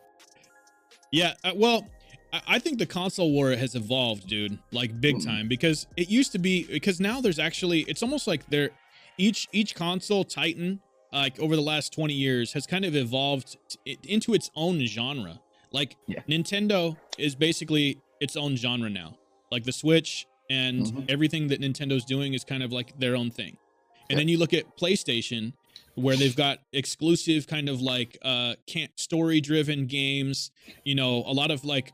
Yeah, uh, well, I, I think the console war has evolved, dude, like big
Mm.
Mm-hmm.
time because it used to be because now there's actually it's almost like they're each each console titan like over the last 20 years has kind of evolved t- it, into its own genre. Like
Yeah.
Nintendo is basically its own genre now. Like the Switch and
Mhm.
everything that Nintendo's doing is kind of like their own thing. And then you look at PlayStation where they've got exclusive kind of like uh can't story driven games you know a lot of like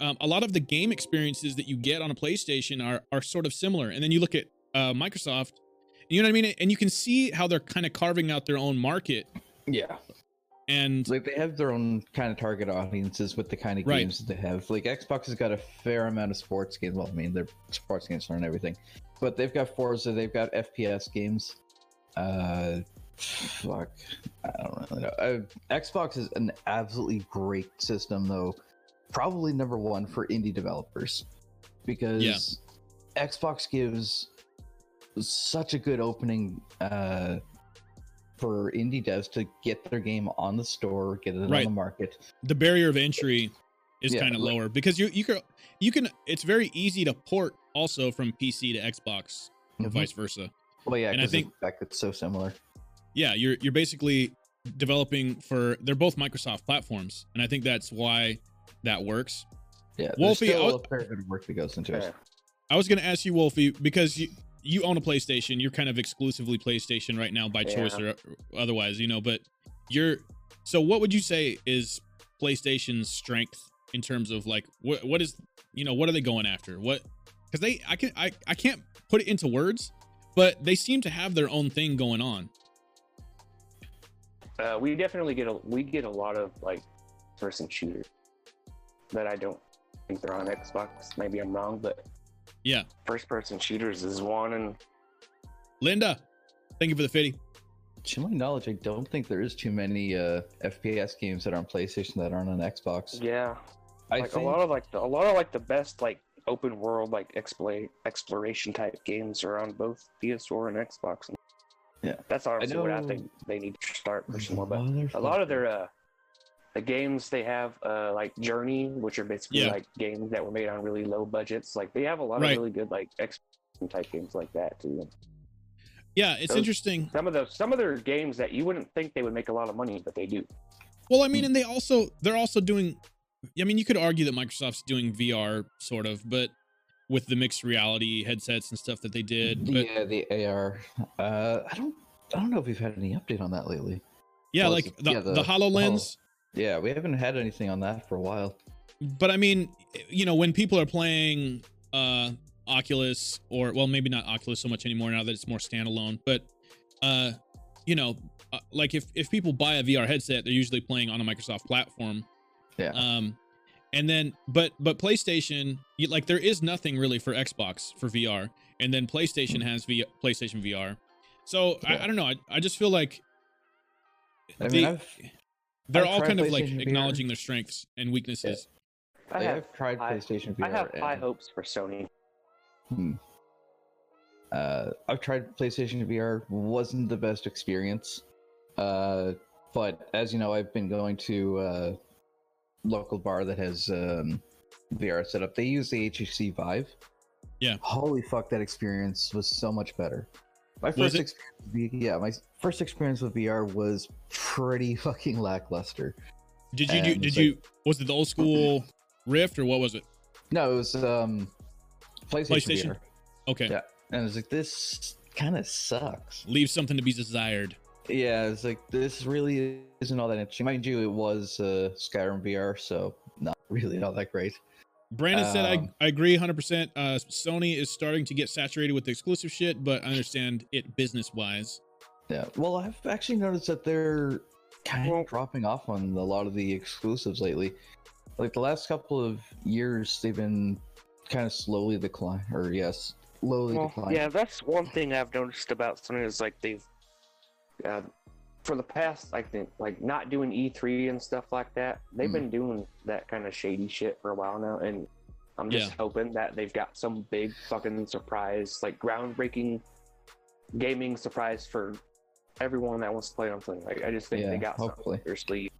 um, a lot of the game experiences that you get on a playstation are are sort of similar and then you look at uh, microsoft you know what i mean and you can see how they're kind of carving out their own market
Yeah.
and
like they have their own kind of target audiences with the kind of
Right.
games that they have. Like Xbox has got a fair amount of sports games. Well, I mean, their sports games aren't everything, but they've got Forza, they've got FPS games. Uh, fuck, I don't really know. Uh, Xbox is an absolutely great system, though. Probably number one for indie developers because Xbox gives such a good opening. Uh, for indie devs to get their game on the store, get it on
Right.
the market.
the barrier of entry is
Yeah,
kind of
like-
lower because you you can you can it's very easy to port also from pc to xbox or
Mhm.
vice versa
Well, yeah,
and I
because
think-
think fact it's so similar.
yeah you're you're basically developing for they're both microsoft platforms and i think that's why that works
Yeah, there's
Wolfie,
still
I'll-
a fair bit of work that goes into
Yeah.
it.
I was going to ask you, Wolfie, because you you own a PlayStation. You're kind of exclusively PlayStation right now by
Yeah.
choice or otherwise, you know. But you're so. What would you say is PlayStation's strength in terms of like what what is you know what are they going after? What because they I can I I can't put it into words, but they seem to have their own thing going on.
Uh, we definitely get a we get a lot of like person shooters that I don't think they're on Xbox. Maybe I'm wrong, but
Yeah.
first person shooters is one, and
Linda, thank you for the fitty.
To my knowledge, I don't think there is too many uh, FPS games that are on PlayStation that aren't on Xbox.
yeah,
I
like
think,
a lot of like the, a lot of like the best like open world like explore, exploration type games are on both PS4 and Xbox.
Yeah.
that's honestly what I
know-
think they need to start pushing more. But a lot of their uh, the games they have uh, like Journey, which are basically
Yeah.
like games that were made on really low budgets. Like they have a lot
Right.
of really good like exploration type games like that too.
Yeah, it's
Those-
interesting.
Some of those some of their games that you wouldn't think they would make a lot of money, but they do.
Well, I mean, and they also they're also doing. I mean, you could argue that Microsoft's doing VR sort of, but with the mixed reality headsets and stuff that they did. But yeah,
yeah, the AR. Uh, I don't, I don't know if we've had any update on that lately. well,
like
it's-
the,
yeah,
the,
the-
Hololens.
Yeah, we haven't had anything on that for a while.
But I mean, you know, when people are playing uh Oculus or well, maybe not Oculus so much anymore now that it's more standalone. But uh, you know, uh, like if if people buy a VR headset, they're usually playing on a Microsoft platform.
Yeah.
Um, and then, but but PlayStation, you- like
Hmm.
there is nothing really for Xbox for VR, and then PlayStation has v, PlayStation VR. So I, I don't know. I, I just feel like
I mean,
the-
I've,
they're
I've
all
tried
kind of like
PlayStation VR.
acknowledging their strengths and weaknesses.
I
like,
have,
I've tried
high-
PlayStation VR.
I have high
and-
hopes for Sony.
Hmm. uh, I've tried PlayStation VR. wasn't the best experience, uh, but as you know, I've been going to uh, local bar that has um, VR set up. They use the HTC Vive.
Yeah.
Holy fuck, that experience was so much better. My
Was
first
it?
experience, with V- yeah, my first experience with VR was pretty fucking lackluster.
Did you do?
And
Did
it's
you? Was it the old school Rift or what was it?
No, it was um, PlayStation,
PlayStation.
VR,
Okay,
Yeah. and I was like, this kind of sucks.
leave something to be desired.
Yeah, it's like this really isn't all that interesting. Mind you, it was uh, Skyrim VR, so not really all that great.
Brandon said,
Um,
I, I agree 100%. Uh, Sony is starting to get saturated with exclusive shit, but I understand it business wise.
Yeah. Well, I've actually noticed that they're kind
Well-
of dropping off on a lot of the exclusives lately. Like the last couple of years, they've been kind of slowly decline, or yes, slowly
Well,
decline.
yeah, that's one thing I've noticed about Sony is like they've, uh, for the past, I think, like not doing E3 and stuff like that. They've
Hmm.
been doing that kind of shady shit for a while now, and I'm just
Yeah.
hoping that they've got some big fucking surprise, like groundbreaking gaming surprise for everyone that wants to play on something. Like I just think
Yeah,
they got
hopefully.
something up their sleeve.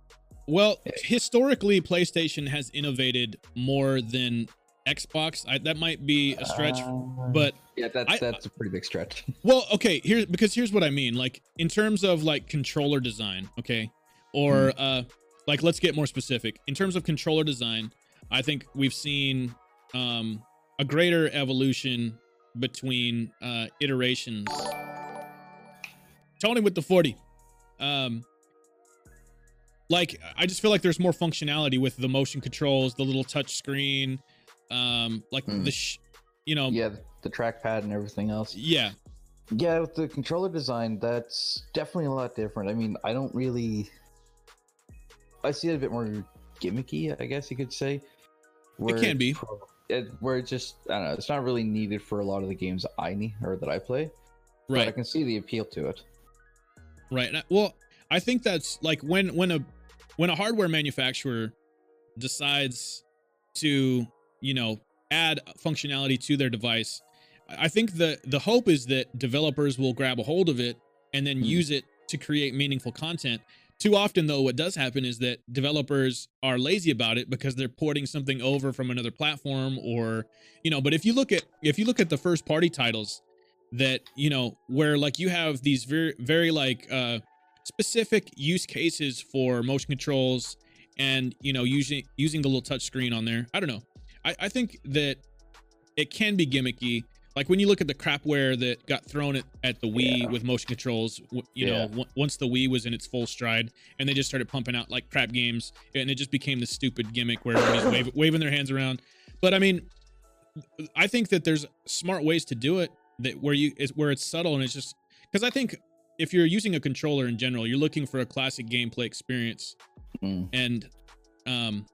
Well, historically, PlayStation has innovated more than Xbox. I, that might be a stretch,
Uh,
but
yeah, that's
I-
that's a pretty big stretch.
Well, okay, here's because here's what I mean. Like in terms of like controller design, okay? Or
Hmm.
uh like let's get more specific. In terms of controller design, I think we've seen um a greater evolution between uh iterations. Tony with the 40. Um like I just feel like there's more functionality with the motion controls, the little touch screen, um like
Mm.
the sh- you know,
yeah, the trackpad and everything else.
yeah.
Yeah, with the controller design, that's definitely a lot different. I mean, I don't really. I see it a bit more gimmicky, I guess you could say. where
can be.
pro- It, where it's just, I don't know, it's not really needed for a lot of the games I need or that I play. But I
Right.
can see the appeal to it.
Right. And I- Well, I think that's like when when a when a hardware manufacturer decides to, you know, add functionality to their device, I I think the the hope is that developers will grab a hold of it and then
Mhm.
use it to create meaningful content. Too often though what does happen is that developers are lazy about it because they're porting something over from another platform or you know, but if you look at if you look at the first party titles that you know where like you have these very very like uh specific use cases for motion controls and you know using using the little touch screen on there i don't know i i think that it can be gimmicky like when you look at the crapware that got thrown at, at the wii with motion controls w- you know
Yeah.
w- once the wii was in its full stride and they just started pumping out like crap games and it just became this stupid gimmick where everybody's waving, waving their hands around but i mean i think that there's smart ways to do it that where you is where it's subtle and it's just because i think if you're using a controller in general you're looking for a classic gameplay experience
Mm.
and um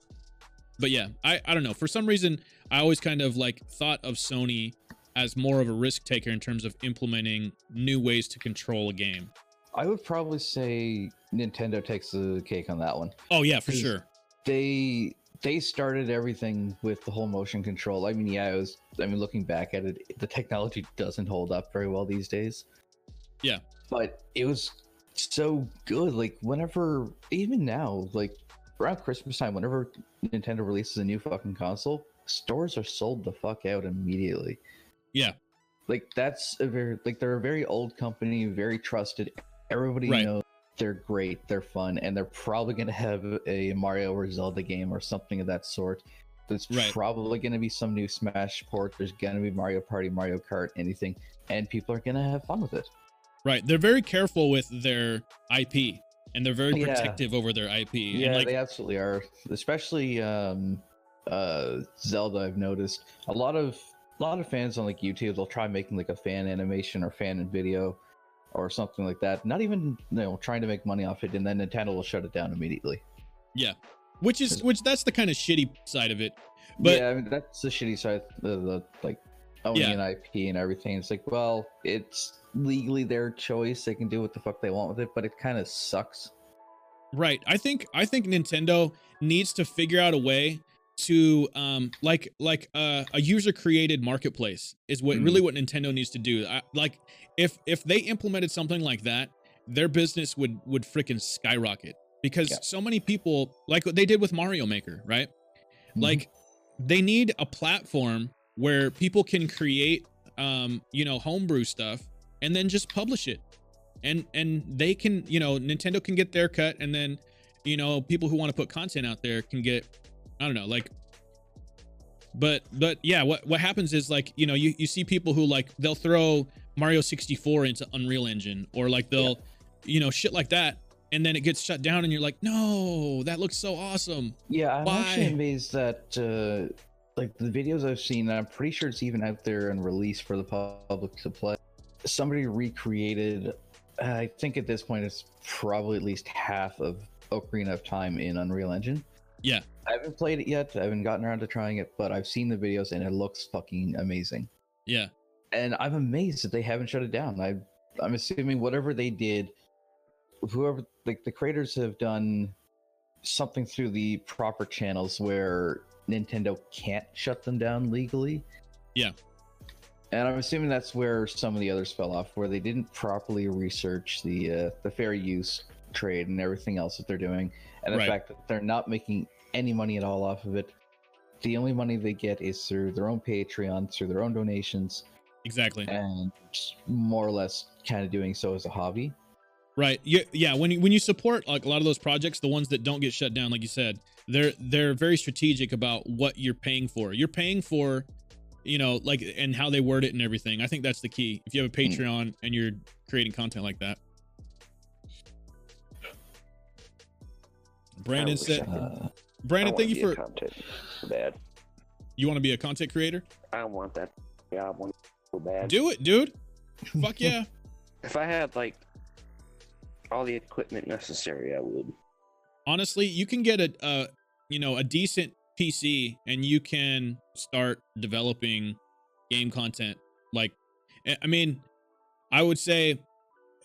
but yeah i i don't know for some reason i always kind of like thought of sony as more of a risk taker in terms of implementing new ways to control a game
I would probably say Nintendo takes the cake on that one.
oh yeah for
Is-
sure
they they started everything with the whole motion control. I mean, yeah, it was. I mean, looking back at it, the technology doesn't hold up very well these days.
Yeah.
but it was so good. Like whenever, even now, like around Christmas time, whenever Nintendo releases a new fucking console, stores are sold the fuck out immediately.
Yeah.
like that's a very like they're a very old company, very trusted. Everybody
Right.
knows they're great, they're fun, and they're probably going to have a Mario or Zelda game or something of that sort. There's
Right.
probably going to be some new Smash port. There's going to be Mario Party, Mario Kart, anything, and people are going to have fun with it.
right they're very careful with their ip and they're very
Yeah.
protective over their ip
Yeah,
and like
they absolutely are. Especially um, uh, Zelda, I've noticed a lot of a lot of fans on like YouTube. They'll try making like a fan animation or fan video or something like that. Not even you know trying to make money off it, and then Nintendo will shut it down immediately.
which is which that's the kind of shitty side of it But-
yeah, I mean that's the shitty side, the, the like owning
Yeah.
an IP and everything. It's like, well, it's legally their choice. They can do what the fuck they want with it, but it kind of sucks.
Right. I think I think Nintendo needs to figure out a way to um like like uh, a user created marketplace is what
Hmm.
really what Nintendo needs to do. I, like if if they implemented something like that, their business would would freaking skyrocket because
Yeah.
so many people like what they did with Mario Maker, right?
Mm-hmm.
Like they need a platform where people can create um you know homebrew stuff and then just publish it and and they can you know nintendo can get their cut and then you know people who want to put content out there can get i don't know like but but yeah what what happens is like you know you, you see people who like they'll throw mario 64 into unreal engine or like they'll you know shit like that and then it gets shut down and you're like no that looks so awesome
Yeah, I'm actually
Why?
amazed that uh, like the videos I've seen, I'm pretty sure it's even out there and released for the public to play. Somebody recreated, I think at this point it's probably at least half of Ocarina of Time in Unreal Engine.
Yeah.
I haven't played it yet. I haven't gotten around to trying it, but I've seen the videos and it looks fucking amazing.
yeah
And I'm amazed that they haven't shut it down. I I'm assuming whatever they did, whoever like the creators have done something through the proper channels where Nintendo can't shut them down legally.
Yeah.
And I'm assuming that's where some of the others fell off, where they didn't properly research the uh, the fair use trade and everything else that they're doing, and the
Right.
fact that they're not making any money at all off of it. The only money they get is through their own Patreon, through their own donations,
exactly
and just more or less kind of doing so as a hobby.
Right. Yeah. Yeah. When you, when you support like a lot of those projects, the ones that don't get shut down, like you said, they're they're very strategic about what you're paying for. You're paying for, you know, like and how they word it and everything. I think that's the key. If you have a
Hmm.
Mm.
Patreon and you're creating content like that, Brandon
Sounds
said.
like
Uh,
I
Brandon,
wanna
thank
be
you
a
for
content. so bad.
you want to be a content creator.
I want that job one so bad.
Do it, dude. Fuck yeah.
If I had like all the equipment necessary, I would.
honestly, you can get a, a you know a decent PC and you can start developing game content. Like, eh, I- I mean, I would say,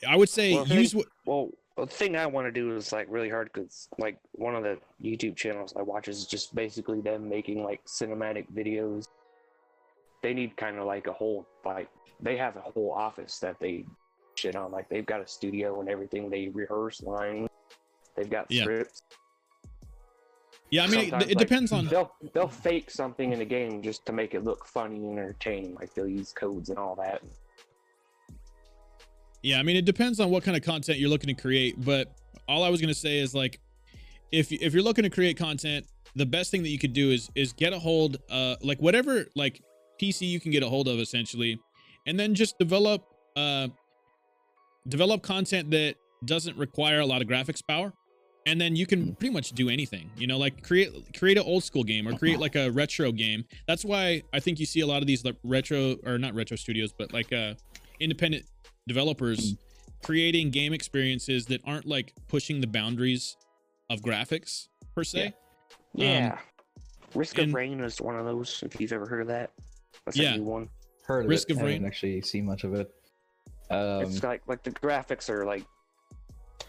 I would say
Well, hey-
use what.
Well, the thing I want to do is like really hard because like one of the YouTube channels I watch is just basically them making like cinematic videos. They need kind of like a whole like they have a whole office that they shit on. Like they've got a studio and everything. They rehearse lines. They've got
Yeah.
scripts.
Yeah, I mean, it,
sometimes,
it
like,
depends on.
They'll they'll fake something in the game just to make it look funny and entertaining. Like they'll use codes and all that.
Yeah, I mean, it depends on what kind of content you're looking to create. But all I was gonna say is like, if if you're looking to create content, the best thing that you could do is is get a hold, uh, like whatever like PC you can get a hold of, essentially, and then just develop, uh, develop content that doesn't require a lot of graphics power, and then you can pretty much do anything. You know, like create create an old school game or create like a retro game. That's why I think you see a lot of these like retro or not retro studios, but like uh, independent developers creating game experiences that aren't like pushing the boundaries of graphics per se. Um,
Yeah. Risk
and-
of Rain is one of those. If you've ever heard of that, that's
Yeah.
a new one.
heard of
Risk
it.
of
I
Rain.
didn't actually see much of it. Um,
it's like like the graphics are like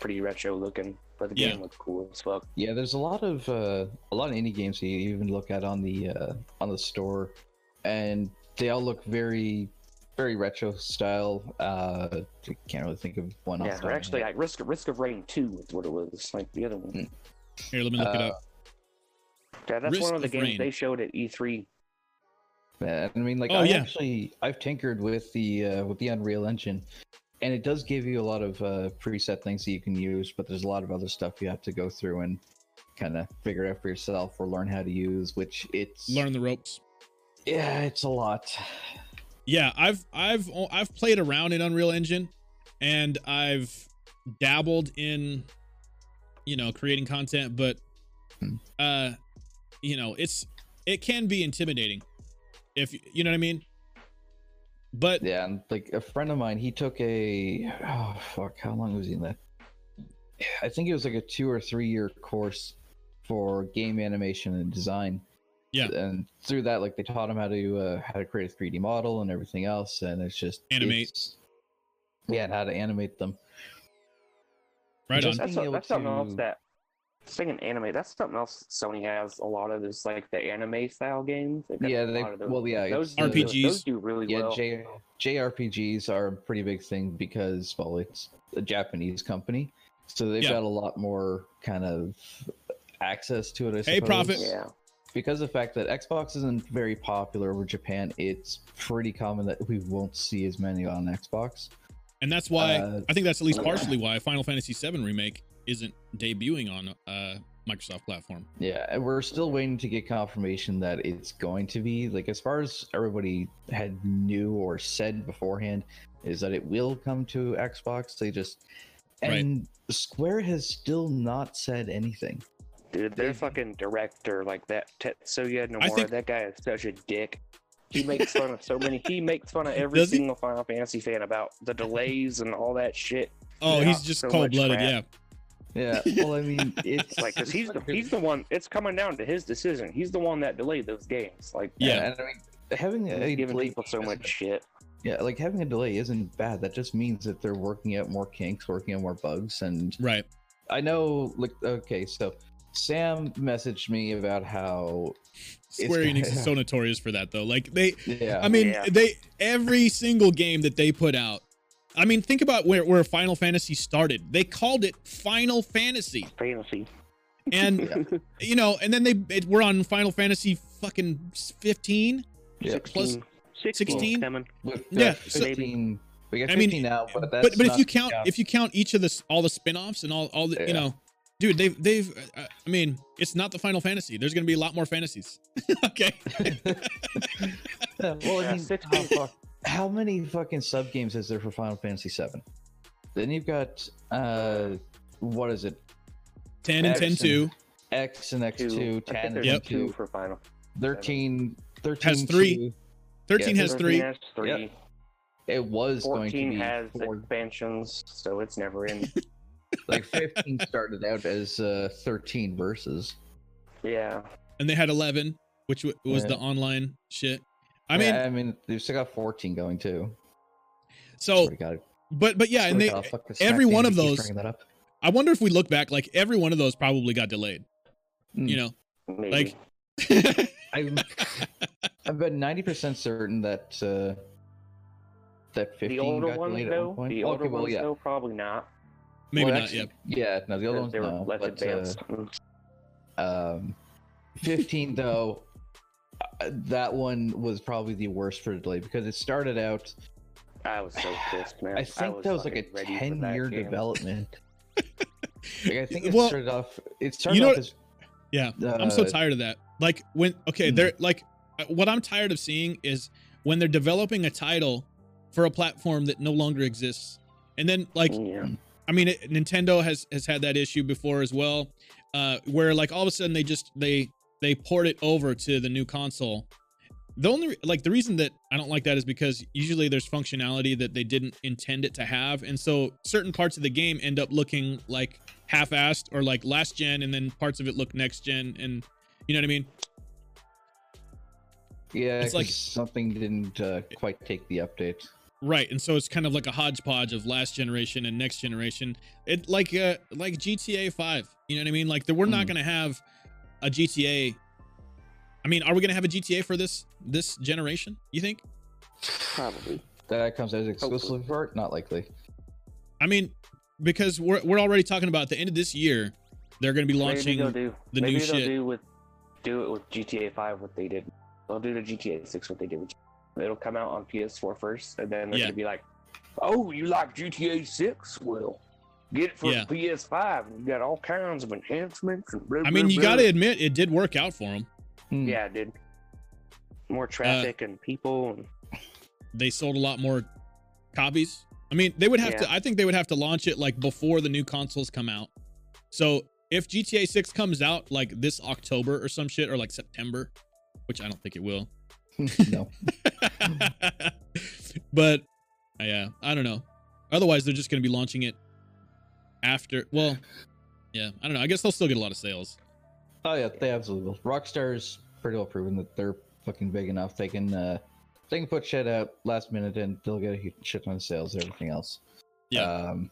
pretty retro looking, but the
Yeah.
game looks cool as fuck.
yeah, there's a lot of uh, a lot of indie games that you even look at on the uh, on the store, and they all look very very retro style. Uh, I can't really think of one. off
yeah,
the top
or
of my
actually,
head.
like Risk Risk of Rain Two is what it was. Like the other one.
Mm.
Here, let me look it
Uh,
up.
Yeah, that's
Risk
one of the
of
games
Rain.
they showed at E E3.
Yeah, I mean, like
Oh,
I
yeah.
actually I've tinkered with the uh, with the Unreal Engine, and it does give you a lot of uh, preset things that you can use, but there's a lot of other stuff you have to go through and kind of figure out for yourself or learn how to use. Which it's
Learn the ropes.
yeah, it's a lot.
Yeah, I've I've o- I've played around in Unreal Engine, and I've dabbled in, you know, creating content, but,
Hmm.
uh, you know, it's it can be intimidating, if y- you know what I mean. But
Yeah, and like a friend of mine, he took a oh fuck, how long was he in that? I think it was like a two or three year course for game animation and design,
Yeah.
and through that, like they taught him how to uh, how to create a three D model and everything else, and it's just
Animate.
it's- yeah, and how to animate them.
Right on.
Just-
That's,
Being
so-
able
that's something else
to-
that. Speaking of anime, that's something else Sony has a lot of is like the anime style games. They've got
Yeah,
a
they
lot of those.
well, yeah, it's
those
the-
do-
RPGs.
those do really
yeah,
well.
J- JRPGs are a pretty big thing because well, it's a Japanese company, so they've
Yeah.
got a lot more kind of access to it. I
Hey, Prophet.
suppose.
yeah,
because of the fact that Xbox isn't very popular over Japan, it's pretty common that we won't see as many on Xbox.
And that's why
Uh,
I think that's at
oh,
least partially why Final Fantasy VII remake isn't debuting on uh Microsoft platform.
Yeah, and we're still waiting to get confirmation that it's going to be like as far as everybody had knew or said beforehand is that it will come to Xbox. They just
Right.
and Square has still not said anything.
dude, their fucking director like that Tetsuya Nomura.
think-
That guy is such a dick. He makes fun of so many. He makes fun of every
Does he?
single Final Fantasy fan about the delays and all that shit.
Oh,
Yeah,
he's just
so much
cold blooded. Yeah.
crap.
Yeah, well, I mean, it's
Like, cause he's the he's the one. It's coming down to his decision. He's the one that delayed those games. Like,
Yeah.
and I mean, having
he's
a
giving
delay
people so
isn't-
much shit.
Yeah, like having a delay isn't bad. That just means that they're working out more kinks, working out more bugs, and
Right.
I know, like, okay, so Sam messaged me about how,
Square
kinda-
Enix is so notorious for that though. Like they
yeah,
I mean,
Oh, Yeah.
they every single game that they put out. I mean, think about where, where Final Fantasy started. They called it Final Fantasy,
Fantasy.
and you know, and then they it, we're on Final Fantasy fucking fifteen.
Yeah.
16.
16?
coming.
with
yeah,
yeah,
so-
fifteen, we got
I
fifteen
mean,
now, but that's
but but if
not-
you count
yeah.
if you count each of the s- all the spin-offs and all all the you
Yeah.
know, dude, they've they've. Uh, I mean, it's not the Final Fantasy. There's gonna be a lot more fantasies. okay.
Yeah, well,
Yeah,
I mean, how,
16.
fuck, how many fucking sub games is there for Final Fantasy Seven? Then you've got uh, what is it?
Ten and ten
Excellent.
two
X and X
Two.
two,
I think
ten
there's
and
Yep.
two
two,
for final.
13, 13
Has three.
two.
thirteen
Yeah,
has
13
three.
Has three.
Yep. It was going to
14
be
has
four-
expansions, so it's never in.
like 15 started out as uh, 13 verses.
yeah.
and they had 11 which w- was
Yeah.
the online shit i mean
I mean, they've still got 14 going too.
so
Swear to God.
but but yeah
Swear
and
to
they
God, fuck this
every
Smack
one
Dan
of
keeps
those-
bringing that up.
i wonder if we look back like every one of those probably got delayed you
Mm.
know
Maybe.
like
I'm, I'm about 90 percent certain that uh, that 15
the older
got
ones,
delayed at one
though.
point.
The
Okay,
older
well,
ones,
yeah.
though, probably not.
maybe
Well,
not
actually-
yeah
Yeah, no, the other ones
they were
no,
less
but, uh,
advanced. Mm.
Um, 15 though, uh, that one was probably the worst for the delay because it started out.
I was so pissed, man.
uh, I think that was like
fucking
a
ready for that
10 year
game.
development. like, I think it
Well,
started off. It started
know
off
what-
as.
Yeah, i'm so
uh,
tired of that like when okay
Mm.
they're like uh, what i'm tired of seeing is when they're developing a title for a platform that no longer exists and then like
Yeah.
I mean, it, Nintendo has has had that issue before as well, uh, where like all of a sudden they just they they port it over to the new console. The only like the reason that I don't like that is because usually there's functionality that they didn't intend it to have, and so certain parts of the game end up looking like half-assed or like last gen, and then parts of it look next gen, and you know what I mean?
Yeah,
It's like-
'cause something didn't uh, quite take the update.
Right, and so it's kind of like a hodgepodge of last generation and next generation. It like uh like GTA Five, you know what I mean? Like that we're not
Mm.
gonna have a GTA. I mean, are we gonna have a GTA for this this generation? You think?
Probably.
That comes out as exclusive for it? Not likely.
I mean, because we're we're already talking about at the end of this year, they're gonna be
Maybe
launching.
they'll do.
the new
Maybe they'll
shit.
do with do it with GTA Five what they did. They'll do the GTA Six what they did. With, it'll come out on PS4 first, and then they're
Yeah.
gonna be like, "Oh, you like GTA Six? Well, get it for
Yeah.
PS5. and You got all kinds of enhancements." And blah,
I mean,
blah,
you
blah."
gotta admit it did work out for them.
Hmm.
Yeah, dude.
Uh,
More traffic and people. And,
They sold a lot more copies. I mean, they would have to. I think they would have to launch it like before the new consoles come out. So if GTA 6 comes out like this October or some shit or like September, which I don't think it will.
no.
but yeah, I don't know. Otherwise, they're just going to be launching it after. Well, yeah, I don't know. I guess they'll still get a lot of sales.
Oh yeah, they absolutely will. Rockstar's pretty well proven that they're fucking big enough. They can uh, they can put shit out last minute and they'll get a huge shit ton of sales and everything else.
Yeah.
Um,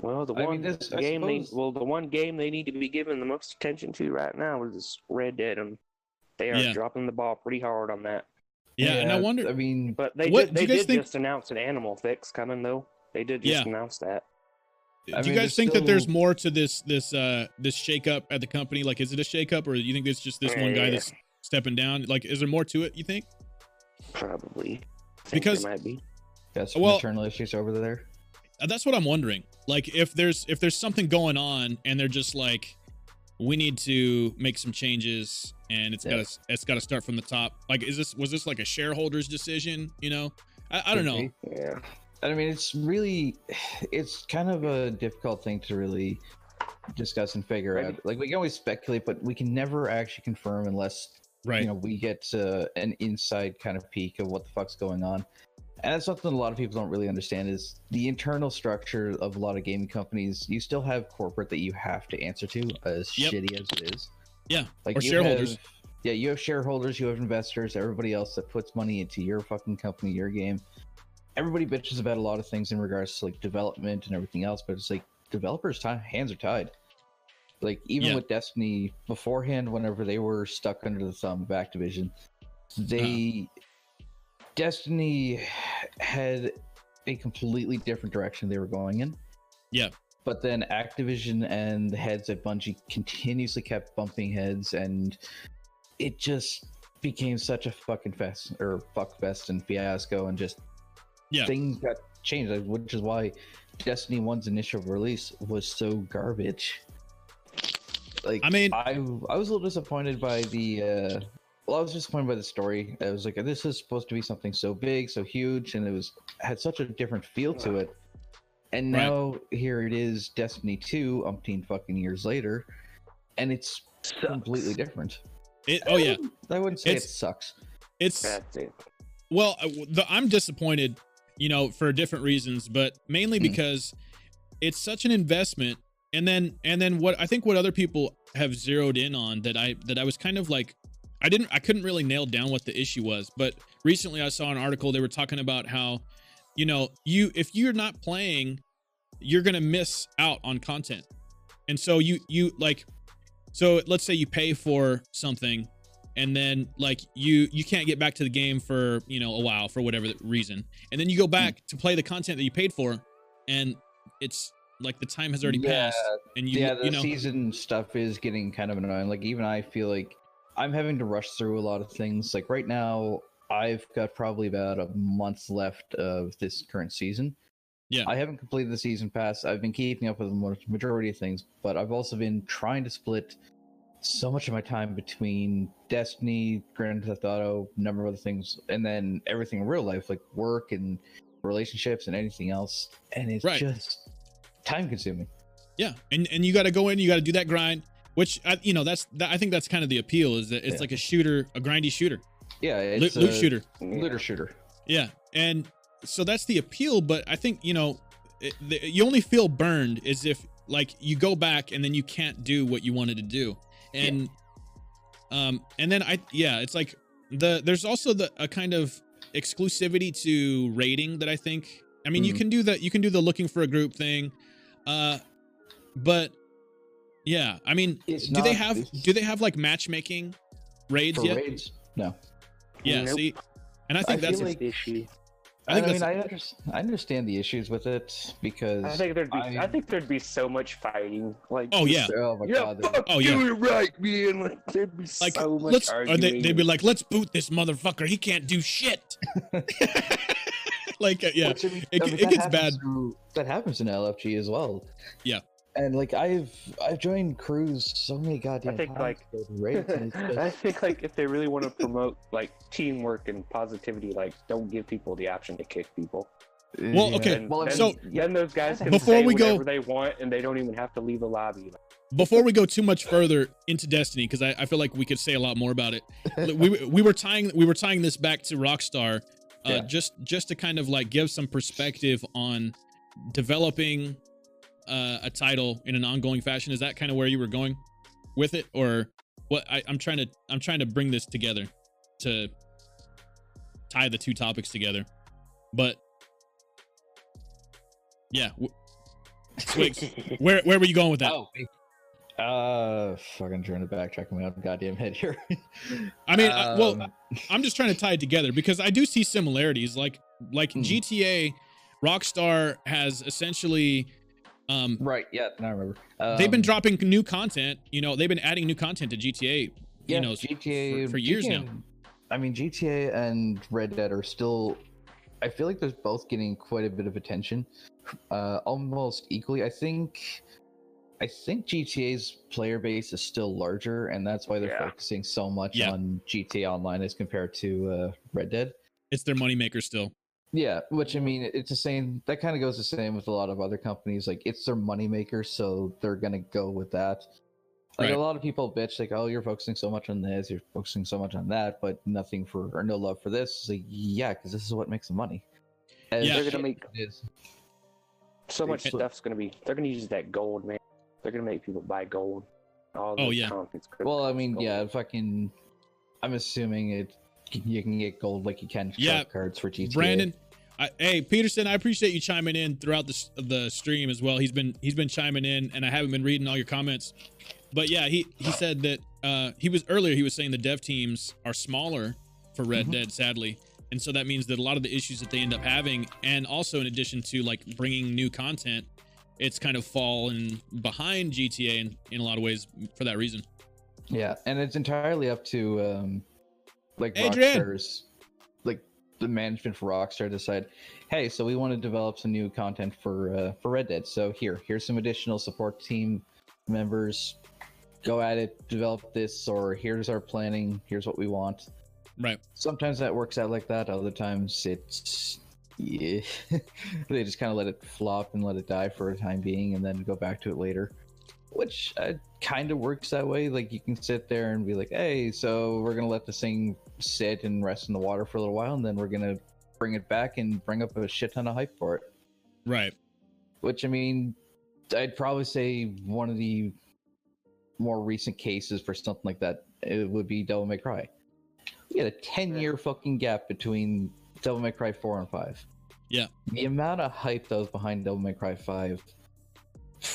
Well, the
I mean,
one
this- I
game they
suppose-
well, the one game they need to be giving the most attention to right now is Red Dead, and they are
Yeah.
dropping the ball pretty hard on that.
Yeah, and I wonder.
I mean,
But they
What- do
did, they
you guys
did
think-
just announce an Animal Fix coming though. They did just
Yeah.
announce that.
I
do you guys
mean, there's
think that there's
still-
more to this this uh this shakeup at the company? Like, is it a shakeup, or you think it's just this one guy
Yeah.
that's stepping down? Like, is there more to it? You think?
Probably I think
Because-
it might be.
that's
well-
internal issues over there.
Uh, That's what I'm wondering. Like, if there's if there's something going on, and they're just like, we need to make some changes, and it's
Yeah.
got to it's got to start from the top. Like, is this was this like a shareholders decision? You know, I, I don't
Could
know.
be.
Yeah,
I mean, it's really, it's kind of a difficult thing to really discuss and figure
Maybe-
out. Like we can always speculate, but we can never actually confirm unless
Right.
you know we get uh, an inside kind of peek of what the fuck's going on. And that's something a lot of people don't really understand is the internal structure of a lot of gaming companies. You still have corporate that you have to answer to, as
Yep.
shitty as it is.
Yeah,
like
or
you
shareholders.
have- yeah, you have shareholders, you have investors, everybody else that puts money into your fucking company, your game everybody bitches about a lot of things in regards to like development and everything else, but it's like developers' time hands are tied. Like even
Yeah.
with Destiny beforehand, whenever they were stuck under the thumb of Activision, they Destiny had a completely different direction they were going in.
Yeah.
But then Activision and the heads at Bungie continuously kept bumping heads and it just became such a fucking fest or fuck fest and fiasco and just
Yeah.
things got changed, like, which is why Destiny 1's initial release was so garbage. Like
I mean-
I I was a little disappointed by the uh well, I was disappointed by the story. I was like, this is supposed to be something so big, so huge, and it was had such a different feel to it. And
Right.
now here it is, Destiny 2, umpteen fucking years later, and it's completely different.
It, oh yeah,
I wouldn't say it
It's-
sucks.
it's
that's it.
Well, I- the, I'm disappointed, you know, for different reasons, but mainly
Mm.
because it's such an investment. And then, and then what I think what other people have zeroed in on that I that I was kind of like, I didn't, I couldn't really nail down what the issue was. But recently, I saw an article they were talking about how, you know, you if you're not playing, you're gonna miss out on content, and so you you like, so let's say you pay for something and then like you you can't get back to the game for you know a while for whatever reason and then you go back to play the content that you paid for and it's like the time has already
Yeah,
passed and you
yeah, the
you know
season stuff is getting kind of annoying. Like even I feel like I'm having to rush through a lot of things. Like right now, I've got probably about a month left of this current season.
Yeah.
I haven't completed the season pass. I've been keeping up with the mo- majority of things, but I've also been trying to split so much of my time between Destiny, Grand Theft Auto, number of other things, and then everything in real life, like work and relationships and anything else. And it's
Right.
just time consuming.
yeah and and you got to go in you got to do that grind which I, you know that's that, I think that's kind of the appeal is that it's
Yeah.
like a shooter a grindy shooter
Yeah,
loot,
it's
loot
uh,
shooter
looter shooter.
Yeah, and so that's the appeal. But I think you know, it, the, you only feel burned is if like you go back and then you can't do what you wanted to do, and um, and then I yeah, it's like the there's also the a kind of exclusivity to rating that I think. I mean, you
Mhm.
can do that. You can do the looking for a group thing, uh, but yeah, I mean,
It's
do they
not-
have
it's-
do they have like matchmaking raids
For
yet?
raids? No.
Yeah,
Nope.
see, and I think
feel
that's
like-
the issue.
I
I,
think
mean,
that's-
I, under- I understand the issues with it because.
I think there'd be I,
I-
think there'd be so much fighting. Like
oh yeah.
oh my god.
fuck
Oh, yeah.
do it right, man. Like there'd be
Like,
so much
let's or
arguing.
they, they'd be like let's boot this motherfucker he can't do shit like uh, yeah
Which, I mean,
it-
I mean,
it
that
gets
happens
bad.
to- that happens in LFG as well.
Yeah.
And like I've I've joined crews so many goddamn
think,
times
like-
with raids, and it's just-
I think like if they really want to promote like teamwork and positivity, like don't give people the option to kick people.
Well, okay,
And,
Well, I
then,
so-
then those guys can
Before
say
we go-
whatever they want, and they don't even have to leave the lobby.
before we go too much further into destiny because I, I feel like we could say a lot more about it we, we were tying we were tying this back to rockstar uh,
Yeah.
just just to kind of like give some perspective on developing uh, a title in an ongoing fashion is that kind of where you were going with it or what I, I'm trying to I'm trying to bring this together to tie the two topics together. But yeah, w- Swigs, where where were you going with that?
Oh. Uh, fucking trying to backtrack me out of goddamn head here.
I mean, uh, well,
Um,
I'm just trying to tie it together because I do see similarities. Like like
Hmm.
GTA, Rockstar has essentially um
right? Yeah, now I remember.
they've been
Um,
dropping new content. You know, they've been adding new content to GTA. you know, for- for years now.
I mean, GTA and Red Dead are still. I feel like they're both getting quite a bit of attention, uh, almost equally. I think, I think GTA's player base is still larger, and that's why they're
Yeah.
focusing so much
Yeah.
on GTA Online as compared to uh, Red Dead.
It's their moneymaker still.
Yeah, which I mean, it's the same. That kind of goes the same with a lot of other companies. Like it's their moneymaker, so they're gonna go with that. Like
Right.
a lot of people bitch, like, "Oh, you're focusing so much on this, you're focusing so much on that, but nothing for or no love for this." It's like, yeah, because this is what makes the money. And
Yeah.
They're gonna
shit
make-
it is.
So much
It-
stuff's gonna be. They're gonna use that gold, man. They're gonna make people buy gold. All
Oh,
those
yeah.
content's gonna
Well, I
cost
mean,
gold.
yeah, fucking. I'm assuming it. You can get gold like you can.
Yeah,
credit cards for GTA.
Brandon, I, hey Peterson, I appreciate you chiming in throughout the s- the stream as well. He's been he's been chiming in, and I haven't been reading all your comments, but yeah, he he said that uh, he was earlier. He was saying the dev teams are smaller for Red
Mhm.
Dead, sadly, and so that means that a lot of the issues that they end up having, and also in addition to like bringing new content, it's kind of fallen behind GTA in, in a lot of ways for that reason.
Yeah, and it's entirely up to um like
Adrian!
Rockstar's like the management for Rockstar to decide, hey, so we want to develop some new content for uh, for Red Dead. So here, here's some additional support team members. Go at it, develop this, or here's our planning, here's what we want.
Right.
Sometimes that works out like that, other times it's yeah. they just kind of let it flop and let it die for a time being and then go back to it later which uh, kind of works that way. Like you can sit there and be like, "Hey, so we're gonna let this thing sit and rest in the water for a little while, and then we're gonna bring it back and bring up a shit ton of hype for it."
Right.
Which I mean, I'd probably say one of the more recent cases for something like that it would be Devil May Cry. We had a ten-year fucking gap between Devil May Cry four and five.
Yeah.
the amount of hype that was behind Devil May Cry five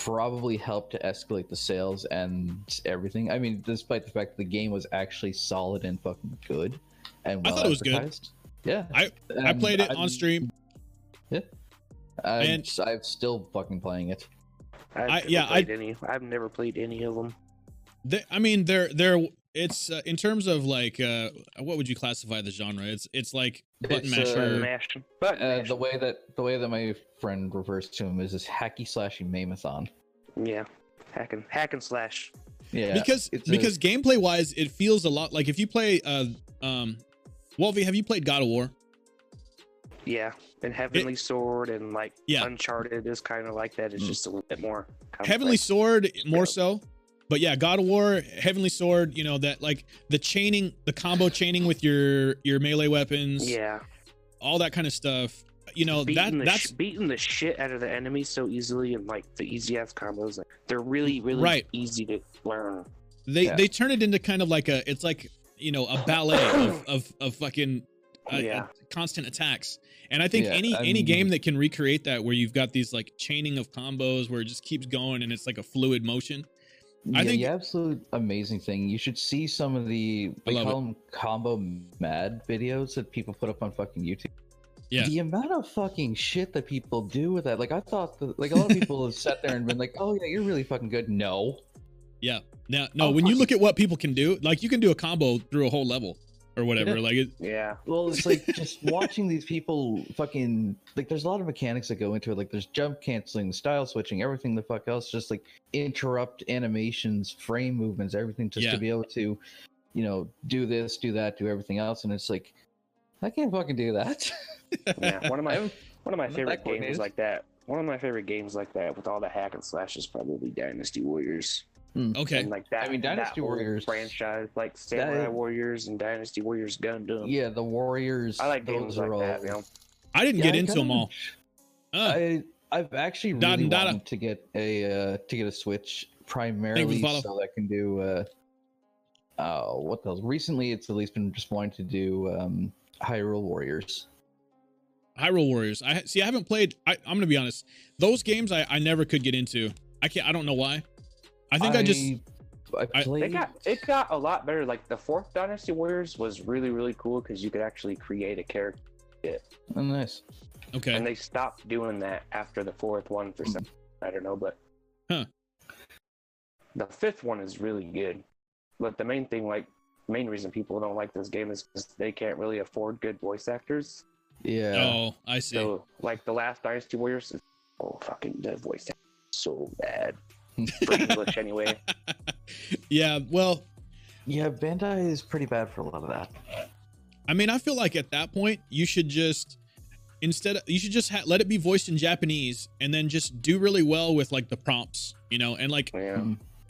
probably helped to escalate the sales and everything. I mean, despite the fact that the game was actually solid and fucking good, and
I
well
thought it was good.
advertised. Yeah,
I- I
and
played it
I'm-
on stream.
I'm,
and-
s- I'm still fucking playing it.
I've
I-
never
yeah, I-
played any. I've never played any of them.
They, I mean, they're they're it's uh, in terms of like uh, what would you classify the genre? It's it's like button
It's, uh,
masher.
Mashed. But
Uh, the way that the way that my friend refers to him is this hacky slashy mamathon.
yeah, hack and hack and slash.
Yeah,
because
it's a-
because gameplay wise, it feels a lot like if you play uh um, Wolvie, have you played God of War?
Yeah, and Heavenly Sword and like
Yeah. Mm.
Uncharted is kind of like that. It's just a little bit more. complex.
Heavenly Sword more
Yeah.
so, but yeah, God of War, Heavenly Sword. You know that like the chaining, the combo chaining with your your melee weapons,
Yeah,
all that kind of stuff. You know
beating
that
the
that's
sh- beating the shit out of the enemy so easily and like the easy ass combos. Like, they're really really
Right.
easy to learn.
they
Yeah.
they turn it into kind of like a it's like you know a ballet of of, of fucking uh,
Yeah.
constant attacks and i think
Yeah,
any any
I'm-
game that can recreate that where you've got these like chaining of combos where it just keeps going and it's like a fluid motion I
yeah,
think-
the absolute amazing thing. You should see some of the
I
they
love
call 'em combo mad videos that people put up on fucking YouTube.
Yeah.
The amount of fucking shit that people do with that. Like I thought that like a lot of people have sat there and been like, Oh yeah, you're really fucking good. No.
now no
Oh,
when you look at what people can do like you can do a combo through a whole level or whatever like it,
Yeah,
Well, it's like just watching these people fucking like. There's a lot of mechanics that go into it. Like there's jump canceling, style switching, everything the fuck else. Just like interrupt animations, frame movements, everything, just
Yeah.
to be able to, you know, do this, do that, do everything else. And it's like, I can't fucking do that.
yeah. One of my
I'm-
one of my
I'm not
favorite
that
games
coordinated.
like that. One of my favorite games like that with all the hack and slash is probably Dynasty Warriors.
okay
And like that,
I mean,
that
Dynasty
whole
Warriors-
franchise, like Samurai
That-
Warriors and Dynasty Warriors Gundam.
yeah, the Warriors.
I like games
those
like
are all.
that. You know?
i didn't
Yeah,
get
I
into them
kinda-
all uh,
I I've actually
Dot
really
and data.
wanted to get a uh, to get a Switch primarily
follow.
so I can do uh, Oh, what the hell? Recently, it's at least been just wanting to do um, Hyrule Warriors.
Hyrule Warriors. I see. I haven't played. I, I'm gonna be honest. Those games I, I never could get into. I can't. I don't know why. I think I, just.
I
I-
played.
It got it got a lot better. Like the fourth Dynasty Warriors was really really cool because you could actually create a character,
oh, nice.
Okay.
and they stopped doing that after the fourth one for some. I don't know, but
Huh.
the fifth one is really good. But the main thing, like main reason people don't like this game is because they can't really afford good voice actors.
Yeah.
Oh, I see.
So like the last Dynasty Warriors, is- oh fucking the voice actor is so bad for English anyway.
yeah. Well,
Yeah, Bandai is pretty bad for a lot of that.
I mean, I feel like at that point you should just instead of, you should just ha- let it be voiced in Japanese and then just do really well with like the prompts, you know, and like
Yeah.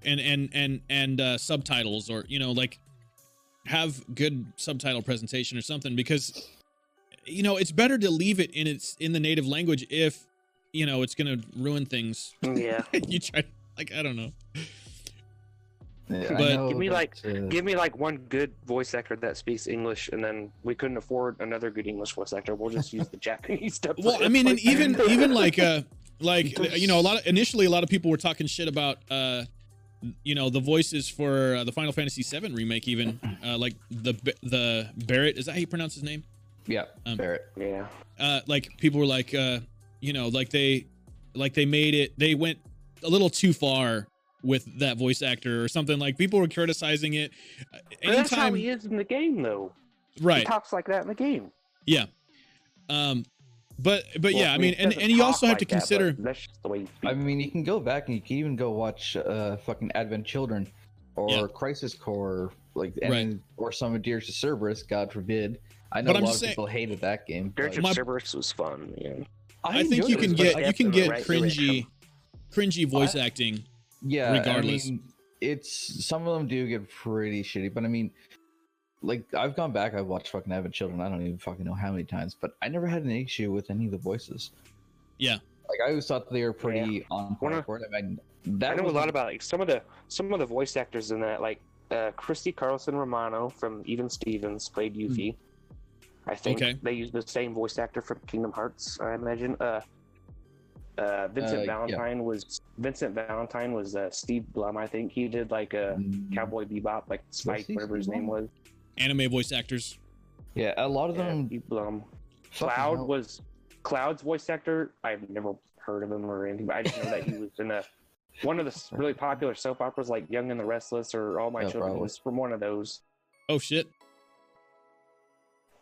and and and and uh, subtitles or you know like have good subtitle presentation or something because you know it's better to leave it in its in the native language if you know it's gonna ruin things
Yeah.
you try like i don't know
Yeah, I
But-
know
Give me,
that,
like,
uh,
Give me like one good voice actor that speaks English, and then we couldn't afford another good English voice actor. We'll just use the Japanese stuff.
well i mean and even even like uh like you know a lot of initially a lot of people were talking shit about uh you know the voices for uh, the final fantasy 7 remake even uh like the the barrett is that how you pronounce his name
yeah,
um,
Barrett.
yeah,
uh, like people were like, uh, you know, like they, like they made it, they went a little too far with that voice actor or something. Like people were criticizing it. Uh,
But that's how
Anytime,
he is in the game, though. He
right?
talks like that in the game.
Um, but but
Well,
yeah, I mean, and,
doesn't
and you
talk
also have
like
to
that, but
consider.
that's just the way. He speaks.
I mean, you can go back and you can even go watch uh, fucking Advent Children or
Yeah.
Crisis Core, like, and, or some of Dears to Cerberus, God forbid. I know
But
a
I'm
lot of
just saying-
people hated that game.
Dirge
but-
of
my-
Cerberus was fun. Yeah,
I think
enjoyed
you
it,
can
but
get
I-
you can
the
get
right
cringy, cringy voice acting.
yeah
regardless.
I mean, it's some of them do get pretty shitty but i mean like i've gone back i've watched fucking avid children i don't even fucking know how many times but i never had an issue with any of the voices
Yeah.
like i always thought they were pretty on
One
point
of-
for it i mean that
I know a
was
lot about like some of the some of the voice actors in that, like uh, Christy Carlson Romano from Even Stevens played Yuffie. I think
Hmm. Okay.
they used the same voice actor from Kingdom Hearts. I imagine. Uh, uh, Vincent
Uh, yeah.
Valentine was Vincent Valentine was uh, Steve Blum. I think he did like a Cowboy Bebop, like Spike,
he
whatever his
Steve
name
Blum?
was.
Anime voice actors.
yeah a lot of
Yeah,
them
Steve Blum.
fucking
Cloud
hell-
was Cloud's voice actor. I've never heard of him or anything, but I just know that he was in a one of the s- really popular soap operas like Young and the Restless or All My
Yeah,
Children.
probably.
was from one of those.
Oh shit!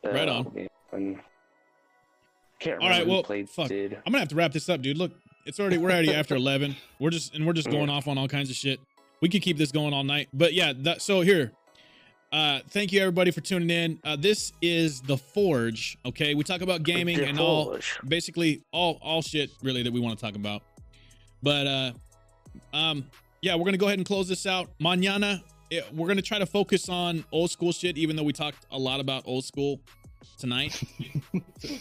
Right on.
yeah, and can't remember
All right,
who
well,
played
fuck.
Sid.
I'm gonna have to wrap this up, dude. Look, it's already we're already after eleven. We're just and we're just
Mm.
going off on all kinds of shit. We could keep this going all night, but yeah. That, so here, uh, thank you everybody for tuning in. Uh, this is the Forge. Okay, we talk about gaming and all,
George.
basically all all shit really that we want to talk about. But uh, um, yeah, we're gonna go ahead and close this out. Mañana, eh, we're gonna try to focus on old school shit, even though we talked a lot about old school tonight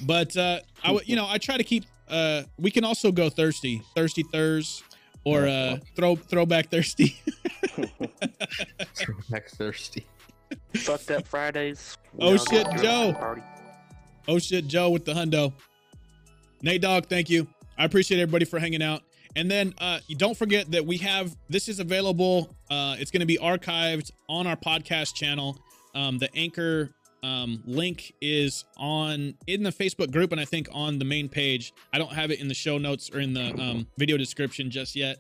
but uh i would you know i try to keep uh we can also go thirsty thirsty thurs or uh throw throwback thirsty
Next Thursday.
Fucked up Fridays.
Oh,
Y'all
shit,
got
Joe.
party.
oh shit joe with the hundo nate dog thank you i appreciate everybody for hanging out and then uh you don't forget that we have this is available uh it's going to be archived on our podcast channel um the anchor um link is on in the facebook group and i think on the main page i don't have it in the show notes or in the um video description just yet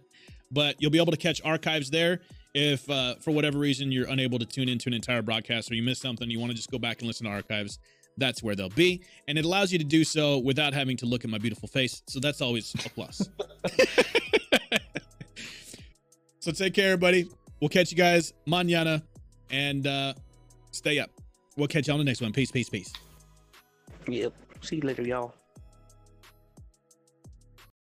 but you'll be able to catch archives there if uh, for whatever reason you're unable to tune into an entire broadcast or you miss something you want to just go back and listen to archives that's where they'll be and it allows you to do so without having to look at my beautiful face so that's always a plus so take care everybody we'll catch you guys manana and uh, stay up we'll catch you on the next one peace peace peace
Yep. See you later, y'all.